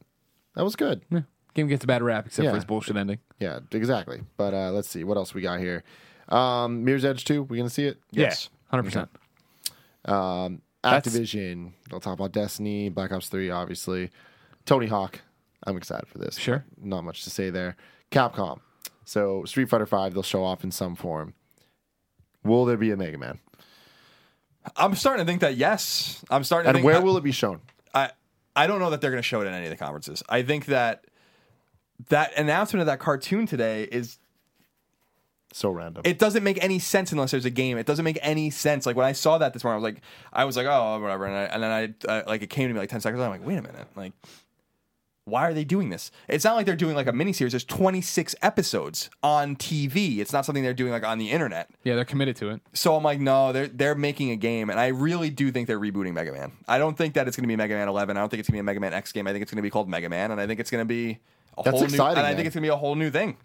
Speaker 1: That was good.
Speaker 2: Yeah. Game gets a bad rap except
Speaker 1: Yeah.
Speaker 2: for its bullshit ending.
Speaker 1: Yeah, exactly. But uh, let's see what else we got here. Um, Mirror's Edge 2, we going to see it.
Speaker 3: Yes.
Speaker 2: 100%.
Speaker 1: Um,
Speaker 2: That's-
Speaker 1: Activision. They'll talk about Destiny, Black Ops 3, obviously. Tony Hawk. I'm excited for this.
Speaker 2: Sure.
Speaker 1: Not much to say there. Capcom. So Street Fighter 5 they'll show off in some form. Will there be a Mega Man?
Speaker 3: I'm starting to think that yes. I'm starting. to
Speaker 1: And
Speaker 3: think
Speaker 1: where
Speaker 3: that-
Speaker 1: will it be shown?
Speaker 3: I I don't know that they're going to show it at any of the conferences. I think that that announcement of that cartoon today is
Speaker 1: So random.
Speaker 3: it doesn't make any sense unless there's a game. It doesn't make any sense. Like when I saw that this morning, I was like, I was like, oh, whatever. And, I, and then I uh, like it came to me like ten seconds. later, I'm like, wait a minute, like. Why are they doing this? It's not like they're doing like a miniseries. There's 26 episodes on TV. It's not something they're doing like on the internet.
Speaker 2: Yeah, they're committed to it.
Speaker 3: So I'm like, no, they're they're making a game, and I really do think they're rebooting Mega Man. I don't think that it's going to be Mega Man 11. I don't think it's going to be a Mega Man X game. I think it's going to be called Mega Man, and I think it's going to be a
Speaker 1: That's
Speaker 3: whole
Speaker 1: exciting,
Speaker 3: new. And I
Speaker 1: man.
Speaker 3: think it's going to be a whole new thing.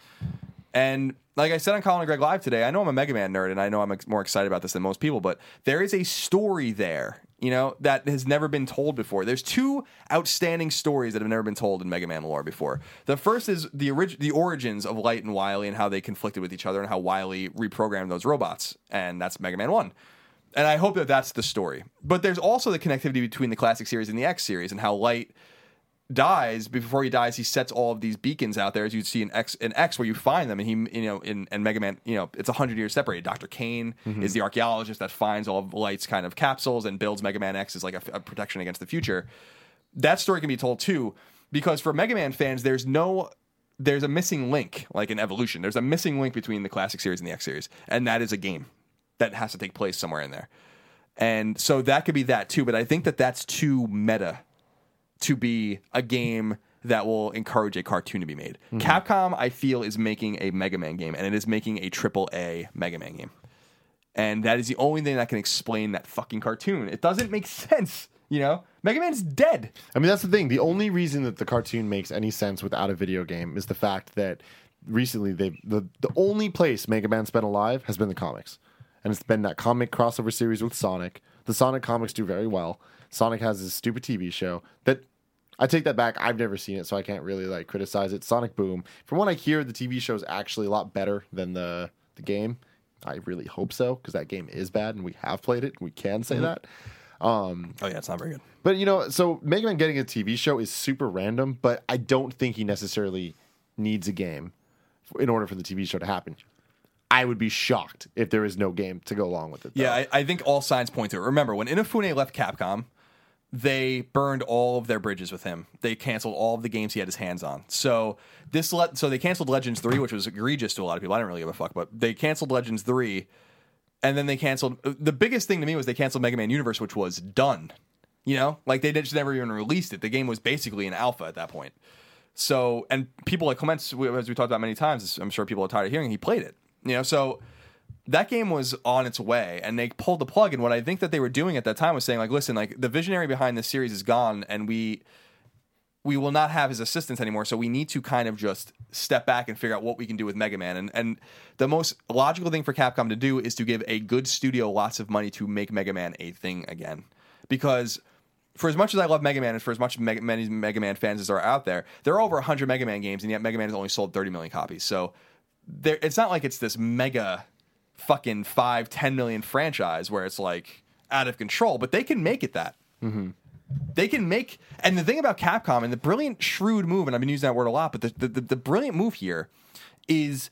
Speaker 3: And like I said on Colin and Greg Live today, I know I'm a Mega Man nerd, and I know I'm ex- more excited about this than most people. But there is a story there, you know, that has never been told before. There's two outstanding stories that have never been told in Mega Man lore before. The first is the orig- the origins of Light and Wily and how they conflicted with each other, and how Wily reprogrammed those robots, and that's Mega Man One. And I hope that that's the story. But there's also the connectivity between the classic series and the X series, and how Light dies before he dies he sets all of these beacons out there as you'd see in x in x where you find them and he you know in and mega man you know it's 100 years separated dr kane is the archaeologist that finds all of light's kind of capsules and builds mega man x as like a, a protection against the future that story can be told too because for mega man fans there's no there's a missing link like in evolution there's a missing link between the classic series and the x series and that is a game that has to take place somewhere in there And so that could be that too, but I think that that's too meta to be a game that will encourage a cartoon to be made. Capcom, I feel, is making a Mega Man game, and it is making a triple A Mega Man game. And that is the only thing that can explain that fucking cartoon. It doesn't make sense, you know? Mega Man's dead.
Speaker 1: I mean, that's the thing. The only reason that the cartoon makes any sense without a video game is the fact that recently they the the only place Mega Man's been alive has been the comics, and it's been that comic crossover series with Sonic. The Sonic comics do very well. Sonic has this stupid TV show that I take that back. I've never seen it, so I can't really like criticize it. Sonic Boom. From what I hear, the TV show is actually a lot better than the the game. I really hope so because that game is bad, and we have played it. We can say that.
Speaker 3: Oh, yeah, it's not very good.
Speaker 1: But you know, so Mega Man getting a TV show is super random, but I don't think he necessarily needs a game f- in order for the TV show to happen. I would be shocked if there is no game to go along with it. though.
Speaker 3: Yeah, I, I think all signs point to it. Remember, when Inafune left Capcom, they burned all of their bridges with him. They canceled all of the games he had his hands on. So this le- so they canceled Legends 3, which was egregious to a lot of people. I didn't really give a fuck, but they canceled Legends 3 and then they canceled the biggest thing to me was they canceled Mega Man Universe, which was done. You know? Like they just never even released it. The game was basically an alpha at that point. So, and people like Clements, we- as we talked about many times, I'm sure people are tired of hearing, he played it. You know, so that game was on its way and they pulled the plug. And what I think that they were doing at that time was saying, like, listen, like the visionary behind this series is gone and we. We will not have his assistance anymore, so we need to kind of just step back and figure out what we can do with Mega Man. And and the most logical thing for Capcom to do is to give a good studio lots of money to make Mega Man a thing again, because for as much as I love Mega Man and for as much Mega, many Mega Man fans as are out there, there are over 100 Mega Man games, and yet Mega Man has only sold 30 million copies. So there, it's not like it's this mega fucking 5, 10 million franchise where it's like out of control, but they can make it that. They can make, and the thing about Capcom and the brilliant, shrewd move, and I've been using that word a lot, but the, the, the, the brilliant move here is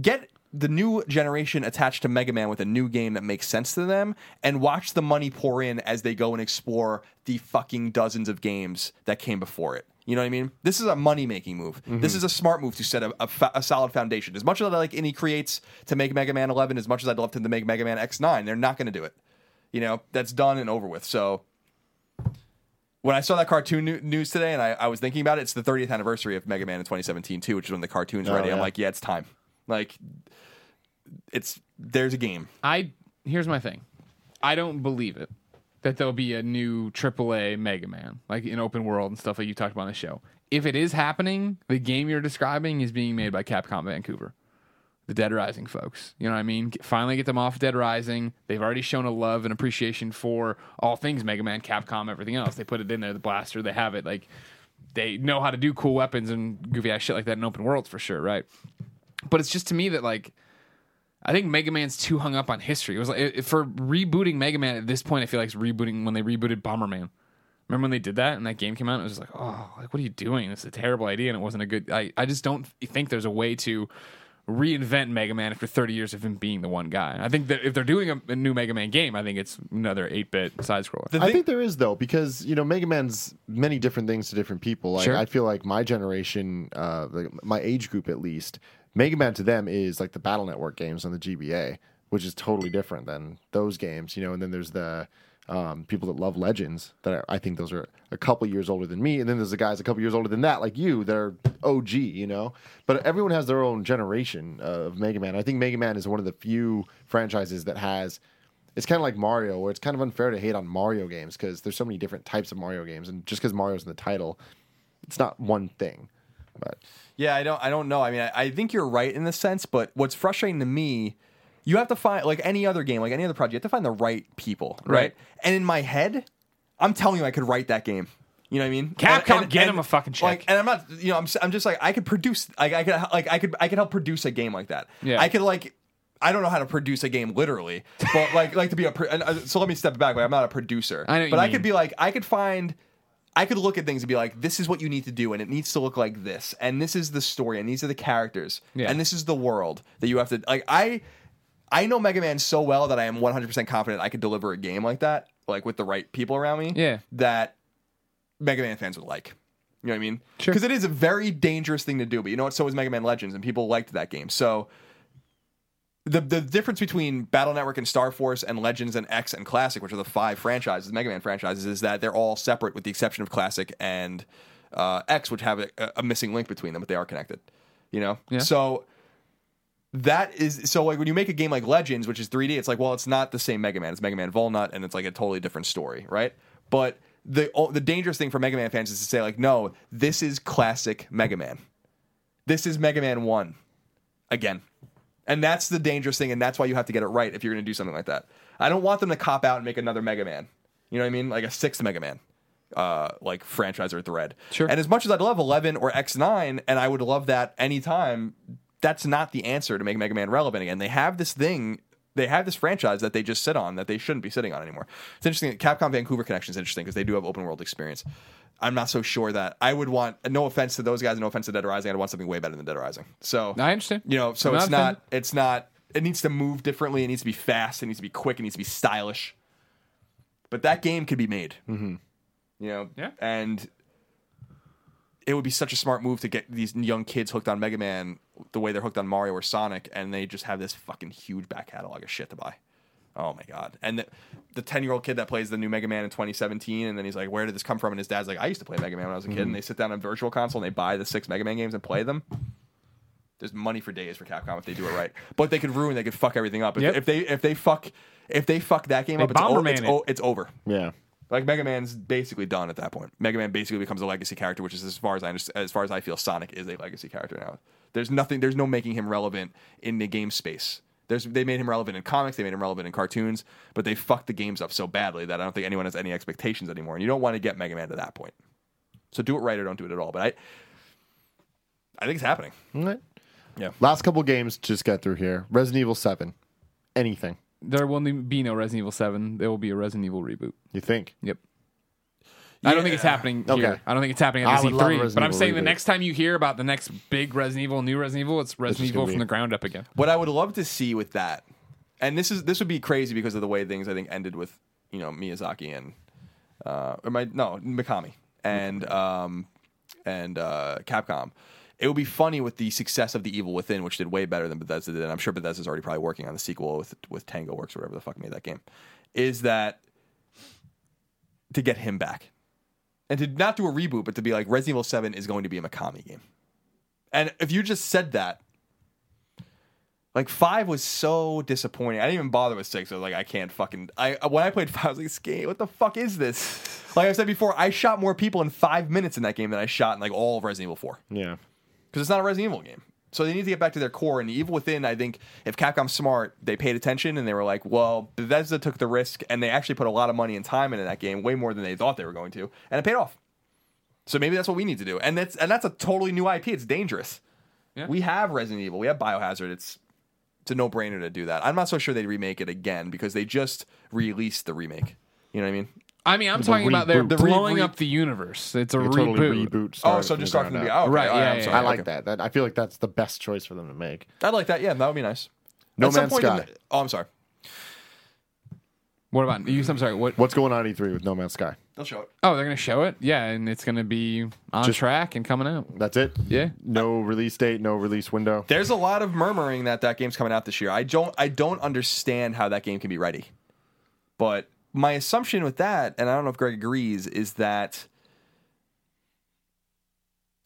Speaker 3: get the new generation attached to Mega Man with a new game that makes sense to them and watch the money pour in as they go and explore the fucking dozens of games that came before it. You know what I mean? This is a money making move. This is a smart move to set a, a, fa- a solid foundation. As much as I like any creates to make Mega Man 11, as much as I'd love to make Mega Man X9, they're not going to do it. You know, that's done and over with. So when I saw that cartoon nu- news today and I, I was thinking about it, it's the 30th anniversary of Mega Man in 2017 too, which is when the cartoon's
Speaker 1: Oh,
Speaker 3: ready. I'm
Speaker 1: yeah.
Speaker 3: like, yeah, it's time. Like, it's there's a game.
Speaker 2: I here's my thing. I don't believe it that there'll be a new AAA Mega Man like in open world and stuff like you talked about on the show. If it is happening, the game you're describing is being made by Capcom Vancouver, the Dead Rising folks. You know what I mean? Get- Finally, get them off Dead Rising. They've already shown a love and appreciation for all things Mega Man, Capcom, everything else. They put it in there, the blaster. They have it. Like they know how to do cool weapons and goofy ass shit like that in open worlds for sure, right? But it's just to me that like I think Mega Man's too hung up on history. It was like it, it- for rebooting Mega Man at this point. I feel like it's rebooting when they rebooted Bomberman. Remember when they did that and that game came out? It was just like, oh, like what are you doing? This is a terrible idea, and it wasn't a good. I I just don't think there's a way to reinvent Mega Man after 30 years of him being the one guy. I think that if they're doing a, a new Mega Man game, I think it's another 8-bit side scroller.
Speaker 1: I think there is though because you know Mega Man's many different things to different people. Like
Speaker 2: Sure.
Speaker 1: I feel like my generation, uh, like my age group at least, Mega Man to them is like the Battle Network games on the GBA, which is totally different than those games. You know, and then there's the um, people that love Legends that are, I think those are a couple years older than me, and then there's the guys a couple years older than that, like you, that are OG. You know, but everyone has their own generation of Mega Man. I think Mega Man is one of the few franchises that has it's kind of like Mario, where it's kind of unfair to hate on Mario games because there's so many different types of Mario games, and just because Mario's in the title, it's not one thing. But
Speaker 3: Yeah, I don't I don't know. I mean, I, I think you're right in the sense, but what's frustrating to me, you have to find like any other game, like any other project, you have to find the right people, right?
Speaker 2: Right.
Speaker 3: And in my head, I'm telling you, I could write that game. You know what I mean?
Speaker 2: Capcom,
Speaker 3: And- and-
Speaker 2: get
Speaker 3: and-
Speaker 2: him a fucking check.
Speaker 3: Like, and I'm not, you know, I'm, s- I'm just like I could produce, like I could, like I could, I could help produce a game like that.
Speaker 2: Yeah.
Speaker 3: I could like, I don't know how to produce a game literally, but like, like to be a. Pro- and, uh, so let me step back. Like, I'm not a producer,
Speaker 2: I know what
Speaker 3: but
Speaker 2: you
Speaker 3: I could
Speaker 2: mean.
Speaker 3: be like, I could find I could look at things and be like, this is what you need to do, and it needs to look like this, and this is the story, and these are the characters,
Speaker 2: Yeah.
Speaker 3: and this is the world that you have to like. I I know Mega Man so well that I am 100 percent confident I could deliver a game like that, like with the right people around me.
Speaker 2: Yeah.
Speaker 3: that Mega Man fans would like. You know what I mean?
Speaker 2: Sure.
Speaker 3: Because it is a very dangerous thing to do, but you know what? So was Mega Man Legends, and people liked that game. So the the difference between Battle Network and Star Force and Legends and X and Classic, which are the five franchises, the Mega Man franchises, is that they're all separate with the exception of Classic and uh, X, which have a, a missing link between them, but they are connected. You know, so that is so like when you make a game like Legends, which is 3D, it's like well, it's not the same Mega Man. It's Mega Man Volnut, and it's like a totally different story, right? But the o- the dangerous thing for Mega Man fans is to say like, no, this is classic Mega Man. This is Mega Man One again, and that's the dangerous thing, and that's why you have to get it right if you're going to do something like that. I don't want them to cop out and make another Mega Man. You know what I mean? Like a sixth Mega Man. Uh, like franchise or thread.
Speaker 2: Sure.
Speaker 3: And as much as I'd love 11 or X9, and I would love that anytime, that's not the answer to make Mega Man relevant again. They have this thing, they have this franchise that they just sit on that they shouldn't be sitting on anymore. It's interesting. Capcom Vancouver connection is interesting because they do have open world experience. I'm not so sure that I would want, no offense to those guys, no offense to Dead Rising, I'd want something way better than Dead Rising. So
Speaker 2: I understand.
Speaker 3: you know, so
Speaker 2: I'm
Speaker 3: it's
Speaker 2: offended.
Speaker 3: not, it's not, it needs to move differently. It needs to be fast. It needs to be quick. It needs to be stylish. But that game could be made. Mm-hmm. You know,
Speaker 2: Yeah.
Speaker 3: and it would be such a smart move to get these young kids hooked on Mega Man the way they're hooked on Mario or Sonic, and they just have this fucking huge back catalog of shit to buy. Oh my god! And the- the ten year old kid that plays the new Mega Man in 2017, and then he's like, "Where did this come from?" And his dad's like, "I used to play Mega Man when I was a kid." And they sit down on Virtual Console and they buy the six Mega Man games and play them there's money for days for Capcom if they do it right. But they could ruin, they could fuck everything up. If,
Speaker 2: Yep.
Speaker 3: if they if they fuck if they fuck that game
Speaker 2: They
Speaker 3: up, it's, o-
Speaker 2: Bomberman
Speaker 3: it's,
Speaker 2: it.
Speaker 3: o- it's over.
Speaker 1: Yeah.
Speaker 3: Like Mega Man's basically done at that point. Mega Man basically becomes a legacy character, which is as far as I understand, as far as I feel, Sonic is a legacy character now. There's nothing. There's no making him relevant in the game space. There's, they made him relevant in comics. They made him relevant in cartoons, but they fucked the games up so badly that I don't think anyone has any expectations anymore. And you don't want to get Mega Man to that point. So do it right or don't do it at all. But I, I think it's happening.
Speaker 1: All right.
Speaker 3: Yeah.
Speaker 1: Last couple games just got through here. Resident Evil Seven. Anything
Speaker 2: There will be no Resident Evil 7. There will be a Resident Evil reboot.
Speaker 1: you think?
Speaker 2: Yep. I don't think it's happening
Speaker 1: Okay.
Speaker 2: here. I don't think it's happening
Speaker 1: I
Speaker 2: at the
Speaker 1: would love a
Speaker 2: E3.
Speaker 1: Resident
Speaker 2: But I'm
Speaker 1: Evil
Speaker 2: saying the
Speaker 1: reboot.
Speaker 2: next time you hear about the next big Resident Evil, new Resident Evil, it's Resident
Speaker 1: just gonna
Speaker 2: Evil from
Speaker 1: be-
Speaker 2: the ground up again.
Speaker 3: What I would love to see with that, and this is this would be crazy because of the way things I think ended with you know Miyazaki and uh, or my no Mikami and um, and uh, Capcom. It would be funny with the success of The Evil Within, which did way better than Bethesda did. And I'm sure Bethesda's already probably working on the sequel with with Tango Works or whatever the fuck made that game. Is that to get him back and to not do a reboot, but to be like Resident Evil Seven is going to be a Mikami game. And if you just said that, like five was so disappointing. I didn't even bother with six. I was like, I can't fucking. I when I played five, I was like, this game, what the fuck is this? Like I said before, I shot more people in five minutes in that game than I shot in like all of Resident Evil Four
Speaker 1: Yeah.
Speaker 3: because it's not a Resident Evil game. So they need to get back to their core. And Evil Within, I think, if Capcom's smart, they paid attention and they were like, well, Bethesda took the risk and they actually put a lot of money and time into that game, way more than they thought they were going to, and it paid off. So maybe that's what we need to do. And that's and that's a totally new IP. It's dangerous.
Speaker 2: Yeah.
Speaker 3: We have Resident Evil, we have Biohazard. It's it's a no brainer to do that. I'm not so sure they'd remake it again because they just released the remake. You know what I mean?
Speaker 2: I mean, I'm talking about they're
Speaker 1: reboot. The
Speaker 3: re-
Speaker 2: blowing
Speaker 3: re-
Speaker 2: up the universe. It's a
Speaker 1: A
Speaker 2: reboot.
Speaker 1: total reboot.
Speaker 3: Oh,
Speaker 1: started
Speaker 3: so just start
Speaker 1: ground
Speaker 3: from the
Speaker 1: up.
Speaker 3: beginning. Oh, okay.
Speaker 2: Right,
Speaker 3: All
Speaker 2: yeah,
Speaker 3: I'm
Speaker 2: yeah,
Speaker 3: sorry.
Speaker 2: yeah.
Speaker 1: I like
Speaker 3: Okay.
Speaker 1: that. that. I feel like that's the best choice for them to make.
Speaker 3: I like that. Yeah, that would be nice.
Speaker 1: No
Speaker 3: At some
Speaker 1: Man's
Speaker 3: point in
Speaker 1: Sky.
Speaker 3: the- oh, I'm sorry.
Speaker 2: What about you? I'm sorry. What?
Speaker 1: What's going on E3 with No Man's Sky?
Speaker 3: They'll show it.
Speaker 2: Oh, they're gonna show it. Yeah, and it's gonna be on track and coming out.
Speaker 1: That's it.
Speaker 2: Yeah.
Speaker 1: No release date. No release window.
Speaker 3: There's a lot of murmuring that that game's coming out this year. I don't I don't understand how that game can be ready. But my assumption with that, and I don't know if Greg agrees, is that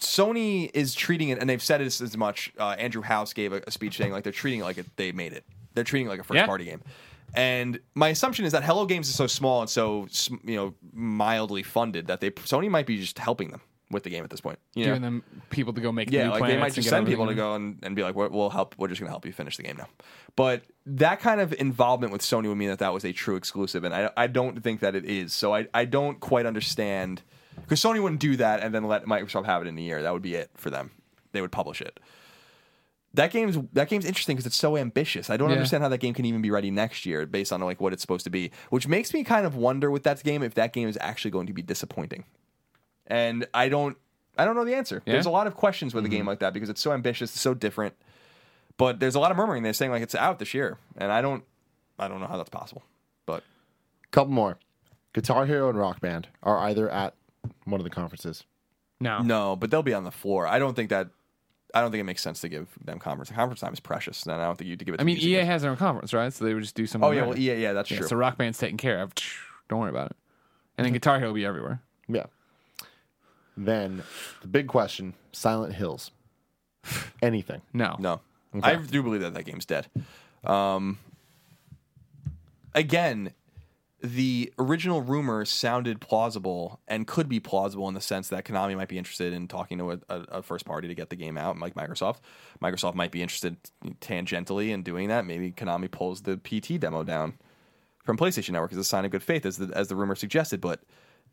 Speaker 3: Sony is treating it, and they've said this as much. Uh, Andrew House gave a, a speech saying like they're treating it like it, they made it. They're treating it like a first
Speaker 2: Yeah.
Speaker 3: party game. And my assumption is that Hello Games is so small and so sm- you know mildly funded that they Sony might be just helping them with the game at this point. You know?
Speaker 2: Giving them people to go make.
Speaker 3: Yeah,
Speaker 2: new
Speaker 3: like they
Speaker 2: planets
Speaker 3: might
Speaker 2: and
Speaker 3: just
Speaker 2: get
Speaker 3: send people to
Speaker 2: everything.
Speaker 3: go and, and be like, we're, we'll help. We're just going to help you finish the game now. But that kind of involvement with Sony would mean that that was a true exclusive, and I, I don't think that it is. So I, I don't quite understand because Sony wouldn't do that and then let Microsoft have it in a year. That would be it for them. They would publish it. That game's that game's interesting because it's so ambitious. I don't
Speaker 2: Yeah.
Speaker 3: understand how that game can even be ready next year based on like what it's supposed to be, which makes me kind of wonder with that game if that game is actually going to be disappointing and I don't I don't know the answer.
Speaker 2: Yeah? Mm-hmm.
Speaker 3: There's a lot of questions with a game like that because it's so ambitious, it's so different. But there's a lot of murmuring. They're saying like it's out this year, and I don't I don't know how that's possible. But
Speaker 1: Couple more. Guitar Hero and Rock Band are either at one of the conferences.
Speaker 2: No.
Speaker 3: no, but they'll be on the floor. I don't think that I don't think it makes sense to give them conference. Conference time is precious, and I don't think you to give it. To
Speaker 2: I mean,
Speaker 3: music.
Speaker 2: EA has their own conference, right? So they would just do something.
Speaker 3: Oh yeah,
Speaker 2: there.
Speaker 3: well, EA, yeah, that's
Speaker 2: Yeah,
Speaker 3: true.
Speaker 2: So Rock Band's taken care of. Don't worry about it. And then Guitar Hero will be everywhere.
Speaker 1: Yeah. Then the big question: Silent Hills. Anything?
Speaker 2: No.
Speaker 3: No, I do believe that that game's dead. Um, again, the original rumor sounded plausible and could be plausible in the sense that Konami might be interested in talking to a, a, a first party to get the game out, like Microsoft. Microsoft might be interested tangentially in doing that. Maybe Konami pulls the PT demo down from PlayStation Network as a sign of good faith, as the, as the rumor suggested. But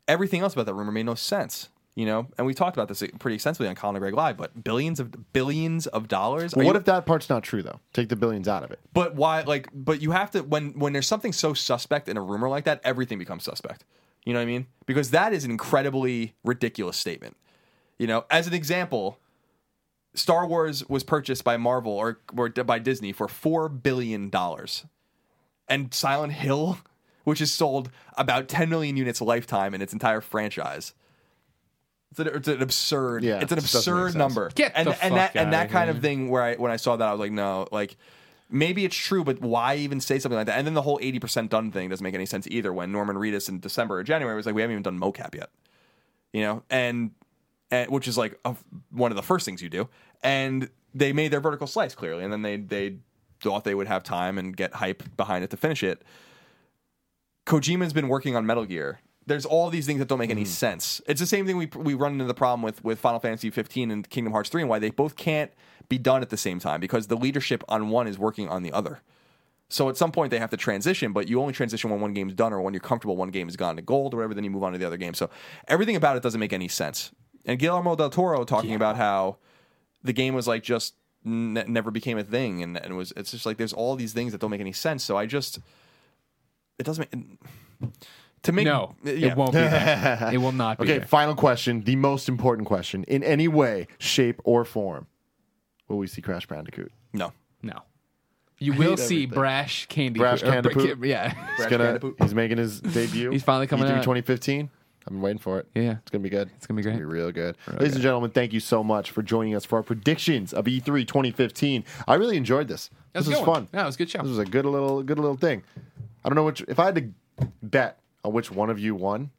Speaker 3: everything else about that rumor made no sense. You know, and we talked about this pretty extensively on Colin and Greg Live, but billions of billions of dollars. Are
Speaker 1: But what
Speaker 3: you-
Speaker 1: if that part's not true though? Take the billions out of it.
Speaker 3: but why? Like, but you have to when when there's something so suspect in a rumor like that, everything becomes suspect. You know what I mean? Because that is an incredibly ridiculous statement. You know, as an example, Star Wars was purchased by Marvel or, or by Disney for four billion dollars, and Silent Hill, which has sold about 10 million units lifetime in its entire franchise. It's an, it's an absurd.
Speaker 1: Yeah,
Speaker 3: it's an
Speaker 1: it doesn't make
Speaker 3: absurd
Speaker 1: sense.
Speaker 3: number.
Speaker 2: Get
Speaker 3: and
Speaker 2: the
Speaker 3: and that
Speaker 2: fuck
Speaker 3: and that
Speaker 2: outta
Speaker 3: kind of
Speaker 2: here.
Speaker 3: thing where I when I saw that I was like, no, like maybe it's true, but why even say something like that? And then the whole eighty percent done thing doesn't make any sense either. When Norman Reedus in December or January was like, we haven't even done mocap yet, you know, and, and which is like a, one of the first things you do. And they made their vertical slice clearly, and then they they thought they would have time and get hype behind it to finish it. Kojima's been working on Metal Gear. There's all these things that don't make any sense. It's the same thing we we run into the problem with with Final Fantasy 15 and Kingdom Hearts 3 and why they both can't be done at the same time because the leadership on one is working on the other. So at some point they have to transition, but you only transition when one game's done or when you're comfortable one game has gone to gold or whatever, then you move on to the other game. So everything about it doesn't make any sense. And Guillermo del Toro talking about how the game was like just n- never became a thing and, and was it's just like there's all these things that don't make any sense. So I just it doesn't make to make
Speaker 2: No.
Speaker 3: yeah.
Speaker 2: It won't be there. it will not be
Speaker 1: Okay,
Speaker 2: there.
Speaker 1: final question, the most important question in any way, shape, or form. Will we see Crash Bandicoot?
Speaker 3: no
Speaker 2: No. You will see
Speaker 1: everything.
Speaker 2: Brash Candy.
Speaker 1: Brash
Speaker 2: or Bra-
Speaker 1: Candapoop?
Speaker 2: Yeah.
Speaker 1: He's
Speaker 3: Crash
Speaker 1: gonna,
Speaker 3: Bandicoot.
Speaker 1: he's making his debut. E
Speaker 2: He's finally coming
Speaker 1: E3
Speaker 2: out.
Speaker 1: 2015. I've been waiting for it.
Speaker 2: Yeah.
Speaker 1: It's gonna be good.
Speaker 2: It's gonna be
Speaker 1: It's
Speaker 2: great.
Speaker 1: gonna be real good. Ladies and gentlemen, thank you so much for joining us for our predictions of E E3 2015. I really enjoyed this.
Speaker 2: That
Speaker 1: This
Speaker 2: a
Speaker 1: was
Speaker 2: good one.
Speaker 1: fun.
Speaker 2: Yeah, it was a good show.
Speaker 1: This was a good little good little thing. I don't know which if I had to bet on which one of you won,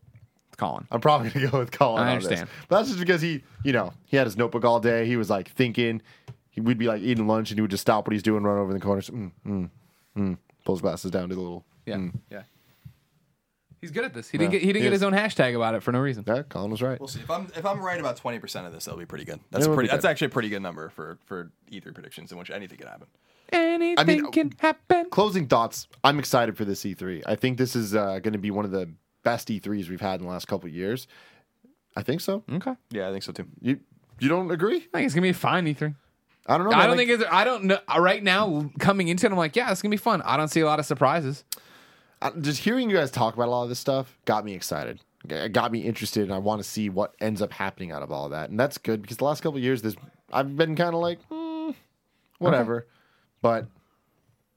Speaker 2: Colin.
Speaker 1: I'm probably gonna go with Colin.
Speaker 2: I
Speaker 1: on this.
Speaker 2: understand.
Speaker 1: But that's just because he, you know, he had his notebook all day. He was like thinking. He, we'd be like eating lunch, and he would just stop what he's doing, run over in the corner, mm, mm, mm, pulls glasses down to the little.
Speaker 2: Yeah.
Speaker 3: yeah.
Speaker 2: He's good at this. He didn't
Speaker 1: Hmm. Yeah.
Speaker 2: get he didn't
Speaker 1: He
Speaker 2: get
Speaker 1: is.
Speaker 2: his own hashtag about it for no reason.
Speaker 1: Yeah, Colin was right.
Speaker 3: We'll see. If I'm if I'm right about twenty percent of this, that'll be pretty good. That's
Speaker 1: It
Speaker 3: a
Speaker 1: would
Speaker 3: pretty.
Speaker 1: be good.
Speaker 3: That's actually a pretty good number for for E3 predictions in which anything could happen.
Speaker 2: Anything
Speaker 1: uh,
Speaker 2: can happen.
Speaker 1: Closing thoughts. I'm excited for this E3. I think this is uh, going to be one of the best E3s we've had in the last couple of years. I think so.
Speaker 2: Okay.
Speaker 3: Yeah, I think so too.
Speaker 1: You you don't agree?
Speaker 2: I think it's gonna be a fine E three.
Speaker 1: Oh, I don't know.
Speaker 2: I
Speaker 1: man.
Speaker 2: don't
Speaker 1: Like,
Speaker 2: think it's I don't know right now coming into it, I'm like, yeah, it's gonna be fun. I don't see a lot of surprises.
Speaker 1: I- just hearing you guys talk about a lot of this stuff got me excited. It got me interested, and I want to see what ends up happening out of all that. And that's good because the last couple of years, there's I've been kind of like, "Hmm, whatever. But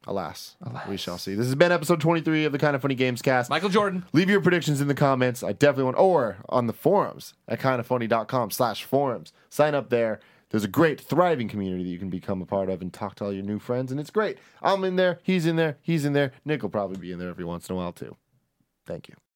Speaker 1: alas, we shall see. This has been episode 23 of the Kind of Funny Games cast.
Speaker 2: Michael Jordan.
Speaker 1: Leave your predictions in the comments. I definitely want, or on the forums at kindoffunny.com slash forums. Sign up there. There's a great, thriving community that you can become a part of and talk to all your new friends, and it's great. I'm in there. He's in there. He's in there. Nick will probably be in there every once in a while, too. Thank you.